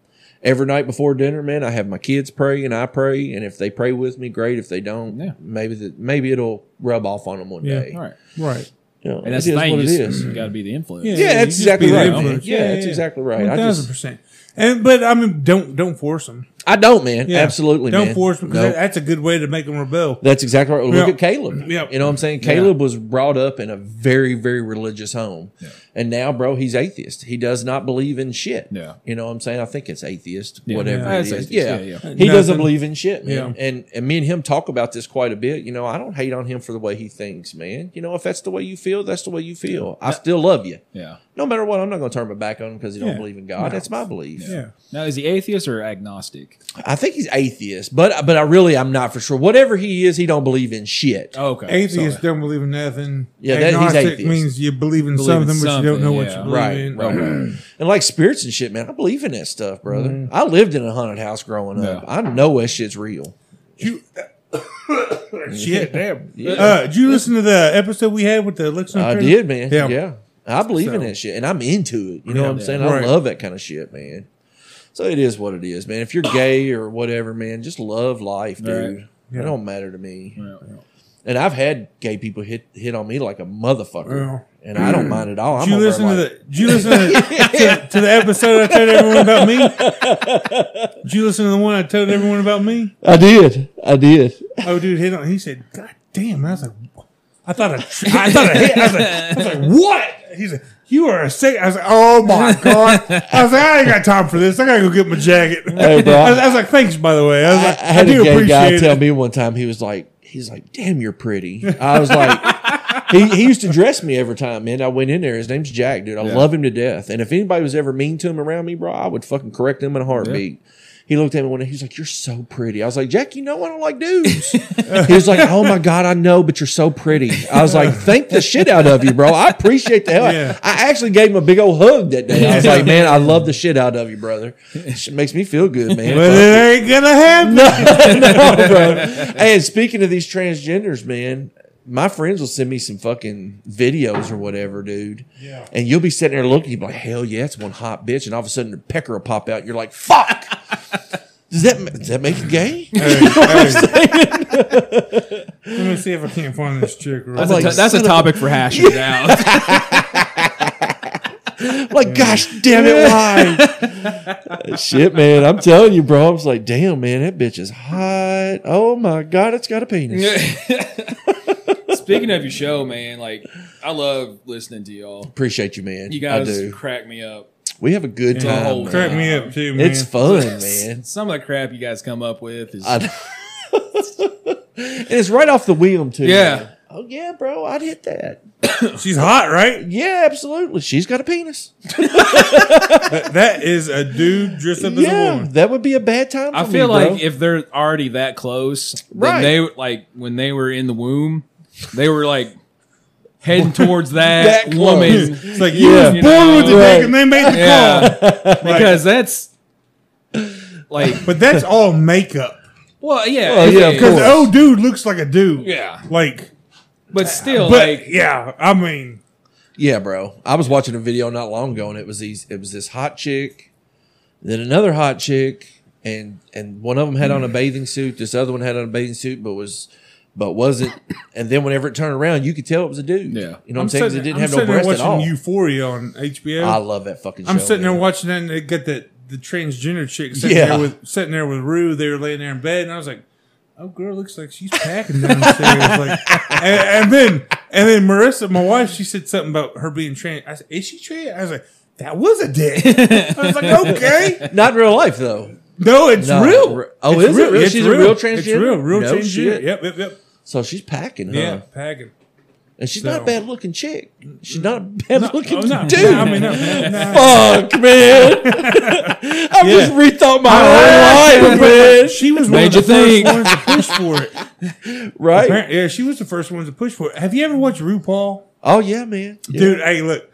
Speaker 3: every night before dinner, man, I have my kids pray and I pray, and if they pray with me, great. If they don't,
Speaker 2: Yeah.
Speaker 3: maybe the, maybe it'll rub off on them one
Speaker 1: Yeah.
Speaker 3: day.
Speaker 2: All right.
Speaker 1: Right.
Speaker 3: You know,
Speaker 2: And that's
Speaker 3: it
Speaker 2: the
Speaker 3: is
Speaker 2: thing.
Speaker 3: what
Speaker 2: You
Speaker 3: it
Speaker 2: just
Speaker 3: is.
Speaker 2: got to be the influence.
Speaker 1: Yeah.
Speaker 3: Yeah,
Speaker 1: you
Speaker 3: that's
Speaker 1: just
Speaker 3: exactly
Speaker 1: be the
Speaker 3: right. man.
Speaker 1: influence.
Speaker 3: Yeah,
Speaker 1: Yeah,
Speaker 3: that's
Speaker 1: yeah.
Speaker 3: exactly right.
Speaker 1: One
Speaker 3: I
Speaker 1: thousand
Speaker 3: just
Speaker 1: percent. And but I mean, don't don't force them.
Speaker 3: I don't, man. Absolutely,
Speaker 1: Don't
Speaker 3: man.
Speaker 1: force them because
Speaker 3: No.
Speaker 1: that's a good way to make them rebel.
Speaker 3: That's exactly right. Well, Look
Speaker 1: Yeah.
Speaker 3: at Caleb.
Speaker 1: Yeah.
Speaker 3: You know what I'm saying? Caleb was brought up in a very, very religious home. And now, bro, he's atheist. He does not believe in shit.
Speaker 2: Yeah.
Speaker 3: You know what I'm saying? I think it's atheist,
Speaker 2: Yeah.
Speaker 3: whatever
Speaker 2: Yeah,
Speaker 3: it
Speaker 2: it's
Speaker 3: is.
Speaker 2: atheist.
Speaker 3: Yeah.
Speaker 2: Yeah, yeah.
Speaker 3: He doesn't
Speaker 1: Nothing.
Speaker 3: believe in shit, man.
Speaker 1: Yeah.
Speaker 3: And, and me and him talk about this quite a bit. You know, I don't hate on him for the way he thinks, man. You know, if that's the way you feel, that's the way you feel. I still love you.
Speaker 2: Yeah.
Speaker 3: No matter what, I'm not going to turn my back on him because he
Speaker 1: Yeah.
Speaker 3: don't believe in God. That's my belief.
Speaker 1: Yeah.
Speaker 2: Now, is he atheist or agnostic?
Speaker 3: I think he's atheist, but but I really I'm not for sure. Whatever he is, he don't believe in shit.
Speaker 2: Oh, okay.
Speaker 1: Atheists
Speaker 2: Sorry.
Speaker 1: don't believe in nothing.
Speaker 3: Yeah, that- he's
Speaker 1: Agnostic
Speaker 3: atheist.
Speaker 1: means you believe in
Speaker 2: Believe in
Speaker 1: something, but you don't know
Speaker 2: something,
Speaker 1: what
Speaker 2: yeah.
Speaker 1: you believe
Speaker 3: Right,
Speaker 1: in.
Speaker 3: right. And like spirits and shit, man, I believe in that stuff, brother. I lived in a haunted house growing up.
Speaker 2: Yeah.
Speaker 3: I know that shit's real.
Speaker 1: You, shit, damn.
Speaker 3: Yeah.
Speaker 1: Uh, did you listen to the episode we had with the listener?
Speaker 3: I did, man.
Speaker 1: Yeah.
Speaker 3: Yeah. I believe in
Speaker 1: So-
Speaker 3: that shit and I'm into it. You know
Speaker 1: Yeah.
Speaker 3: what I'm saying?
Speaker 1: Right.
Speaker 3: I love that kind of shit, man. So it is what it is, man. If you're gay or whatever, man, just love life, dude.
Speaker 2: Right.
Speaker 1: Yeah.
Speaker 3: It don't matter to me.
Speaker 2: Yeah, yeah.
Speaker 3: And I've had gay people hit hit on me like a motherfucker.
Speaker 1: Well.
Speaker 3: And I don't mind at all. I'm
Speaker 1: Did you
Speaker 3: over
Speaker 1: listen to
Speaker 3: like-
Speaker 1: the? Did you listen to, to, to the episode I told everyone about me? Did you listen to the one I told everyone about me?
Speaker 3: I did. I did.
Speaker 1: Oh, dude, hit on. He said, "God damn!" I was like, "I thought I, I thought I hit." I was like, I was like "What?" He said, "You are a sick." I was like, "Oh my god!" I was like, "I ain't got time for this. I gotta go get my jacket."
Speaker 3: Hey, bro.
Speaker 1: I, was, I was like, "Thanks, by the way." I was
Speaker 3: I, I
Speaker 1: like, "I,
Speaker 3: had
Speaker 1: do
Speaker 3: a gay
Speaker 1: appreciate
Speaker 3: guy
Speaker 1: it."
Speaker 3: tell me one time he was like, he's like, damn, you're pretty. I was like, he, he used to dress me every time, man. I went in there. His name's Jack, dude. I love him to death. And if anybody was ever mean to him around me, bro, I would fucking correct him in a heartbeat. He looked at me one day. He's like, "You're so pretty." I was like, "Jack, you know I don't like dudes." he was like, "Oh my god, I know, but you're so pretty." I was like, "Thank the shit out of you, bro. I appreciate the hell."
Speaker 1: Yeah.
Speaker 3: I actually gave him a big old hug that day. I was like, "Man, I love the shit out of you, brother. It makes me feel good, man."
Speaker 1: but it ain't gonna happen.
Speaker 3: no, bro. Hey, and speaking of these transgenders, man, my friends will send me some fucking videos or whatever, dude.
Speaker 1: Yeah.
Speaker 3: And you'll be sitting there looking, you'll be like, hell yeah, that's one hot bitch. And all of a sudden, the pecker will pop out. And you're like, fuck. Does that does that make you gay?
Speaker 1: Let me see if I can't find this chick. Right
Speaker 2: That's, a,
Speaker 3: like,
Speaker 2: to- that's a
Speaker 3: son of a-
Speaker 2: topic for hashing out.
Speaker 3: like, gosh damn it, why? Shit, man. I'm telling you, bro. I was like, damn, man, that bitch is hot. Oh my god, it's got a penis.
Speaker 2: Speaking of your show, man, like I love listening to y'all.
Speaker 3: Appreciate you, man.
Speaker 2: You
Speaker 3: I
Speaker 2: guys
Speaker 3: do.
Speaker 2: crack me up.
Speaker 3: We have a good
Speaker 1: Yeah.
Speaker 3: time.
Speaker 2: Oh,
Speaker 3: man.
Speaker 1: Crack me up too, man.
Speaker 3: It's fun, man.
Speaker 2: Some of the crap you guys come up with is
Speaker 3: I know. and it's right off the wheel too.
Speaker 2: Yeah.
Speaker 3: man. Oh yeah, bro, I'd hit that.
Speaker 1: She's hot, right?
Speaker 3: Yeah, absolutely. She's got a penis.
Speaker 1: That, that is a dude dressed up as a
Speaker 3: Yeah,
Speaker 1: woman.
Speaker 3: that would be a bad time. For
Speaker 2: I feel
Speaker 3: me,
Speaker 2: like
Speaker 3: bro.
Speaker 2: if they're already that close, then
Speaker 3: Right.
Speaker 2: they like when they were in the womb, they were like heading towards that,
Speaker 3: That close.
Speaker 2: woman.
Speaker 1: It's like you
Speaker 3: Yeah.
Speaker 1: was
Speaker 2: You
Speaker 1: born with the dick
Speaker 2: know,
Speaker 3: right.
Speaker 1: and they made the call.
Speaker 2: Yeah, because that's like
Speaker 1: But that's all makeup.
Speaker 2: well, yeah,
Speaker 3: Well, yeah, of
Speaker 1: Because
Speaker 3: course.
Speaker 1: the old dude looks like a dude.
Speaker 2: Yeah.
Speaker 1: Like,
Speaker 2: but still,
Speaker 1: but
Speaker 2: like
Speaker 1: yeah, I mean,
Speaker 3: yeah, bro. I was watching a video not long ago, and it was these. It was this hot chick, then another hot chick, and and one of them had on a bathing suit. This other one had on a bathing suit, but was. But wasn't, and then whenever it turned around, you could tell it was a dude.
Speaker 2: Yeah.
Speaker 3: you know what I'm, saying? 'Cause it
Speaker 1: sitting-
Speaker 3: didn't
Speaker 1: I'm
Speaker 3: have no
Speaker 1: sitting there
Speaker 3: breast at
Speaker 1: watching
Speaker 3: all.
Speaker 1: Euphoria on HBO.
Speaker 3: I love that fucking.
Speaker 1: I'm
Speaker 3: show,
Speaker 1: sitting
Speaker 3: man.
Speaker 1: there watching that, and they got the the transgender chick sitting
Speaker 3: Yeah.
Speaker 1: there with sitting there with Rue. They were laying there in bed, and I was like, "Oh, girl, looks like she's packing downstairs." like, and, and then and then Marissa, my wife, she said something about her being trans. I said, "Is she trans?" I was like, "That was a dick." I was like, "Okay,
Speaker 3: Not in real life though.
Speaker 1: no, it's
Speaker 3: No,
Speaker 1: real."
Speaker 3: re- oh,
Speaker 1: It's
Speaker 3: is it real?
Speaker 1: It's
Speaker 3: She's a real
Speaker 1: It's
Speaker 3: transgender?
Speaker 1: real, real
Speaker 3: No
Speaker 1: transgender.
Speaker 3: shit.
Speaker 1: Yep, yep, yep.
Speaker 3: So she's packing, huh?
Speaker 1: Yeah, packing.
Speaker 3: And she's not
Speaker 1: So-
Speaker 3: a bad looking chick. She's not a bad looking
Speaker 1: Oh, no,
Speaker 3: dude.
Speaker 1: no, I mean, no, no, no.
Speaker 3: Fuck, man. I just rethought my whole life, man.
Speaker 1: She was one
Speaker 2: Made
Speaker 1: of
Speaker 2: you
Speaker 1: the first
Speaker 2: think.
Speaker 1: ones to push for it.
Speaker 3: right?
Speaker 1: Apparent- Yeah, she was the first one to push for it. Have you ever watched RuPaul?
Speaker 3: Oh yeah, man. Yeah.
Speaker 1: Dude, hey, look.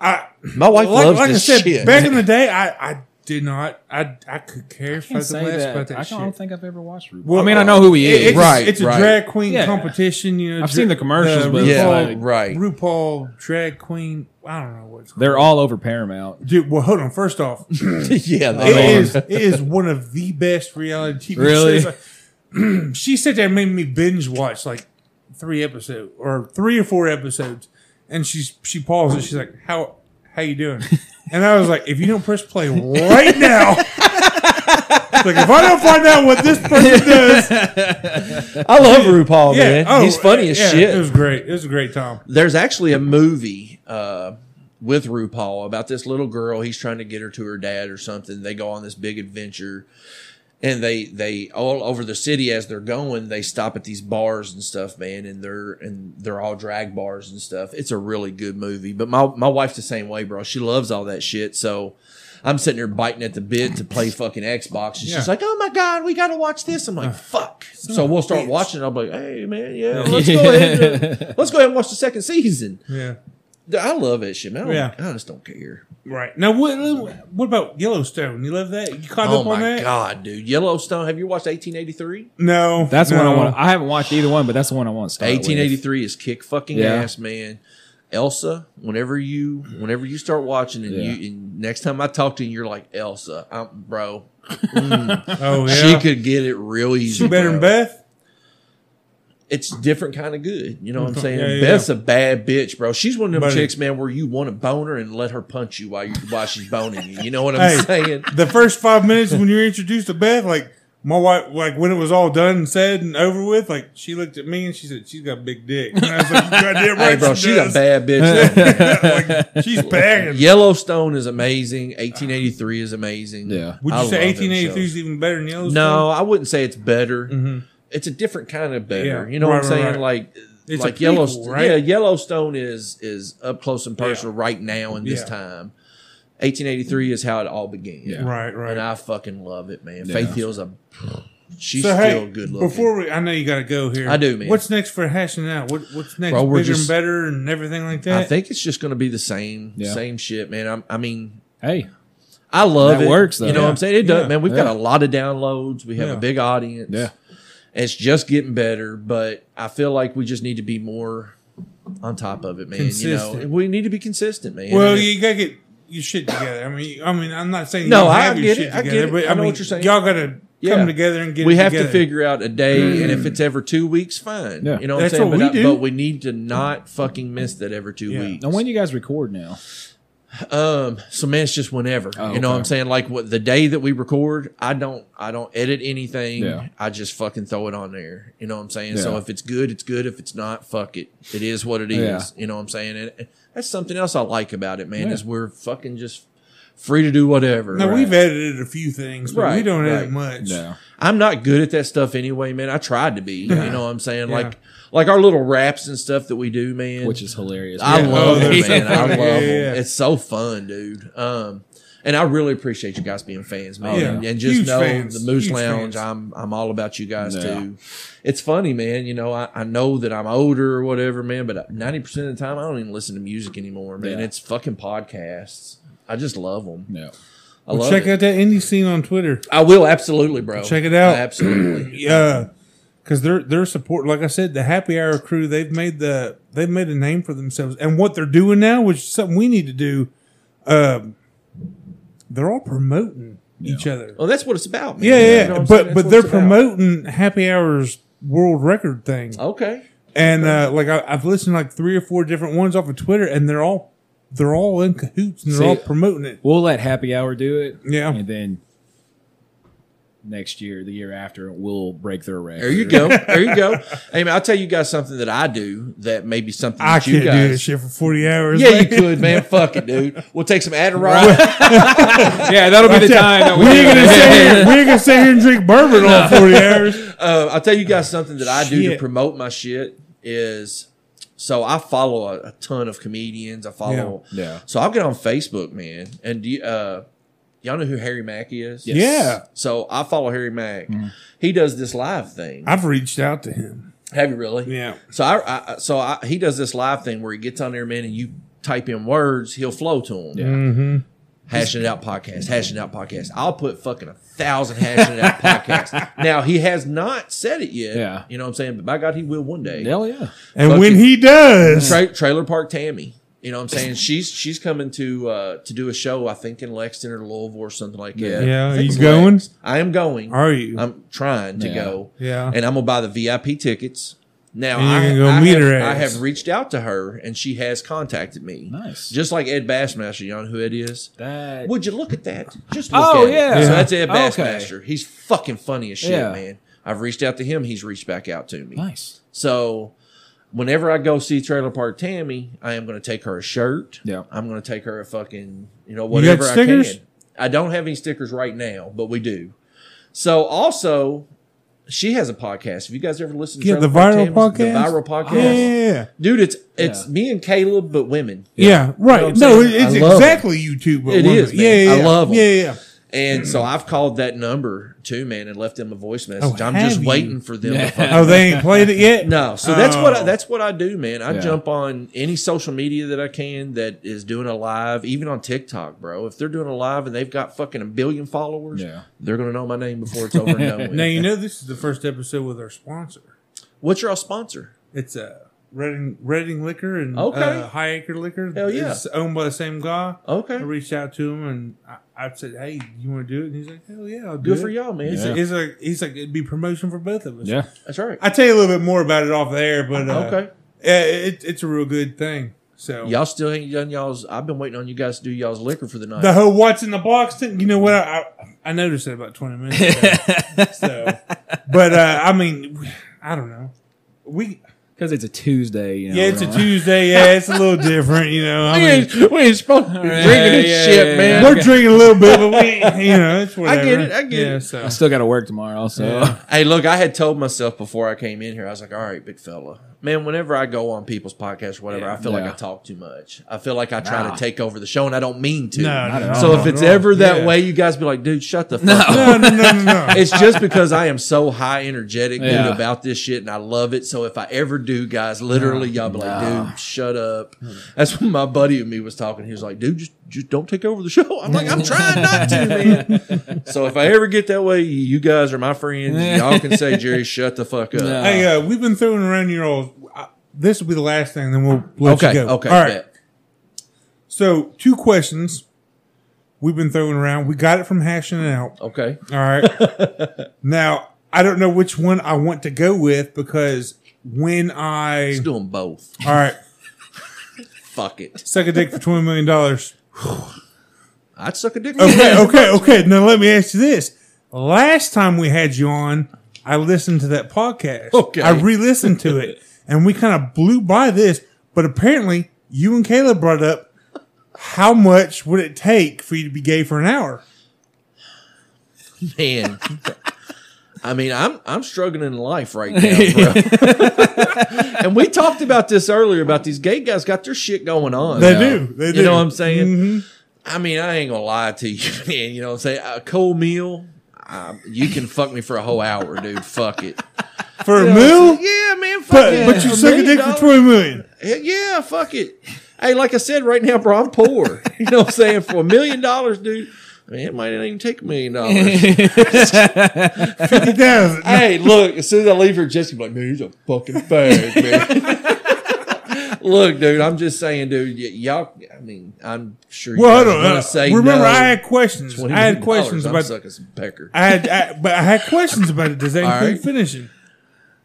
Speaker 1: I
Speaker 3: my wife
Speaker 1: like,
Speaker 3: loves
Speaker 1: like I
Speaker 3: this
Speaker 1: said,
Speaker 3: shit.
Speaker 1: back in the day, I, I did not. I I could care if fucking
Speaker 2: can't say
Speaker 1: less
Speaker 2: that.
Speaker 1: about that
Speaker 2: I
Speaker 1: shit.
Speaker 2: don't think I've ever watched RuPaul.
Speaker 1: Well,
Speaker 2: I mean, I know who he
Speaker 1: It-
Speaker 2: is.
Speaker 1: it's,
Speaker 3: Right,
Speaker 1: it's a
Speaker 3: right.
Speaker 1: drag queen
Speaker 2: Yeah.
Speaker 1: competition. You know, uh,
Speaker 2: I've seen the commercials, but
Speaker 3: yeah,
Speaker 1: RuPaul,
Speaker 3: right.
Speaker 1: RuPaul drag queen. I don't know what's.
Speaker 2: They're all over Paramount.
Speaker 1: Dude, well, hold on. First off,
Speaker 3: yeah,
Speaker 1: It
Speaker 3: they
Speaker 1: is. It is one of the best reality TV
Speaker 2: Really?
Speaker 1: shows. she sat there and made me binge watch like three episodes or three or four episodes, and she's she paused and she's like, "How how you doing?" And I was like, "If you don't press play right now." it's like if I don't find out what this person does,
Speaker 3: are. I love RuPaul,
Speaker 1: yeah,
Speaker 3: man. He's
Speaker 1: oh,
Speaker 3: funny as
Speaker 1: yeah,
Speaker 3: shit.
Speaker 1: It was great. It was a great time.
Speaker 3: There's actually a movie uh, with RuPaul about this little girl. He's trying to get her to her dad or something. They go on this big adventure, and they they all over the city as they're going. They stop at these bars and stuff, man. And they're and they're all drag bars and stuff. It's a really good movie. But my my wife's the same way, bro. She loves all that shit. So. I'm sitting there biting at the bit to play fucking Xbox, and
Speaker 1: Yeah.
Speaker 3: she's like, "Oh my god, we got to watch this." I'm like, "Fuck!" So we'll start watching. it. I'm like, "Hey man, yeah, let's go ahead, and- let's go ahead and watch the second season."
Speaker 1: Yeah.
Speaker 3: Dude, I love that shit, man. I, don't,
Speaker 1: Yeah.
Speaker 3: I just don't care.
Speaker 1: Right now, what what about Yellowstone? You love that? You caught
Speaker 3: oh
Speaker 1: up on
Speaker 3: my
Speaker 1: that?
Speaker 3: god, dude! Yellowstone. Have you watched 1883?
Speaker 2: Oh,
Speaker 1: No,
Speaker 2: That's
Speaker 1: no.
Speaker 2: one I want. I haven't watched either one, but that's the one I want to start. with.
Speaker 3: 1883 is kick fucking
Speaker 2: Yeah.
Speaker 3: ass, man. Elsa, whenever you whenever you start watching and
Speaker 2: Yeah.
Speaker 3: you and next time I talk to you, you're like Elsa, i bro.
Speaker 1: Oh yeah,
Speaker 3: She could get it real easy.
Speaker 1: She better than
Speaker 3: bro.
Speaker 1: Beth.
Speaker 3: It's different kind of good. You know what I'm
Speaker 1: Okay.
Speaker 3: saying?
Speaker 1: Yeah, yeah,
Speaker 3: Beth's a bad bitch, bro. She's one of them
Speaker 1: Buddy.
Speaker 3: chicks, man, where you want to bone her and let her punch you while you while she's boning you. You know what I'm
Speaker 1: Hey.
Speaker 3: saying?
Speaker 1: the first five minutes when you're introduced to Beth, like my wife, like when it was all done and said and over with, like she looked at me and she said, "She's got a big dick." And I was like, "Goddamn right,
Speaker 3: Hey, bro,
Speaker 1: she
Speaker 3: she's a
Speaker 1: does.
Speaker 3: bad bitch.
Speaker 1: like, she's banging."
Speaker 3: Yellowstone is amazing. 1883 is amazing.
Speaker 2: Yeah.
Speaker 1: Would you say
Speaker 3: I love them
Speaker 1: 1883 is
Speaker 3: shows.
Speaker 1: even better than Yellowstone?
Speaker 3: No, I wouldn't say it's better.
Speaker 1: Mhm.
Speaker 3: It's a different kind of better.
Speaker 1: Yeah.
Speaker 3: You know
Speaker 1: Right,
Speaker 3: what I'm saying?
Speaker 1: right, right.
Speaker 3: Like,
Speaker 1: It's a
Speaker 3: like
Speaker 1: prequel,
Speaker 3: Yellowstone.
Speaker 1: right?
Speaker 3: Yeah, Yellowstone is is up close and personal right now in this
Speaker 1: Yeah.
Speaker 3: time. 1883 is how it all began.
Speaker 2: Yeah.
Speaker 1: Right, right.
Speaker 3: And I fucking love it, man.
Speaker 2: Yeah.
Speaker 3: Faith Hill's a she's
Speaker 1: so
Speaker 3: still
Speaker 1: hey,
Speaker 3: good looking.
Speaker 1: before we, I know you got to go here.
Speaker 3: I do, man.
Speaker 1: What's next for hashing out? What, what's next?
Speaker 3: Bro, we're
Speaker 1: Bigger and
Speaker 3: just-
Speaker 1: better and everything like that.
Speaker 3: I think it's just going to be the same
Speaker 2: Yeah.
Speaker 3: same shit, man. I'm, I mean,
Speaker 2: Hey,
Speaker 3: I love
Speaker 2: That
Speaker 3: it.
Speaker 2: works, though.
Speaker 3: You know
Speaker 1: Yeah.
Speaker 3: what I'm saying? It does,
Speaker 1: Yeah.
Speaker 3: man. We've
Speaker 2: Yeah.
Speaker 3: got a lot of downloads. We have
Speaker 1: Yeah.
Speaker 3: a big audience.
Speaker 2: Yeah.
Speaker 3: It's just getting better, but I feel like we just need to be more on top of it, man. You
Speaker 1: Consistent.
Speaker 3: know, we need to be consistent, man.
Speaker 1: Well,
Speaker 3: And
Speaker 1: you gotta get your shit together. I mean, I mean, I'm not saying
Speaker 3: No,
Speaker 1: you don't
Speaker 3: I
Speaker 1: have your
Speaker 3: get
Speaker 1: shit
Speaker 3: it. I
Speaker 1: together,
Speaker 3: get it.
Speaker 1: but I,
Speaker 3: I know
Speaker 1: mean,
Speaker 3: what you're saying.
Speaker 1: y'all gotta
Speaker 3: Yeah.
Speaker 1: come together and get.
Speaker 3: we
Speaker 1: it
Speaker 3: have
Speaker 1: together. Mm-hmm.
Speaker 3: to figure out a day, and if it's every two weeks, fine.
Speaker 2: Yeah.
Speaker 3: You know what
Speaker 1: That's
Speaker 3: I'm saying?
Speaker 1: what
Speaker 3: but,
Speaker 1: we
Speaker 3: I-
Speaker 1: do.
Speaker 3: but we need to not fucking miss that every two
Speaker 1: Yeah.
Speaker 3: weeks.
Speaker 2: now when do you guys record now?
Speaker 3: Um, so man, it's just whenever.
Speaker 2: Oh,
Speaker 3: you know what
Speaker 2: okay.
Speaker 3: I'm saying? Like what the day that we record, I don't I don't edit anything.
Speaker 2: Yeah.
Speaker 3: I just fucking throw it on there. You know what I'm saying?
Speaker 2: Yeah.
Speaker 3: So if it's good, it's good. If it's not, fuck it. It is what it is.
Speaker 2: Yeah.
Speaker 3: You know what I'm saying? And- And that's something else I like about it, man,
Speaker 2: Yeah.
Speaker 3: is we're fucking just free to do whatever.
Speaker 1: Now we've edited a few things, but we
Speaker 3: Right,
Speaker 1: don't edit
Speaker 3: right.
Speaker 1: much.
Speaker 3: I'm not good at that stuff anyway, man. I tried to be. You know what I'm saying?
Speaker 1: Yeah.
Speaker 3: Like like our little raps and stuff that we do, man.
Speaker 2: which is hilarious.
Speaker 3: I
Speaker 2: Yeah.
Speaker 3: love
Speaker 1: Oh,
Speaker 3: it,
Speaker 1: they're so
Speaker 3: man. I love
Speaker 1: funny. Yeah, yeah,
Speaker 3: them.
Speaker 1: yeah.
Speaker 3: It's so fun, dude. Um, and I really appreciate you guys being fans, man.
Speaker 2: Oh, yeah.
Speaker 3: and, and just
Speaker 1: Huge
Speaker 3: know
Speaker 1: fans.
Speaker 3: the Moose
Speaker 1: Huge
Speaker 3: Lounge.
Speaker 1: fans.
Speaker 3: I'm I'm all about you guys
Speaker 2: Yeah.
Speaker 3: too. It's funny, man. You know, I, I know that I'm older or whatever, man. But ninety percent of the time, I don't even listen to music anymore, man.
Speaker 2: Yeah.
Speaker 3: It's fucking podcasts. I just love them.
Speaker 2: Yeah.
Speaker 3: I
Speaker 1: Well,
Speaker 3: love
Speaker 1: check
Speaker 3: it.
Speaker 1: out that indie scene on Twitter.
Speaker 3: I will absolutely, bro.
Speaker 1: Check it out.
Speaker 3: absolutely.
Speaker 1: Yeah, because they're they're support. Like I said, the Happy Hour crew. They've made the they've made a name for themselves, and what they're doing now, which is something we need to do. Um, they're all promoting each other.
Speaker 3: Well, that's what it's about. Man.
Speaker 1: Yeah, yeah,
Speaker 3: You know what I'm saying?
Speaker 1: but
Speaker 3: That's
Speaker 1: but
Speaker 3: what
Speaker 1: they're
Speaker 3: it's about.
Speaker 1: promoting Happy Hour's world record thing.
Speaker 3: Oh, Okay.
Speaker 1: and uh, like I, I've listened to like three or four different ones off of Twitter, and they're all they're all in cahoots and they're
Speaker 2: See-
Speaker 1: all promoting it.
Speaker 2: We'll let Happy Hour do it.
Speaker 1: Yeah.
Speaker 2: And then next year, the year after, we'll break their record.
Speaker 3: There you go. There you go. Hey, man, I'll tell you guys something that I do that maybe something
Speaker 1: I
Speaker 3: that you
Speaker 1: can't do this
Speaker 3: guys.
Speaker 1: shit for forty hours.
Speaker 3: yeah, you
Speaker 1: man.
Speaker 3: could, man. Fuck it, dude. We'll take some Adderall.
Speaker 2: yeah, that'll be the time. That we
Speaker 1: We ain't gonna sit here. We ain't gonna sit here and drink bourbon all forty hours.
Speaker 3: Uh, I'll tell you guys something that I do to
Speaker 1: Shit.
Speaker 3: promote my shit is so I follow a, a ton of comedians. I follow.
Speaker 2: Yeah. Yeah.
Speaker 3: So I'll get on Facebook, man, and do you, uh, Y'all know who Harry Mackey is?
Speaker 2: Yes.
Speaker 1: Yeah.
Speaker 3: So I follow Harry Mack.
Speaker 1: Mm-hmm.
Speaker 2: Mhm.
Speaker 3: He does this live thing.
Speaker 1: I've reached out to him.
Speaker 3: Have you really?
Speaker 1: Yeah.
Speaker 3: So I, I so I, he does this live thing where he gets on there, man, and you type in words, he'll flow to them.
Speaker 1: Mm-hmm.
Speaker 3: Hashing it out podcast, hashing it out podcast. I'll put fucking a thousand hashing it out podcasts. Now he has not said it yet.
Speaker 2: Yeah.
Speaker 3: You know what I'm saying? But by God, he will one day.
Speaker 2: Hell yeah.
Speaker 1: And
Speaker 3: Fuck
Speaker 1: when
Speaker 3: it.
Speaker 1: he does,
Speaker 3: Tra- Trailer Park Tammy. You know what I'm saying? She's she's coming to uh to do a show, I think in Lexington or Louisville or something like that.
Speaker 1: Yeah,
Speaker 3: I think
Speaker 1: you
Speaker 3: it's
Speaker 1: going?
Speaker 3: Lex. I am going.
Speaker 1: are you?
Speaker 3: I'm trying to
Speaker 2: Yeah.
Speaker 3: go.
Speaker 1: yeah.
Speaker 3: And I'm gonna buy the VIP tickets. Now
Speaker 1: And you're
Speaker 3: I,
Speaker 1: gonna go
Speaker 3: I
Speaker 1: meet
Speaker 3: have,
Speaker 1: her
Speaker 3: I
Speaker 1: ass.
Speaker 3: have reached out to her and she has contacted me.
Speaker 2: Nice.
Speaker 3: Just like Ed Bassmaster, you know who Ed is?
Speaker 2: that.
Speaker 3: Would you look at that? Just look
Speaker 2: Oh,
Speaker 3: at it.
Speaker 2: yeah.
Speaker 3: So that's Ed
Speaker 2: Yeah. Okay.
Speaker 3: Bassmaster. He's fucking funny as shit,
Speaker 2: Yeah.
Speaker 3: man. I've reached out to him, he's reached back out to me.
Speaker 2: Nice.
Speaker 3: So whenever I go see Trailer Park Tammy, I am going to take her a shirt.
Speaker 2: Yeah.
Speaker 3: I'm going to take her a fucking, you know,
Speaker 1: You got
Speaker 3: whatever I
Speaker 1: stickers?
Speaker 3: can. I don't have any stickers right now, but we do. So also, she has a podcast. Have you guys ever listened to
Speaker 1: Yeah, the
Speaker 3: Trailer
Speaker 1: viral
Speaker 3: Park
Speaker 1: podcast?
Speaker 3: Tammy's? The viral
Speaker 1: yeah, yeah,
Speaker 3: podcast.
Speaker 1: yeah.
Speaker 3: Dude, it's it's
Speaker 2: Yeah.
Speaker 3: me and Caleb, but women.
Speaker 1: Yeah, right.
Speaker 3: You know
Speaker 1: no,
Speaker 3: what I'm
Speaker 1: it,
Speaker 3: saying?
Speaker 1: it's
Speaker 3: I love 'em.
Speaker 1: exactly you two, but
Speaker 3: It
Speaker 1: women.
Speaker 3: is, man.
Speaker 1: Yeah, yeah,
Speaker 3: I
Speaker 1: yeah.
Speaker 3: love 'em.
Speaker 1: Yeah, yeah.
Speaker 3: And so I've called that number too, man, and left them a voice message.
Speaker 1: Oh,
Speaker 3: I'm just
Speaker 1: have you?
Speaker 3: waiting for them
Speaker 2: Yeah.
Speaker 3: to fucking
Speaker 1: Oh, they ain't played it yet.
Speaker 3: No, so that's
Speaker 1: Oh.
Speaker 3: what I, that's what I do, man. I
Speaker 2: Yeah.
Speaker 3: jump on any social media that I can that is doing a live, even on TikTok, bro. If they're doing a live and they've got fucking a billion followers,
Speaker 2: Yeah.
Speaker 3: they're gonna know my name before it's over and done
Speaker 1: Now
Speaker 3: with.
Speaker 1: you know this is the first episode with our sponsor.
Speaker 3: What's your sponsor?
Speaker 1: It's uh, Reading Reading Liquor and
Speaker 3: Okay.
Speaker 1: uh, High Acre Liquor.
Speaker 3: Hell yeah.
Speaker 1: It's owned by the same guy. I
Speaker 3: Okay,
Speaker 1: reached out to him and I, I said, "Hey, you want to do it?" And he's like, "Hell yeah, I'll do
Speaker 3: good
Speaker 1: it."
Speaker 3: for y'all, man.
Speaker 1: He's,
Speaker 2: Yeah.
Speaker 1: like, he's like, he's like, it'd be promotion for both of us.
Speaker 2: Yeah.
Speaker 3: That's right.
Speaker 1: I tell you a little bit more about it off there, but uh,
Speaker 3: okay,
Speaker 1: yeah, it, it's a real good thing. So
Speaker 3: y'all still ain't done y'all's. I've been waiting on you guys to do y'all's liquor for the night.
Speaker 1: the whole what's in the box thing, you know what? I I, I noticed that about twenty minutes ago. so, but uh, I mean, I don't know. We
Speaker 2: Because it's a Tuesday. You know,
Speaker 1: yeah,
Speaker 2: we
Speaker 1: it's a
Speaker 2: don't-
Speaker 1: Tuesday. Yeah, it's a little different, you know. I
Speaker 3: we,
Speaker 1: mean,
Speaker 3: ain't, we ain't supposed to be drinking this
Speaker 2: yeah,
Speaker 3: shit,
Speaker 2: yeah,
Speaker 3: man.
Speaker 2: yeah.
Speaker 1: we're drinking a little bit, but we, ain't- you know, it's
Speaker 3: I
Speaker 1: whatever.
Speaker 3: get it, I get
Speaker 1: yeah,
Speaker 3: it.
Speaker 1: So
Speaker 2: I still got to work tomorrow. So
Speaker 1: Yeah.
Speaker 3: Hey, look, I had told myself before I came in here, I was like, all right, big fella. Man, whenever I go on people's podcasts or whatever,
Speaker 2: Yeah.
Speaker 3: I feel
Speaker 2: Yeah.
Speaker 3: like I talk too much. I feel like I try
Speaker 2: Nah.
Speaker 3: to take over the show and I don't mean to.
Speaker 1: no, no, no,
Speaker 3: so
Speaker 1: no,
Speaker 3: if it's
Speaker 1: no.
Speaker 3: ever that
Speaker 1: Yeah.
Speaker 3: way, you guys be like, dude, shut the fuck up.
Speaker 1: no, no, no, no, no.
Speaker 3: It's just because I am so high energetic, dude,
Speaker 2: Yeah.
Speaker 3: about this shit, and I love it. So if I ever do, guys, literally, y'all be like,
Speaker 2: Nah.
Speaker 3: dude, shut up. That's when my buddy and me was talking. He was like, dude, just, just don't take over the show. I'm like, I'm trying not to, man. so if I ever get that way, you guys are my friends. Y'all can say, Jerry, shut the fuck up.
Speaker 2: Nah.
Speaker 1: Hey, uh, we've been throwing around your old. I, this will be the last thing, then we'll let
Speaker 3: Okay,
Speaker 1: you go.
Speaker 3: okay,
Speaker 1: All right.
Speaker 3: bet.
Speaker 1: So, two questions we've been throwing around. We got it from hashing it out.
Speaker 3: okay.
Speaker 1: All right. now, I don't know which one I want to go with because when I.
Speaker 3: Let's do them both.
Speaker 1: All right.
Speaker 3: Fuck it.
Speaker 1: Suck a dick for $20 million.
Speaker 3: I'd suck a dick.
Speaker 1: Okay, okay, okay. Now, let me ask you this. Last time we had you on, I listened to that podcast.
Speaker 3: Okay.
Speaker 1: I re listened to it, and we kind of blew by this, but apparently you and Caleb brought up how much would it take for you to be gay for an hour?
Speaker 3: man. I mean, I'm I'm struggling in life right now, bro. and we talked about this earlier about these gay guys got their shit going on.
Speaker 1: They
Speaker 3: now.
Speaker 1: do. They
Speaker 3: you
Speaker 1: do.
Speaker 3: know what I'm saying?
Speaker 1: Mhm.
Speaker 3: I mean, I ain't gonna lie to you, man. You know what I'm saying? A cold meal, um, you can fuck me for a whole hour, dude. Fuck it.
Speaker 1: For a meal?
Speaker 3: Yeah, man. Fuck
Speaker 1: But,
Speaker 3: it.
Speaker 1: but you suck a
Speaker 3: million
Speaker 1: dick for
Speaker 3: dollars?
Speaker 1: 20 million.
Speaker 3: Heck yeah, fuck it. Hey, like I said, right now, bro, I'm poor. You know what I'm saying? For a million dollars, dude. I mean, it might not even take a million dollars.
Speaker 1: Fifty thousand.
Speaker 3: hey, look, as soon as I leave here, Jesse be like, man, he's a fucking fag, man. look, dude, I'm just saying, dude, y- y'all, I mean, I'm sure you
Speaker 1: Well,
Speaker 3: well,
Speaker 1: hold on.
Speaker 3: going
Speaker 1: uh,
Speaker 3: to say
Speaker 1: remember,
Speaker 3: no.
Speaker 1: I had questions.
Speaker 3: $20
Speaker 1: I had questions
Speaker 3: I'm
Speaker 1: about.
Speaker 3: sucking some pecker.
Speaker 1: I had, I, but I had questions about it. Does that
Speaker 3: All
Speaker 1: include
Speaker 3: right.
Speaker 1: finishing?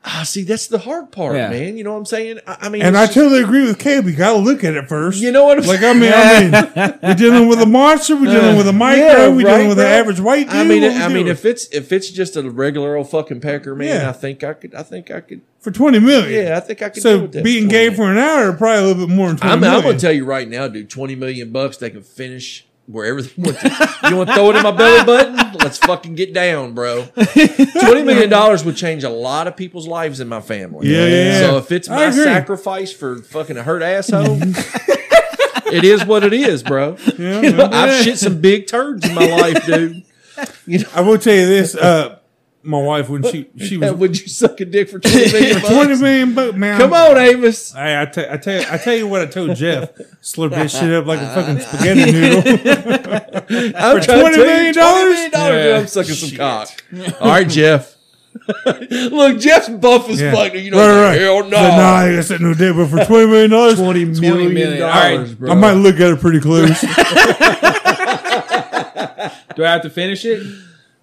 Speaker 3: Ah, see, that's the hard part,
Speaker 2: Yeah.
Speaker 3: man. You know what I'm saying? I, I mean,
Speaker 1: And
Speaker 3: it's
Speaker 1: I
Speaker 3: just-
Speaker 1: totally agree with Caleb. You gotta look at it first.
Speaker 3: you know what I'm
Speaker 1: like I
Speaker 3: saying?
Speaker 1: mean, I mean, we're dealing with a monster. We're dealing with a micro. we're dealing
Speaker 3: right,
Speaker 1: with
Speaker 3: bro.
Speaker 1: an average white dude.
Speaker 3: I mean,
Speaker 1: what we
Speaker 3: I mean,
Speaker 1: doing?
Speaker 3: if it's if it's just a regular old fucking pecker, man,
Speaker 1: Yeah.
Speaker 3: I think I could, I think I could,
Speaker 1: for twenty million.
Speaker 3: yeah, I think I could. deal
Speaker 1: So
Speaker 3: with that
Speaker 1: being
Speaker 3: for
Speaker 1: gay
Speaker 3: me.
Speaker 1: for an hour, probably a little bit more than twenty
Speaker 3: I'm,
Speaker 1: million.
Speaker 3: I'm gonna tell you right now, dude. Twenty million bucks, they can finish wherever they want. To. You want to throw it in my belly button? Let's fucking get down, bro. Twenty million dollars would change a lot of people's lives in my family.
Speaker 1: Yeah, yeah, yeah.
Speaker 3: So if it's
Speaker 1: I
Speaker 3: my
Speaker 1: agree.
Speaker 3: sacrifice for fucking a hurt asshole, it is what it is, bro.
Speaker 1: Yeah,
Speaker 3: You know,
Speaker 1: man.
Speaker 3: I've shit some big turds in my life, dude.
Speaker 1: I will tell you this. Uh, my wife when she she was
Speaker 3: Would you suck a dick for twenty million
Speaker 1: twenty
Speaker 3: bucks?
Speaker 1: million bucks, man.
Speaker 3: Come on, Amos.
Speaker 1: Hey, I tell I tell you, I tell you what I told Jeff. Slurp that shit up like a fucking spaghetti noodle.
Speaker 3: I'm
Speaker 1: For
Speaker 3: trying
Speaker 1: $20
Speaker 3: to tell you,
Speaker 1: million?
Speaker 3: $20 million, dude,
Speaker 2: Yeah.
Speaker 3: I'm sucking some cock. All right, Jeff.
Speaker 6: Look, Jeff's buff as
Speaker 1: Yeah.
Speaker 6: fuck. You know,
Speaker 1: Right, right.
Speaker 6: hell no.
Speaker 1: But nah, I said no dick, but for twenty million dollars,
Speaker 3: Twenty million,
Speaker 6: million.
Speaker 3: dollars, bro.
Speaker 1: I might look at it pretty close.
Speaker 2: Do I have to finish it?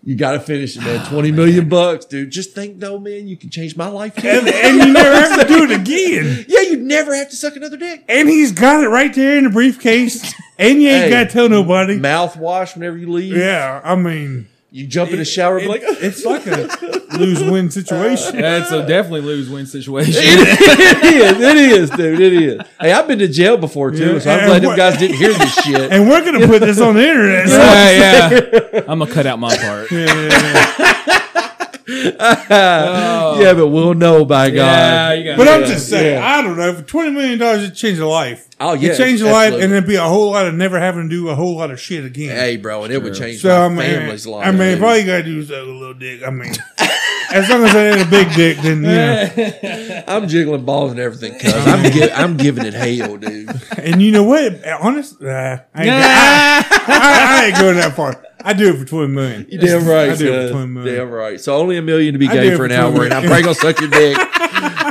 Speaker 6: You got to finish it,
Speaker 1: Oh,
Speaker 6: man. 20
Speaker 3: Twenty
Speaker 6: million.
Speaker 3: million bucks, dude. Just think, though, man, you can change my life. too.
Speaker 1: and, and you never have to do it again.
Speaker 3: yeah, you'd never have to suck another dick.
Speaker 1: And he's got it right there in the briefcase, and you ain't
Speaker 3: Hey.
Speaker 1: got to tell nobody.
Speaker 3: Mouthwash whenever you leave.
Speaker 1: Yeah, I mean,
Speaker 3: You jump in the shower, and be like,
Speaker 1: it's like a lose win situation.
Speaker 2: That's a definitely lose win situation.
Speaker 3: it is, it is, dude, it is. Hey, I've been to jail before too,
Speaker 1: Yeah,
Speaker 3: so I'm
Speaker 1: and
Speaker 3: glad them
Speaker 1: what-
Speaker 3: guys didn't hear this shit.
Speaker 1: And we're gonna put this on the internet. so-
Speaker 2: yeah, yeah. I'm gonna cut out my part.
Speaker 1: Yeah, yeah, yeah.
Speaker 2: Oh.
Speaker 3: yeah, but we'll know by
Speaker 2: Yeah,
Speaker 3: God.
Speaker 2: you got
Speaker 1: But I'm
Speaker 3: Uh, Yeah,
Speaker 1: just saying,
Speaker 3: yeah.
Speaker 1: I don't know. For twenty million dollars, it changed a life.
Speaker 3: Oh,
Speaker 1: it
Speaker 3: yeah,
Speaker 1: changed a life,
Speaker 3: absolutely.
Speaker 1: and it'd be a whole lot of never having to do a whole lot of shit again.
Speaker 6: Hey, bro, and it would change
Speaker 1: so I
Speaker 6: my
Speaker 1: mean,
Speaker 6: family's life.
Speaker 1: I mean, if
Speaker 6: dude.
Speaker 1: all you gotta do is suck a little dick, I mean, as long as it ain't a big dick, then you know.
Speaker 6: I'm jiggling balls and everything. cuz.
Speaker 3: I'm, gi- I'm giving it hell, dude.
Speaker 1: And you know what? Honest, nah, I, ain't go- I, I, I ain't going that far. I do it for twenty million.
Speaker 3: You damn right,
Speaker 1: I do it for
Speaker 3: son.
Speaker 1: 20 million.
Speaker 3: damn right. So only a million to be
Speaker 1: I do
Speaker 3: gay
Speaker 1: it
Speaker 3: for
Speaker 1: for
Speaker 3: an
Speaker 1: 20
Speaker 3: hour, and I'm probably gonna suck your dick.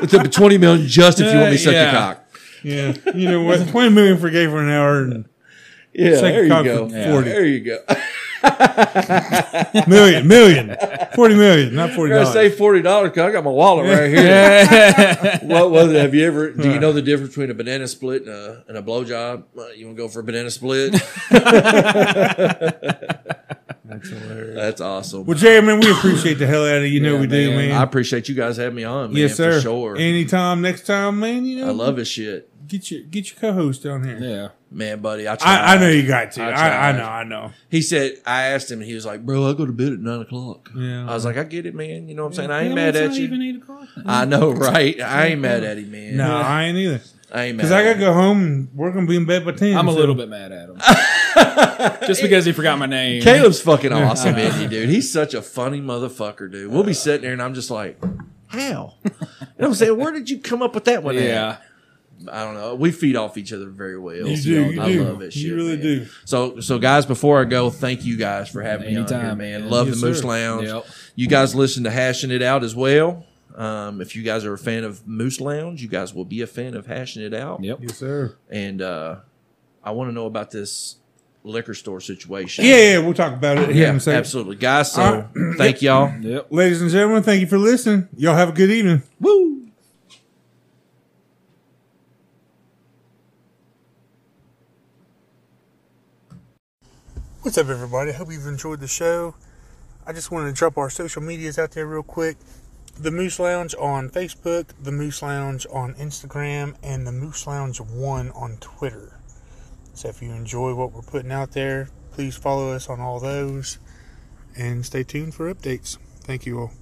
Speaker 3: It's up to twenty million just if you want me to suck
Speaker 2: Yeah.
Speaker 3: your cock.
Speaker 1: Yeah, you know what? Twenty million for gay for an hour and
Speaker 3: Yeah,
Speaker 1: Suck your
Speaker 3: there you
Speaker 1: cock
Speaker 3: go.
Speaker 1: for
Speaker 3: Yeah,
Speaker 1: 40.
Speaker 3: There you go.
Speaker 1: million, million, forty million, not forty
Speaker 3: I
Speaker 1: dollars.
Speaker 3: say forty dollars because I got my wallet right here. what was it? Have you ever? Do you know the difference between a banana split and a and a blowjob? Uh, You want to go for a banana split? That's awesome.
Speaker 1: Well, Jerry, man, we appreciate the hell out of you. know we do, man.
Speaker 3: I appreciate you guys having me on, man.
Speaker 1: yes, sir.
Speaker 3: For sure.
Speaker 1: Anytime, next time, man. You know,
Speaker 3: I love this shit,
Speaker 1: get your get your co-host down here.
Speaker 2: yeah.
Speaker 3: man, buddy. I, tried.
Speaker 1: I, I know you got to. I,
Speaker 3: I
Speaker 1: I
Speaker 3: tried.
Speaker 1: know. I know.
Speaker 3: He said I asked him, and he was like, "Bro, I go to bed at nine o'clock."
Speaker 1: Yeah.
Speaker 3: I was like, "I get it, man. You know what I'm saying? I ain't mad at you.
Speaker 2: eight o'clock.
Speaker 3: I know, right? I ain't mad at him, man.
Speaker 1: No, I ain't either.
Speaker 3: I ain't mad.
Speaker 1: Because I
Speaker 3: at
Speaker 1: gotta
Speaker 3: him.
Speaker 1: go home and we're gonna be in bed by ten.
Speaker 2: I'm a
Speaker 1: so-
Speaker 2: little bit mad at him, just because he forgot my name.
Speaker 3: Caleb's fucking awesome, isn't he, dude? He's such a funny motherfucker, dude. We'll be sitting there, and I'm just like, how? You know what I'm saying? Where did you come up with that one? at?
Speaker 2: yeah,
Speaker 3: I don't know. We feed off each other very well.
Speaker 1: You do. You
Speaker 3: I
Speaker 1: do.
Speaker 3: love it. Shit,
Speaker 1: you really
Speaker 3: man.
Speaker 1: do.
Speaker 3: So, so guys, before I go, thank you guys for having me on here,
Speaker 2: Anytime,
Speaker 3: man.
Speaker 2: man.
Speaker 3: Love
Speaker 1: Yes,
Speaker 3: the Moose
Speaker 1: sir.
Speaker 3: Lounge.
Speaker 2: Yep.
Speaker 3: You guys listen to Hashing It Out as well. Um, if you guys are a fan of Moose Lounge, you guys will be a fan of Hashing It Out.
Speaker 2: yep.
Speaker 1: Yes, sir.
Speaker 3: And uh, I want to know about this liquor store situation.
Speaker 1: Yeah, yeah. We'll talk about it. Here
Speaker 3: Yeah,
Speaker 1: in a second.
Speaker 3: absolutely. Guys, so
Speaker 1: All
Speaker 3: thank y'all.
Speaker 2: Yep.
Speaker 1: Ladies and gentlemen, thank you for listening. Y'all have a good evening.
Speaker 3: Woo!
Speaker 1: What's up, everybody? I hope you've enjoyed the show. I just wanted to drop our social medias out there real quick. The Moose Lounge on Facebook, The Moose Lounge on Instagram, and The Moose Lounge 1 on Twitter. So if you enjoy what we're putting out there, please follow us on all those and stay tuned for updates. Thank you all.